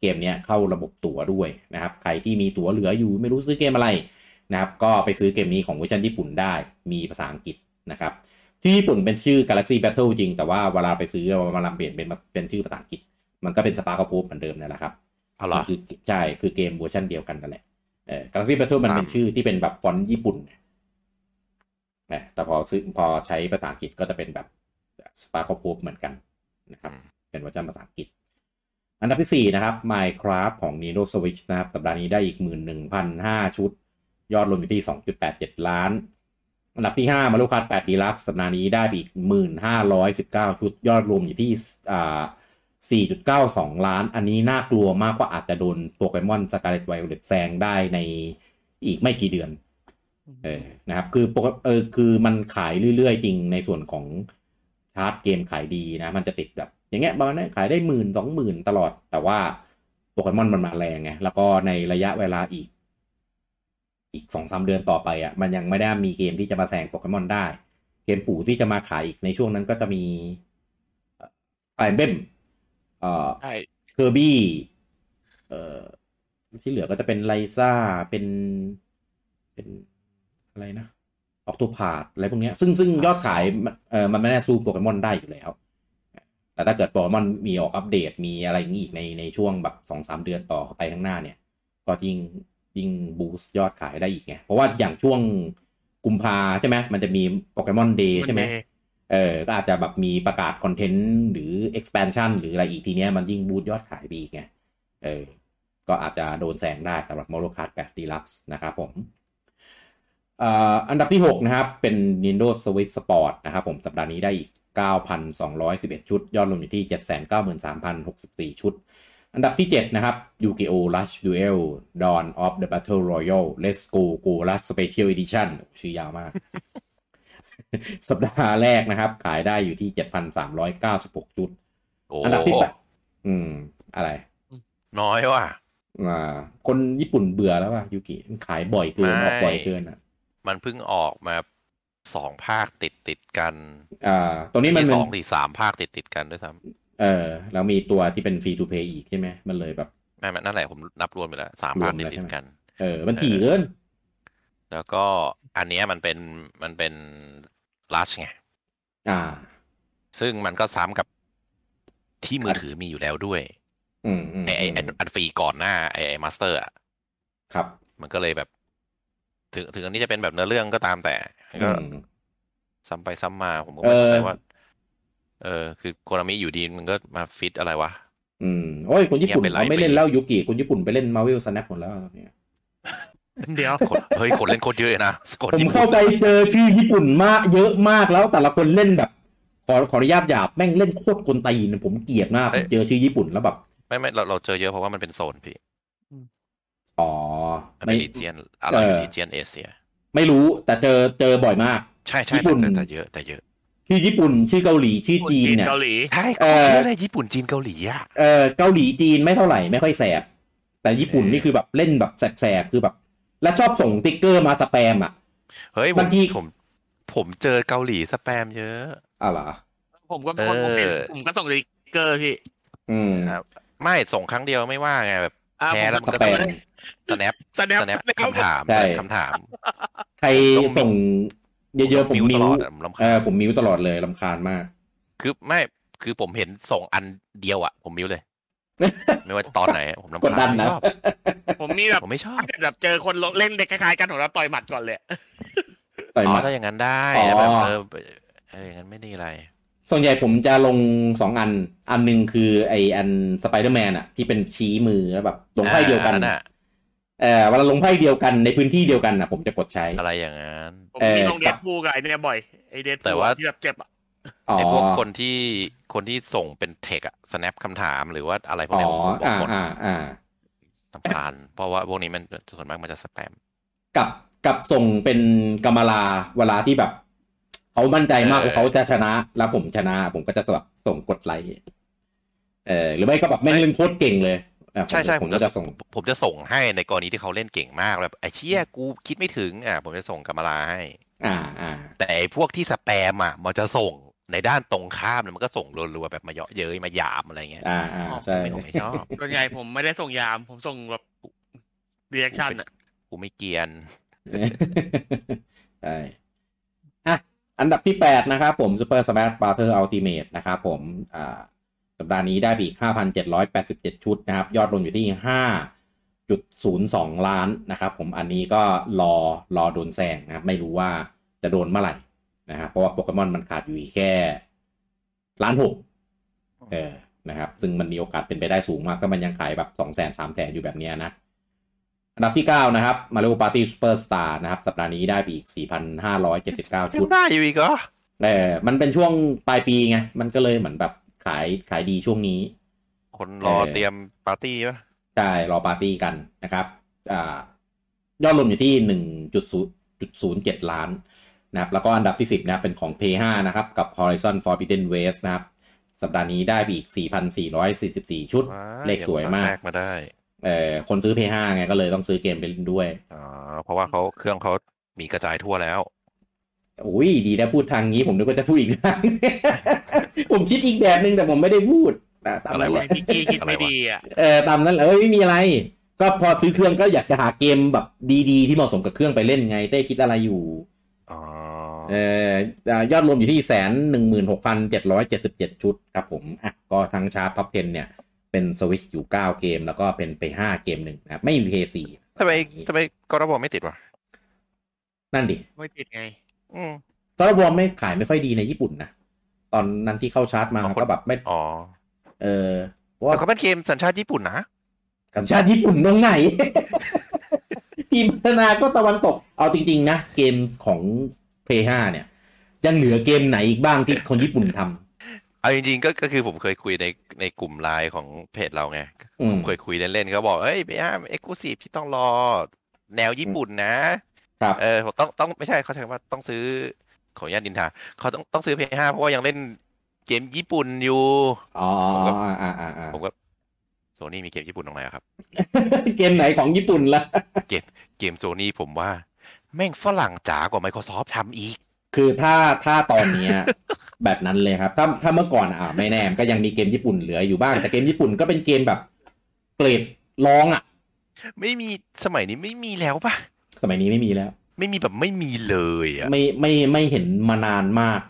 [SPEAKER 1] เกมเนี้ยเข้าระบบตั๋วด้วยนะครับ ใครที่มีตั๋วเหลืออยู่ไม่รู้ซื้อเกมอะไรนะครับ ก็ไปซื้อเกมนี้ของเวอร์ชันญี่ปุ่นได้มีภาษาอังกฤษนะครับที่ญี่ปุ่นเป็นชื่อ Galaxy Battle จริง แต่ว่าเวลาไปซื้อมาลำเปลี่ยนเป็นเป็นชื่อภาษาอังกฤษ มันก็เป็นสปาร์คโพเหมือนเดิมนั่นแหละครับ
[SPEAKER 2] เอาเหรอ
[SPEAKER 1] คือใช่คือเกมเวอร์ชันเดียวกันนั่นแหละเออ Galaxy Battle มันเป็น
[SPEAKER 2] ตาม
[SPEAKER 1] ชื่อที่เป็นแบบฟอนต์ญี่ปุ่นนะแต่พอซื้อพอใช้ภาษาอังกฤษก็จะเป็นแบบสปาร์คโพเหมือนกันนะครับ
[SPEAKER 2] อืม
[SPEAKER 1] เป็นเวอร์ชันภาษาอังกฤษ อันดับที่ 4 นะครับ Minecraft ของ Nintendo Switch นะครับ สัปดาห์นี้ได้อีก 11,005 ชุด ยอดรวมอยู่ที่ 2.87 ล้าน อันดับที่ 5 Mario Kart 8 Deluxe สัปดาห์นี้ได้ไปอีก 1,519 ชุด ยอดรวมอยู่ที่อ่า4.92 ล้าน อันนี้น่ากลัวมากว่าอาจจะโดนโปเกมอน Scarlet Violet แซงได้ในอีกไม่กี่เดือน เออนะครับ คือปกเออ คือมันขายเรื่อยๆ จริงในส่วนของชาร์ตเกมขายดีนะ มันจะติดแบบ อย่างเงี้ยประมาณนี้ขายได้หมื่นสองหมื่นตลอด แต่ว่าโปเกมอนมันมาแรงไง แล้วก็ในระยะเวลาอีก อีกสองสามเดือนต่อไปอ่ะ มันยังไม่ได้มีเกมที่จะมาแซงโปเกมอนได้ เกมปู่ที่จะมาขายอีกในช่วงนั้นก็จะมีไฟเบมเอ่อ
[SPEAKER 3] ใช่
[SPEAKER 1] เคอร์บี้ เอ่อ ที่เหลือก็จะเป็นไลซ่า เป็น เป็นอะไรนะ ออกตัวพาดอะไรพวกเนี้ย ซึ่งซึ่งยอดขายมันเออมันไม่แน่สู้โปเกมอนได้อยู่แล้ว แต่ถ้าเกิดโปเกมอนมีออกอัปเดต มีอะไรอย่างนี้อีกในในช่วงแบบสองสามเดือนต่อไปข้างหน้าเนี่ย ก็ยิ่งยิ่งบูสต์ยอดขายได้อีกไง เพราะว่าอย่างช่วงกุมภาใช่ไหม มันจะมีโปเกมอนเดย์ใช่ไหม
[SPEAKER 3] นเลย
[SPEAKER 1] เออก็อาจจะแบบมีประกาศคอนเทนต์หรือ expansion หรืออะไรอีกทีเนี้ยมันยิ่งบูตยอดขายไปอีกไง เออ ก็อาจจะโดนแซงได้สำหรับ Mario Kart 8 Deluxe นะครับผมเอ่ออันดับที่ 6 นะครับ เป็น Nintendo Switch Sport นะครับผมสัปดาห์นี้ได้อีก 9,211 ชุด ยอดรวมอยู่ที่ 793,064 ชุด อันดับที่ 7 นะครับ Yu-Gi-Oh! Rush Duel Dawn of the Battle Royale Let's Go Go Rush Special Edition ชื่อยาวมาก สัปดาห์แรกนะครับ ขายได้อยู่ที่ 7,396 ชุด
[SPEAKER 2] โอ้
[SPEAKER 1] อันดับที่แปดอืม อะไร
[SPEAKER 2] น้อยว่ะ
[SPEAKER 1] อ่าคนญี่ปุ่นเบื่อแล้วว่ะยูกิมันขายบ่อยเกิน
[SPEAKER 2] ไม่
[SPEAKER 1] ออกบ่อยเกินอ่ะ
[SPEAKER 2] มันเพิ่งออกมาสองภาคติดติดๆกัน
[SPEAKER 1] อ่า ตรงนี้มัน
[SPEAKER 2] มี
[SPEAKER 1] เป็
[SPEAKER 2] ส
[SPEAKER 1] น
[SPEAKER 2] องหรือสามภาคติดติดๆกันด้วยซ้
[SPEAKER 1] เออแล้วมีตัวที่เป็นฟรีทูเพย์อีกใช่ไหมมันเลยแบบ
[SPEAKER 2] ำไม่ไม่นั่นแหละผมนับรวมไปแล้วสามภาคติดติดๆกัน
[SPEAKER 1] เออ มันถี่เกิน
[SPEAKER 2] แล้วก็อันเนี้ยมันเป็นมันเป็นลัชไง
[SPEAKER 1] อ่า
[SPEAKER 2] ซึ่งมันก็ซ้ำกับที่มือถือมีอยู่แล้วด้วย
[SPEAKER 1] อืมม
[SPEAKER 2] ไอไอไอ้อันฟรีก่อนหน้าไอไอมาสเตอร์อ่ะ
[SPEAKER 1] ครับ
[SPEAKER 2] มันก็เลยแบบ ถึงถึงอันนี้จะเป็นแบบเนื้อเรื่องก็ตามแต่ก็
[SPEAKER 1] อืม
[SPEAKER 2] ซ้ำไปซ้ำมาผมก็ไม่เข้าใจ
[SPEAKER 1] เออ
[SPEAKER 2] ว่า เออ คือโคนามิอยู่ดีมันก็มาฟิตอะไรวะ
[SPEAKER 1] อืมโอ้ยคนญี่ปุ่น
[SPEAKER 2] เงียบไปหลาย
[SPEAKER 1] เขาไม่เล่น
[SPEAKER 2] ปี
[SPEAKER 1] แล้วยูกิคนญี่ปุ่นไปเล่นมาวิลสแนปหมดแล้วตอนเนี้ย
[SPEAKER 3] เดี๋ยว
[SPEAKER 2] คนเฮ้ยคนเล่นโคตรเยอะเลยนะคน
[SPEAKER 1] ผม
[SPEAKER 2] ญี่ปุ่
[SPEAKER 1] เข้าน ไปเจอชื่อญี่ปุ่นมากเยอะมากแล้วแต่ละคนเล่นแบบ ขอขออนุญาตหยาบแม่งเล่นโคตรกวนตีนผมเกลียดมากผมเจอชื่อญี่ปุ่นแล้วแบบ
[SPEAKER 2] ไม่ไม่เราเราเจอเยอะเพราะว่ามันเป็นโซนพี่
[SPEAKER 1] อ๋อ
[SPEAKER 2] มัน
[SPEAKER 1] ไม่
[SPEAKER 2] เป็นรีเจียนอะไรเป็น
[SPEAKER 1] เออ
[SPEAKER 2] รีเจียนเอเชีย
[SPEAKER 1] ไม่รู้แต่เจอเจอบ่อยมาก
[SPEAKER 2] ใช่ใช่
[SPEAKER 1] ญี่ปุ่น
[SPEAKER 2] แต่แต่เยอะแต่เยอะ
[SPEAKER 1] ชื่อญี่ปุ่นชื่อเกาหลีชื่อจีนเนี่ย
[SPEAKER 3] เกาหลี
[SPEAKER 2] ใช่
[SPEAKER 1] เอ่อ
[SPEAKER 2] เยอะเลยญี่ปุ่นจีนเกาหลีอ่ะ
[SPEAKER 1] เออเกาหลีจีนไม่เท่าไหร่ไม่ค่อยแสบ แต่ญี่ปุ่นนี่คือแบบเล่นแบบแสบๆคือแบบ แล้วชอบส่งติ๊กเกอร์มาสแปมอ่ะ
[SPEAKER 2] เฮ้ยผม
[SPEAKER 1] บางที
[SPEAKER 2] ผมผมเจอเกาหลีสแปมเยอะ
[SPEAKER 1] อ่ะเหรอ
[SPEAKER 3] ผมก็เป็นคน
[SPEAKER 2] เออ
[SPEAKER 3] ผมเห็นผมก็ส่งสติ๊กเกอร์พี่
[SPEAKER 1] อืม
[SPEAKER 2] ครับไม่ส่งครั้งเดียวไม่ว่าไงแบบ
[SPEAKER 3] อ่า
[SPEAKER 2] แพ้แล้ว
[SPEAKER 3] ผ
[SPEAKER 2] มั
[SPEAKER 3] ม
[SPEAKER 2] น
[SPEAKER 3] ก็
[SPEAKER 1] ส
[SPEAKER 2] ก็
[SPEAKER 1] แป
[SPEAKER 3] ส่ง
[SPEAKER 1] ม
[SPEAKER 2] สแนป
[SPEAKER 3] สแนป
[SPEAKER 2] สแนป
[SPEAKER 3] สแนป
[SPEAKER 2] คำถาม
[SPEAKER 1] ใช่
[SPEAKER 2] คำถาม
[SPEAKER 1] ใครส่งเยอะๆผม
[SPEAKER 2] ต
[SPEAKER 1] มิว
[SPEAKER 2] ลอดอะผม
[SPEAKER 1] เอ
[SPEAKER 2] รำคาญ
[SPEAKER 1] อผมมิวตลอดเลยลำคาญมาก
[SPEAKER 2] คือไม่คือผมเห็นส่งอันเดียวอ่ะ ผมมิวเลย ไม่ว่าจะตอนไหนอะผมรำ
[SPEAKER 1] กด
[SPEAKER 2] คาญ
[SPEAKER 1] ดันนะ
[SPEAKER 2] ไม่ชอบ
[SPEAKER 3] ผมมีแบบ
[SPEAKER 2] ผมไม่ชอบ
[SPEAKER 3] แบบเจอคนเล่นเด็กคล้ายๆกันของเราต่อยหมัดก่อนเลย
[SPEAKER 1] ต่อย
[SPEAKER 2] อ๋
[SPEAKER 1] ห
[SPEAKER 2] อ
[SPEAKER 1] มัด
[SPEAKER 2] ถ้าอย่างนั้นได้
[SPEAKER 1] อ๋อ
[SPEAKER 2] แล้วแบบเออเอออย่างนั้นไม่ได้อะไร
[SPEAKER 1] ส่วนใหญ่ผมจะลงสองอัน อันหนึ่งคือไออันสไปเดอร์แมนอะที่เป็นชี้มือแล้วแบบลงไพ่เดียวกัน
[SPEAKER 2] อ่าอันน่ะ
[SPEAKER 1] เออเวลาลงไพ่เดียวกันในพื้นที่เดียวกันอะผมจะกดใช้
[SPEAKER 2] อะไรอย่างนั้น
[SPEAKER 3] ผม
[SPEAKER 1] เอ่อ
[SPEAKER 3] มีลงเด
[SPEAKER 1] ครั
[SPEAKER 3] ท
[SPEAKER 1] บ
[SPEAKER 3] พูกับไอเนี่ยบ่อยไอเดทพู
[SPEAKER 2] แต่ว่า
[SPEAKER 3] ที่แบบเจ็บอะ
[SPEAKER 1] อ๋อ
[SPEAKER 2] ไอ้พวกคนที่คนที่ส่งเป็นเทคอะ snap คำถามหรือว่าอะไรพวก
[SPEAKER 1] อ๋อ
[SPEAKER 2] เนี้ยผมบอก
[SPEAKER 1] อ่า
[SPEAKER 2] หมด
[SPEAKER 1] อ่าอ่า
[SPEAKER 2] สำคัญเพราะว่าพวกนี้มันส่วนมากมันจะสแปม
[SPEAKER 1] กับกับส่งเป็นกรรมลาเวลาที่แบบเขามั่นใจมาก
[SPEAKER 2] เออ
[SPEAKER 1] ว่าเขาจะชนะ แล้วผมชนะ ผมก็จะแบบส่งกดไลค์เออหรือไม่ก็แบบแม่งเล่นโคตรเก่งเลยอ่ะ
[SPEAKER 2] ใช่ใช่
[SPEAKER 1] ผ
[SPEAKER 2] ผม ม
[SPEAKER 1] ก็
[SPEAKER 2] จะ
[SPEAKER 1] จะส่ง
[SPEAKER 2] ผมผมจะส่งให้ในกรณีที่เขาเล่นเก่งมากแบบไอ้เชี่ยกูคิดไม่ถึงอ่ะผมจะส่งกรรมลาให้
[SPEAKER 1] อ่าอ่า
[SPEAKER 2] แต่ไอ้พวกที่สแปมอ่ะมันจะส่งในด้านตรงข้ามนะมันก็ส่งรัวๆแบบมาเยาะเย้ยมาหยามอะไรเงี้ย
[SPEAKER 1] อ่าอ่าใช่
[SPEAKER 2] ไม่ผมไม่ชอบ
[SPEAKER 3] ส่วนใหญ่ผมไม่ได้ส่งยาม ผมส่งแบบเรีแอคชั่นอะ
[SPEAKER 2] กูไม่เกรียน
[SPEAKER 1] ใช่อ่ะอันดับที่ 8 นะครับผม Super Smash Brother Ultimate นะครับผมอ่าสัปดาห์นี้ได้ไปอีก 5,787 ชุดนะครับ ยอดรวมอยู่ที่ 5.02 ล้านนะครับผมอันนี้ก็รอรอโดนแซงนะครับ ไม่รู้ว่าจะโดนเมื่อไหร่นะครับเพราะว่าโปเกมอนมันขาดอยู่อีกแค่ล้านหกเออนะครับ ซึ่งมันมีโอกาสเป็นไปได้สูงมาก ก็มันยังขายแบบสองแสนสามแสนอยู่แบบเนี้ยนะ อันดับที่ 9 นะครับ Mario Party Superstar นะครับ สัปดาห์นี้ได้ไปอีก 4,579 ชุด
[SPEAKER 2] จำได้อยู่อีกเหรอ
[SPEAKER 1] เออมันเป็นช่วงปลายปีไง มันก็เลยเหมือนแบบขายขายดีช่วงนี้
[SPEAKER 2] คนรอเตรียมปาร์ตี้ป่ะ
[SPEAKER 1] ใช่รอปาร์ตี้กันนะครับอ่ายอดรวมอยู่ที่ 1.0.07 ล้านนะครับ แล้วก็อันดับที่ 10 นะครับ เป็นของ p 5นะครับ กับ Horizon Forbidden West นะครับ สัปดาห์นี้ได้ไปอีก 4,444 ชุด
[SPEAKER 2] ว้า
[SPEAKER 1] เลขสวยมาก
[SPEAKER 2] เดี๋แทรมาได้
[SPEAKER 1] เอ่อ คนซื้อ p 5ไง ก็เลยต้องซื้อเกมไปเล่นด้วย
[SPEAKER 2] อ๋อเพราะว่าเขาเครื่องเขามีกระจายทั่วแล้ว
[SPEAKER 1] อุ้ยดีนะพูดทางนี้ผมนึกว่าจะพูดอีกทาง ผมคิดอีกแบบนึงแต่ผมไม่ได้พูดแต่ตาม
[SPEAKER 2] อะไร
[SPEAKER 1] นั้นแห
[SPEAKER 2] วะ
[SPEAKER 1] ละ
[SPEAKER 3] พี่กี้คิดไม่ดีอะ
[SPEAKER 1] เออตามนั้นแหละเอ้ยไม่มีอะไร ก็พอซื้อเครื่องก็อยากจะหาเกมแบบดีๆ ที่เหมาะสมกับเครื่องไปเล่นไง เต้คิดอะไรอยู่
[SPEAKER 2] อ๋อ
[SPEAKER 1] เอออ่ายอดรวมอยู่ที่แสนหนึ่งหมื่นหกพันเจ็ดร้อยเจ็ดสิบเจ็ดชุดครับผมอ่ะก็ทั้งชาร์ปท็อปเทนเนี่ย เป็นสวิชอยู่เก้าเกม แล้วก็เป็นไปห้าเกมหนึ่งนะครับไม่มีเพย์สี่
[SPEAKER 2] ทำไมทำไมกรบไม่ติดวะ
[SPEAKER 1] นั่นดิ
[SPEAKER 3] ไม่ติดไง
[SPEAKER 2] อืม
[SPEAKER 1] ตอนรวมไม่ขายไม่ค่อยดีในญี่ปุ่นนะตอนนั้นที่เข้าชาร์ตมา
[SPEAKER 2] อ๋อคน
[SPEAKER 1] ก็แบบไม่
[SPEAKER 2] อ๋อ
[SPEAKER 1] เออเพราะ
[SPEAKER 2] แต่
[SPEAKER 1] ว่า
[SPEAKER 2] เขาเป็นเกมสัญชาติญี่ปุ่นนะ
[SPEAKER 1] กับชาติญี่ปุ่นตรงไหน ทีมพัฒนาก็ตะวันตก เอาจริง ๆ นะ เกมของ p 5เนี่ย ยังเหลือเกมไหนอีกบ้างที่คนญี่ปุ่นท
[SPEAKER 2] เอาจริงๆก็ก็คือผมเคยคุยในในกลุ่มไลน์ของเพจเราไง
[SPEAKER 1] ำอืม
[SPEAKER 2] ผมเคยคุยเล่นๆก็บอกเอ้ยไปห้ามเอ็กซ์คลูซีฟที่ต้องรอ แนวญี่ปุ่นนะ
[SPEAKER 1] ครับ
[SPEAKER 2] เออผมต้องต้องไม่ใช่เขาใช้คำว่าต้องซื้อขออนุญาตดินทาเขาต้องต้องซื้อเพย์ห้าเพราะว่ายังเล่นเกมญี่ปุ่นอยู่
[SPEAKER 1] อ๋ออ๋ออ๋ออ๋ออ๋อ
[SPEAKER 2] ผมก็โซนี่มีเกมญี่ปุ่นตรงไหนอะครับ
[SPEAKER 1] เกมไหนของญี่ปุ่นล่ะ
[SPEAKER 2] เกมโซนี่ผมว่า แม่งฝรั่งจ๋ากว่า Microsoft ทำอีก
[SPEAKER 1] คือถ้าถ้าตอนเนี้ย แบบนั้นเลยครับ ถ้าถ้าเมื่อก่อนอ่าไม่แน่มันก็ยังมีเกมญี่ปุ่นเหลืออยู่บ้าง แต่เกมญี่ปุ่นก็เป็นเกมแบบเกรดรองอ่ะ
[SPEAKER 2] ไม่มีสมัยนี้ไม่มีแล้วปะ
[SPEAKER 1] สมัยนี้ไม่มีแล้ว
[SPEAKER 2] ไม่มีแบบไม่มีเลยอะ
[SPEAKER 1] ไม่ไม่ไม่เห็นมานานมาก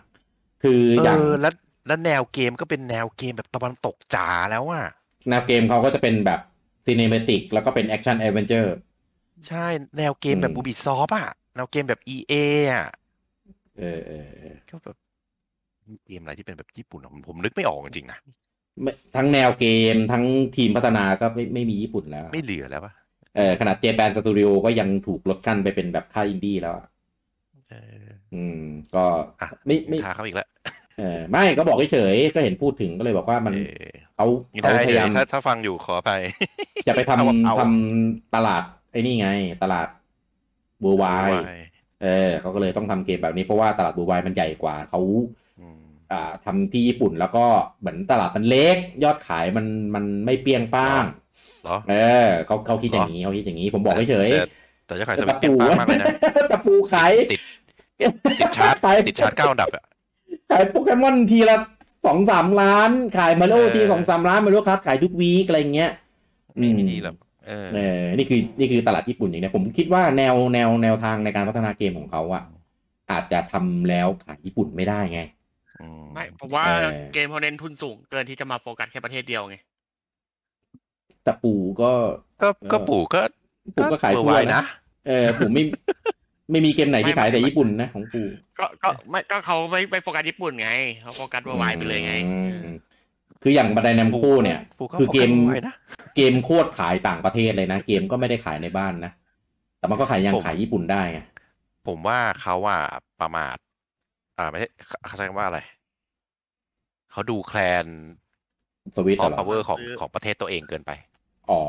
[SPEAKER 1] คือ
[SPEAKER 2] เอ
[SPEAKER 1] อย่าง
[SPEAKER 2] อแล้วแล้วแนวเกมก็เป็นแนวเกมแบบตะวันตกจ๋าแล้วอะ
[SPEAKER 1] แนวเกมเขาก็จะเป็นแบบซีเนเมติกแล้วก็เป็นแอคชั่นแอดเวนเจอร์
[SPEAKER 2] ใช่แนวเกมแบบ
[SPEAKER 1] อืม
[SPEAKER 2] บูบิซอฟอะแนวเกมแบบ EA อะ
[SPEAKER 1] เออเออเออ
[SPEAKER 2] ก็แบบมีเกมอะไรที่เป็นแบบญี่ปุ่นอะผมผมนึกไม่ออกจริงๆนะ
[SPEAKER 1] ไม่ทั้งแนวเกมทั้งทีมพัฒนาก็ไม่ไม่มีญี่ปุ่นแล้ว
[SPEAKER 2] ไม่เหลือแล้วปะ
[SPEAKER 1] เออขนาดเจแปนสตูดิโอก็ยังถูกลดขั้นไปเป็นแบบค่ายอินดี้แล้วอะ
[SPEAKER 2] เออ
[SPEAKER 1] อืม ก็
[SPEAKER 2] อ่ะ
[SPEAKER 1] ไม่ไม่
[SPEAKER 2] นินทาเขาอีกแล้ว
[SPEAKER 1] เออไม่ก็บอกเฉยๆก็เห็นพูดถึงก็เลยบอกว่ามัน
[SPEAKER 2] เออ
[SPEAKER 1] เขา
[SPEAKER 2] นิน
[SPEAKER 1] เขา
[SPEAKER 2] ทา
[SPEAKER 1] พ
[SPEAKER 2] เฉ
[SPEAKER 1] ยายาม
[SPEAKER 2] ยๆถ้าถ้าฟังอยู่ขอไป
[SPEAKER 1] จะไปท
[SPEAKER 2] เอาเอา
[SPEAKER 1] ำ ทำตลาดไอ้นี่ไง ตลาดบัววาย เออเขาก็เลยต้องทำเกมแบบนี้เพราะว่าตลาดดูไบมันใหญ่กว่าเขา
[SPEAKER 2] อืม
[SPEAKER 1] อ่าทำที่ญี่ปุ่นแล้วก็เหมือนตลาดมันเล็ก ยอดขายมันมันไม่เปรี้ยงป้าง
[SPEAKER 2] เหรอ
[SPEAKER 1] เออเขาเขาคิดอย่างนี้เขาคิดอย่างนี้ผมบอกเฉย
[SPEAKER 2] แต่แต่จะขายสวิตช์เปลี่ยนป้างมากเลยนะ
[SPEAKER 1] ตะปูขาย
[SPEAKER 2] ติด ติดชาร์จ
[SPEAKER 1] ขาย
[SPEAKER 2] ติดชาร์จเก้าอันดับอ่ะ
[SPEAKER 1] ขายโปเกมอนทีละสองสามล้าน ขายมาริโอ
[SPEAKER 2] เออ
[SPEAKER 1] ทีสองสามล้านมาริโอครับขายทุกวีคอะไรอย่างเงี้ย
[SPEAKER 2] ไม่
[SPEAKER 1] อื
[SPEAKER 2] ไม่ดีแล้วเออ
[SPEAKER 1] เออนี่คือนี่คือตลาดญี่ปุ่นอย่างเนี้ยผมคิดว่าแนวแนวแนวทางในการพัฒนาเกมของเขาอะอาจจะทำแล้วขายญี่ปุ่นไม่ได้ไง
[SPEAKER 3] ไม่ผมว่า
[SPEAKER 1] เออ
[SPEAKER 3] เกมเขาเน้นทุนสูงเกินที่จะมาโฟกัสแค่ประเทศเดียวไง
[SPEAKER 1] แตะปูก็
[SPEAKER 2] ก็ก็ปู่ก็
[SPEAKER 1] ปูก็ขาย
[SPEAKER 2] เวอร์
[SPEAKER 1] ทั่ว
[SPEAKER 2] ไวนะ
[SPEAKER 1] นะเออปูไม่ ไม่มีเกมไหนที่ขายแต่ญี่ปุ่นนะของปู
[SPEAKER 3] ก็ก็ไม่ก็เขาไม่ไม่โฟกัสญี่ปุ่นไงเขาโฟกัสวายไปเลยไง
[SPEAKER 1] อืมคืออย่างบันไดนมโคเนี่ย
[SPEAKER 2] ปู่ก็
[SPEAKER 1] คือเกม
[SPEAKER 2] บอกให้ไวนะ
[SPEAKER 1] เกมโคตรขายต่างประเทศเลยนะ เกมก็ไม่ได้ขายในบ้านนะ แต่มันก็ขายยัง
[SPEAKER 2] ผม
[SPEAKER 1] ขายญี่ปุ่นได้ไง
[SPEAKER 2] ผมว่าเขาว่าประมาท อ่าไม่ใช่เขาใช้คำว่าอะไร เขาดูแคลน
[SPEAKER 1] สวิตช์
[SPEAKER 2] ซอฟต์
[SPEAKER 1] เหร
[SPEAKER 2] พา
[SPEAKER 1] อ
[SPEAKER 2] วเวอร์ของของประเทศตัวเองเกินไป
[SPEAKER 1] อ๋อ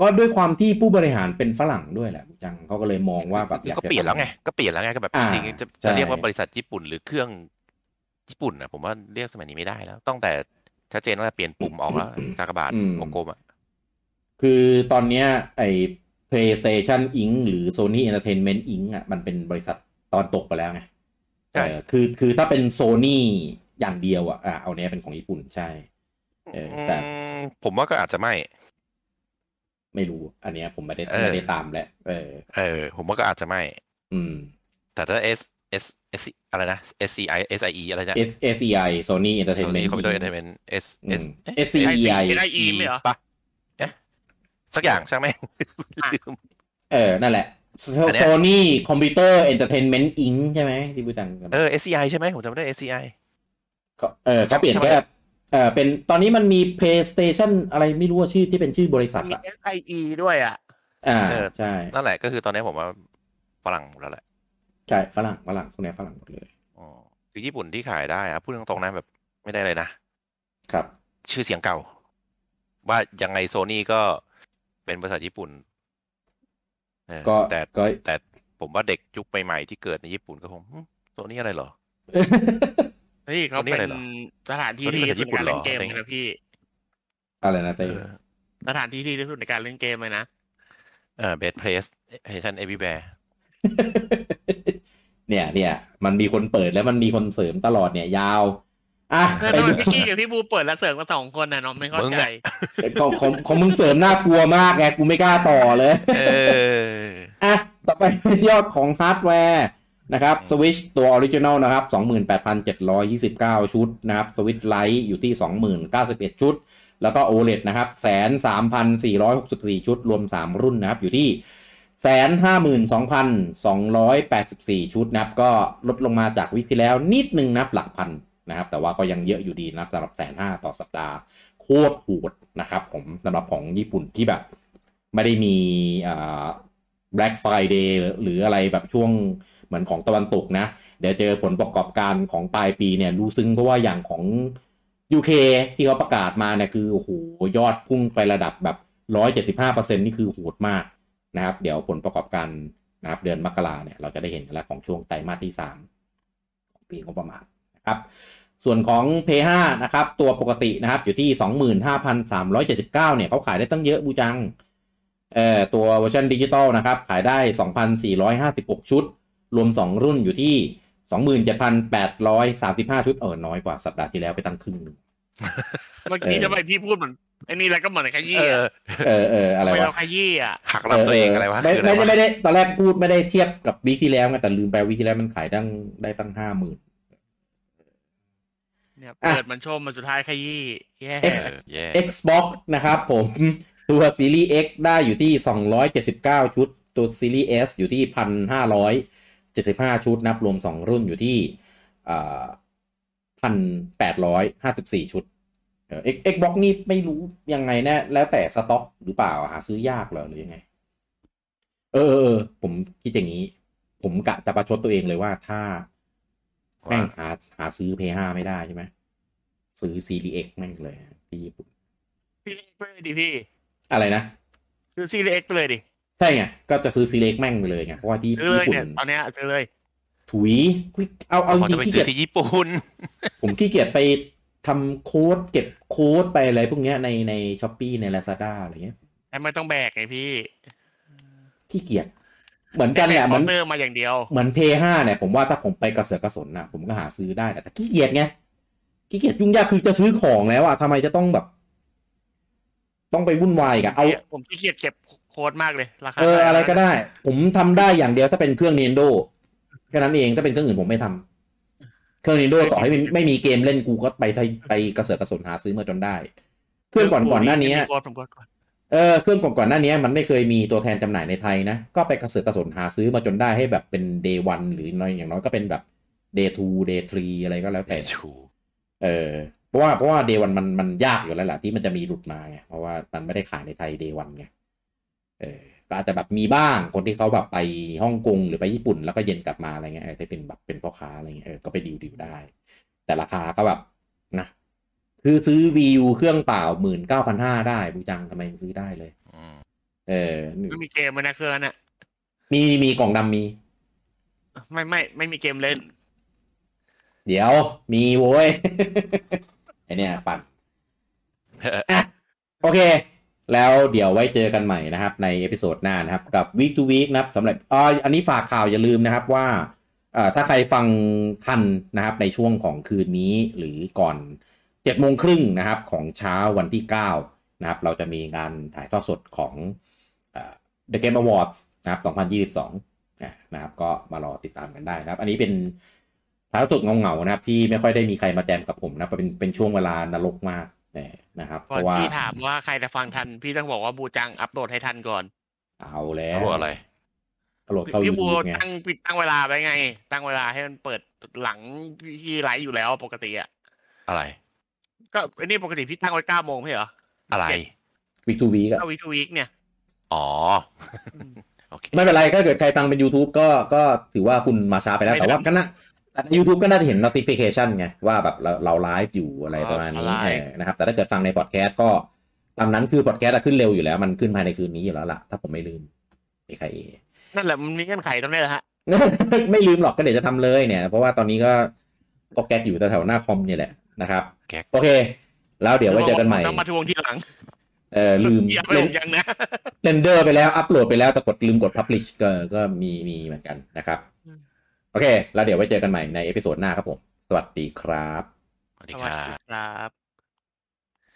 [SPEAKER 1] ก็ด้วยความที่ผู้บริหารเป็นฝรั่งด้วยแหละยังเขาก็เลยมองว่าแบบอยาก
[SPEAKER 2] ก็
[SPEAKER 1] จะ
[SPEAKER 2] เปลี่ยนแล้วไงก็เปลี่ยนแล้วไงก็แบบ
[SPEAKER 1] อ่า
[SPEAKER 2] จริงๆจะ
[SPEAKER 1] ใช่
[SPEAKER 2] จะเรียกว่าบริษัทญี่ปุ่นหรือเครื่องญี่ปุ่นนะผมว่าเรียกสมัยนี้ไม่ได้แล้วตั้งแต่ชัดเจนตั้งแต่เปลี่ยนปุ่มออกแล้วกากบาท
[SPEAKER 1] อืม
[SPEAKER 2] วงกลมอ่ะ
[SPEAKER 1] คือตอนเนี้ยไอ้ PlayStation Inc หรือ Sony Entertainment Inc อ่ะมันเป็นบริษัทตอนตกไปแล้วไงเออคือคือถ้าเป็น Sony อย่างเดียวอ่ะอ่ะเอาเนี้ยเป็นของญี่ปุ่นใช่ เออแต่
[SPEAKER 2] อืมผมว่าก็อาจจะไม่
[SPEAKER 1] ไม่รู้ อันเนี้ยผมไม่ได้
[SPEAKER 2] เออ
[SPEAKER 1] ไม่ได้ตามแหละเออ
[SPEAKER 2] เออ ผมว่าก็อาจจะไม่
[SPEAKER 1] อืม
[SPEAKER 2] แต่ถ้า S S S อะไรนะ S C I S I E อะไรเนี่ย
[SPEAKER 1] S SEI Sony
[SPEAKER 2] โซ
[SPEAKER 1] Entertainment
[SPEAKER 2] นี่
[SPEAKER 1] Inc.
[SPEAKER 2] คอมพิวเตอร์เอนเตอร์เมนต์ S
[SPEAKER 1] อืม
[SPEAKER 2] S
[SPEAKER 1] SEI
[SPEAKER 3] ไออีไม่เหรอ
[SPEAKER 2] ปะเอ๊ะสั กอย่างใช่ไหมง
[SPEAKER 3] อ่ะ
[SPEAKER 2] ลืม
[SPEAKER 1] เออ นั่นแหละ
[SPEAKER 2] อันเนี้ย
[SPEAKER 1] Sony Computer Entertainment Inc ใช่ไหมที่พูดจังกัน
[SPEAKER 2] เออ S C I ใช่ไหมผมจำไม่ได้ S C I
[SPEAKER 1] เขาเออเขาเปลี่ยนแค่เออเป็นตอนนี้มันมี PlayStation อะไรไม่รู้ว่าชื่อที่เป็นชื่อบริษัท
[SPEAKER 3] มี
[SPEAKER 1] อ่ะ
[SPEAKER 3] SIE ด้วยอ่ะ
[SPEAKER 1] อ่า
[SPEAKER 2] เออ
[SPEAKER 1] ใช่
[SPEAKER 2] นั่นแหละก็คือตอนนี้ผมว่าฝรั่งหมดแล้วแหละ
[SPEAKER 1] ใช่ฝรั่งฝรั่งพวกเนี้ยฝรั่งหมดเลย
[SPEAKER 2] อ๋อคือญี่ปุ่นที่ขายได้อะพูดตรงๆนะแบบไม่ได้เลยนะ
[SPEAKER 1] ครับ
[SPEAKER 2] ชื่อเสียงเก่า ว่ายังไงโซนี่ก็เป็นบริษัทญี่ปุ่นเออ
[SPEAKER 1] ก็
[SPEAKER 2] แต่
[SPEAKER 1] ก็
[SPEAKER 2] แต่ผมว่าเด็กยุคใหม่ๆที่เกิดในญี่ปุ่นก็คงหึโซนี่อะไรเหรอ
[SPEAKER 3] นี่เขา
[SPEAKER 2] ตัวนี้
[SPEAKER 3] เป็
[SPEAKER 2] อะไร
[SPEAKER 3] น
[SPEAKER 2] เหรอ
[SPEAKER 3] สถานที่
[SPEAKER 2] ตัวนี้
[SPEAKER 3] ที่
[SPEAKER 2] เป็น
[SPEAKER 3] ที่สุดในการเล่นเกม
[SPEAKER 2] ญี่ปุ่นเหรอ
[SPEAKER 3] เลยนะพี่
[SPEAKER 1] อะไรนะ
[SPEAKER 2] เอ
[SPEAKER 1] เต้
[SPEAKER 2] อ
[SPEAKER 3] สถานที่ที่ดีที่สุดในการเล่นเกมเลยนะ
[SPEAKER 2] เออเบสเพลสเฮชันเอวีแบร์
[SPEAKER 1] เนี่ยเนี่ยมันมีคนเปิดแล้วมันมีคนเสริมตลอดเนี่ยยาวอ่ะ
[SPEAKER 3] เพื่อน
[SPEAKER 1] ไปดู
[SPEAKER 3] พี่กี้กับพี่บูเปิดและเสริมมาสองคนนะน้องไม่เข้า
[SPEAKER 2] มึง
[SPEAKER 3] ใจ
[SPEAKER 2] อะ
[SPEAKER 1] ของของของมึงเสริมน่ากลัวมากไงกูไม่กล้าต่อเลย
[SPEAKER 2] เออ
[SPEAKER 1] อ่ะต่อไปยอดของฮาร์ดแวร์นะครับ Switch ตัว Original นะครับ 28,729 ชุดนะครับ Switch Lite อยู่ที่ 20,091 ชุด แล้วก็ OLED นะครับแสนสามพันสี่ร้อยหกสิบสี่ชุด รวม 3 รุ่นนะครับ อยู่ที่แสนห้าหมื่นสองพันสองร้อยแปดสิบสี่ชุดนะครับ ก็ลดลงมาจากวิกที่แล้วนิดนึงนะครับหลักพันนะครับ แต่ว่าก็ยังเยอะอยู่ดีนะครับสำหรับแสนห้าต่อสัปดาห์ โคตรโหดนะครับผมสำหรับของญี่ปุ่นที่แบบ ไม่ได้มีอ่า Black Friday หรืออะไรแบบช่วงเหมือนของตะวันตกนะ เดี๋ยวเจอผลประกอบการของปลายปีเนี่ยรู้ซึ้งเพราะว่าอย่างของ UK ที่เขาประกาศมาเนี่ยคือโอ้โหยอดพุ่งไประดับแบบ 175%นี่คือโหดมากนะครับ เดี๋ยวผลประกอบการนะครับเดือนมกราเนี่ยเราจะได้เห็นกันแล้วของช่วงไตรมาสที่ 3 ของปีงบประมาณนะครับ ส่วนของ p 5นะครับ ตัวปกตินะครับ อยู่ที่ 25,379เนี่ยเขาขายได้ตั้งเยอะบูจังเอ่อตัวเวอร์ชันดิจิตอลนะครับ ขายได้ 2,456 ชุด รวม 2 รุ่นอยู่ที่ 27,835 ชุดเออน้อยกว่าสัปดาห์ที่แล้วไปตั้งครึ่งหนึง
[SPEAKER 3] เมื่อกี้
[SPEAKER 1] เออ
[SPEAKER 3] ทำไมพี่พูดเหมือนไอ้นี่แล้วก็เหมือนขยี้
[SPEAKER 2] เอ
[SPEAKER 3] อะ
[SPEAKER 2] อ
[SPEAKER 1] เออเอออะไร
[SPEAKER 3] ทำไม
[SPEAKER 1] วะ
[SPEAKER 3] เราขยี้อ่ะ
[SPEAKER 2] หักหลับตัวเองอะไรวะ
[SPEAKER 1] ไม่
[SPEAKER 2] คืออะไร
[SPEAKER 1] ไม่ได้
[SPEAKER 2] วะ
[SPEAKER 1] ไม่ได้ตอนแรกพูดไม่ได้เทียบกับวีคที่แล้วไงแต่ลืมไปวีคที่แล้วมันขายตั้งได้ตั้งห้าหมื่น
[SPEAKER 3] เนี่ย
[SPEAKER 1] อ่ะ
[SPEAKER 3] เปิดมันชมมันสุดท้ายขยี้แย่
[SPEAKER 1] X
[SPEAKER 2] เออแย่
[SPEAKER 1] Xbox นะครับผม ตัวซีรีส์ X ได้อยู่ที่ 279 ชุด ตัวซีรีส์ S อยู่ที่ 1,575 ชุดนับรวม 2 รุ่นอยู่ที่อ่า1,854 ชุดเอ่อ X- Xbox นี่ไม่รู้ยังไงนะ แล้วแต่สต็อกหรือเปล่าหาซื้อยากเหรอหรือยังไง เออเออเออผมคิดอย่างนี้ ผมกะจะประชดตัวเองเลยว่าถ้า
[SPEAKER 2] ว่า
[SPEAKER 1] แม่งหาหาซื้อ P5 ไม่ได้ใช่ไหมซื้อ Series X แม่งเลยที่ญี่ปุ่น
[SPEAKER 3] พี่เอ็กซ์ไปเลยดิพี่
[SPEAKER 1] อะไรนะ
[SPEAKER 3] คือซีรีเอ็กซ์ไปเลยดิ
[SPEAKER 1] ใช่ไงก็จะซื้อซีเล็กแม่งไปเลยไงเพราะว่าที่
[SPEAKER 3] ซื้อ
[SPEAKER 1] ญี่
[SPEAKER 3] เลย
[SPEAKER 1] ปุ่
[SPEAKER 3] เนี่ย
[SPEAKER 1] น
[SPEAKER 3] ตอนเนี้ยซื้อเลย
[SPEAKER 1] ถุยเอาเอาจ
[SPEAKER 2] เขา
[SPEAKER 1] ริ
[SPEAKER 2] จะ
[SPEAKER 1] ง
[SPEAKER 2] ไป
[SPEAKER 1] ๆขี้
[SPEAKER 2] ซื้
[SPEAKER 1] เกี
[SPEAKER 2] อย
[SPEAKER 1] จ
[SPEAKER 2] ที่ญี่ปุ่น
[SPEAKER 1] ผมขี้เกียจไปทำโค้ดเก็บโค้ดไปอะไรพวกเนี้ยในในช้อปปีใน Lazada อะไรเงี้ย
[SPEAKER 3] ไอ้ไม่ต้องแบกไงพี่
[SPEAKER 1] ขี้เกียจเหมือนกันแหละ
[SPEAKER 3] แบก
[SPEAKER 1] มัน
[SPEAKER 3] เซอร์มาอย่างเดียว
[SPEAKER 1] เหมือน Play 5เนี่ยผมว่าถ้าผมไปกระเสือกกระสนนะผมก็หาซื้อได้แหละแต่ขี้เกียจไงขี้เกียจยุ่งยากคือจะซื้อของแล้วอะทำไมจะต้องแบบ ต้องไปวุ่นวายกับเอา
[SPEAKER 3] ผมขี้เกียจเก็บโค้ดมากเลยราคา
[SPEAKER 1] เอออะไรก็ได้ ผมทำได้อย่างเดียวถ้าเป็นเครื่อง Nintendo แค่นั้นเองถ้าเป็นเครื่องอื่นผมไม่ทำเครื่อง Nintendo ต่อให้ไม่ไม่มีเกมเล่นกูก็ไปไปไปกระเสือกกระสนหาซื้อมาจนได้ เครื่องก่อนก่อนหน้านี้
[SPEAKER 3] มีโค้ดผมก็ก่อน
[SPEAKER 1] เออเครื่องก่อนก่อนหน้านี้มันไม่เคยมีตัวแทนจำหน่ายในไทยนะ ก็ไปกระเสือกกระสนหาซื้อมาจนได้ให้แบบเป็น day one หรือน้อยอย่างน้อยก็เป็นแบบ day two day three อะไรก็แล้วแต่
[SPEAKER 2] ชู
[SPEAKER 1] เออเพราะว่าเพราะว่า day one มันมันยากอยู่แล้วแหละที่มันจะมีหลุดมาไงเพราะว่ามันไม่ได้ขายในไทย day one ไงเออก็อาจจะแบบมีบ้างคนที่เขาแบบไปฮ่องกงหรือไปญี่ปุ่นแล้วก็เย็นกลับมาอะไรเงี้ยเออถ้าเป็นแบบเป็นพ่อค้าอะไรเงี้ยเออก็ไปดิวดิวได้ แต่ราคาก็แบบนะคือซื้อ VU เครื่องเปล่าหมื่นเก้าพันห้าได้บูจังทำไมยังซื้อได้เลย
[SPEAKER 2] อืม
[SPEAKER 1] เออ
[SPEAKER 3] ไม่มีเกมเลยนะเครื่องนั้นอ่ะ
[SPEAKER 1] มีมีกล่องดำมี
[SPEAKER 3] ไม่ไม่ไม่มีเกมเล่น
[SPEAKER 1] เดี๋ยว มีโว้ย ไอเนี่ยปั่นอ่ะโอเค แล้วเดี๋ยวไว้เจอกันใหม่นะครับ ในเอพิโซดหน้านะครับ กับ week to week นะครับสำหรับอ๋ออันนี้ฝากข่าวอย่าลืมนะครับว่าเอ่อถ้าใครฟังทันนะครับ ในช่วงของคืนนี้หรือก่อน7จ็ดโมงครึ่งนะครับของเช้าวันที่ 9 นะครับ เราจะมีงานถ่ายทอดสดของเอ่อ The Game Awards นะครับ 2022 อ่ะนะครับก็มารอติดตามกันได้นะครับ อันนี้เป็นท้ายสุดเงาๆนะครับ ที่ไม่ค่อยได้มีใครมาแจมกับผมนะเป็นเป็นช่วงเวลานรกมากเนยนะครับ เพ
[SPEAKER 3] ก่อน
[SPEAKER 1] ราะว่า
[SPEAKER 3] พี่ถามว่าใครจะฟังทัน พี่ต้องบอกว่าบูจังอัปโหลดให้ทันก่อน
[SPEAKER 1] เอาแล้
[SPEAKER 2] แล้ว วอะไร
[SPEAKER 1] โหลดเข้า
[SPEAKER 3] พี่
[SPEAKER 1] ยู
[SPEAKER 3] บู
[SPEAKER 1] ทูบไง
[SPEAKER 3] ตั้งปิดตั้งเวลาไว้ไง ตั้งเวลาให้มันเปิดหลังพี่ไลฟ์อยู่แล้วปกติอ่ะ
[SPEAKER 2] อะไร
[SPEAKER 3] ก็ไอ้นี่ปกติพี่ตั้งไว้เก้าโมงไม่ใช่เหรอ
[SPEAKER 2] อะไร
[SPEAKER 1] วิกทูวีก็
[SPEAKER 3] เก้าวีทูวีคเนี่ย
[SPEAKER 2] อ๋อ
[SPEAKER 3] อืม
[SPEAKER 2] โอเค
[SPEAKER 1] ไม่เป็นไรก็เกิดใครฟังเป็น YouTube ก็ก็ถือว่าคุณมาช้าไปแล้ว
[SPEAKER 3] ไม่
[SPEAKER 1] แต่ว่า
[SPEAKER 3] ทัน
[SPEAKER 1] ก็น่าแต่ใน YouTube ก็น่าจะเห็น notification ไง ว่าแบบเราเราไลฟ์อยู่อะไรประมาณนี้
[SPEAKER 3] อ๋อไลฟ์
[SPEAKER 1] เออนะครับ แต่ถ้าเกิดฟังในพอดแคสต์ก็ตามนั้นคือพอดแคสต์ขึ้นเร็วอยู่แล้ว มันขึ้นภายในคืนนี้อยู่แล้วล่ะถ้าผมไม่ลืมมีใคร
[SPEAKER 3] นั่นแหละมันมีเงื่อนไขตรงนี้แหละฮะ
[SPEAKER 1] ไม่ลืมหรอกก็เดี๋ยวจะทำเลยเนี่ย เพราะว่าตอนนี้ก็ก็แก๊กอยู่แถวๆหน้าคอมเนี่ยแหละนะครับ
[SPEAKER 2] แก๊ก
[SPEAKER 1] โอเค แล้วเดี๋ยวไว้เจอกันใหม่
[SPEAKER 3] ต้องมาทวงทีหลัง
[SPEAKER 1] เออลืม
[SPEAKER 3] อย่าไป
[SPEAKER 1] เร
[SPEAKER 3] ผ
[SPEAKER 1] น
[SPEAKER 3] มยังนะ
[SPEAKER 1] เรนเดอร์ไปแล้ว อัปโหลดไปแล้วแต่กดลืมกด Publish ก็ก็มีมีเหมือนกันนะครับ
[SPEAKER 3] อืม
[SPEAKER 1] โอเค แล้วเดี๋ยวไว้เจอกันใหม่ในเอพิโซดหน้าครับผม สวัสดีครับ
[SPEAKER 2] สวัสดีครับ
[SPEAKER 3] ครับ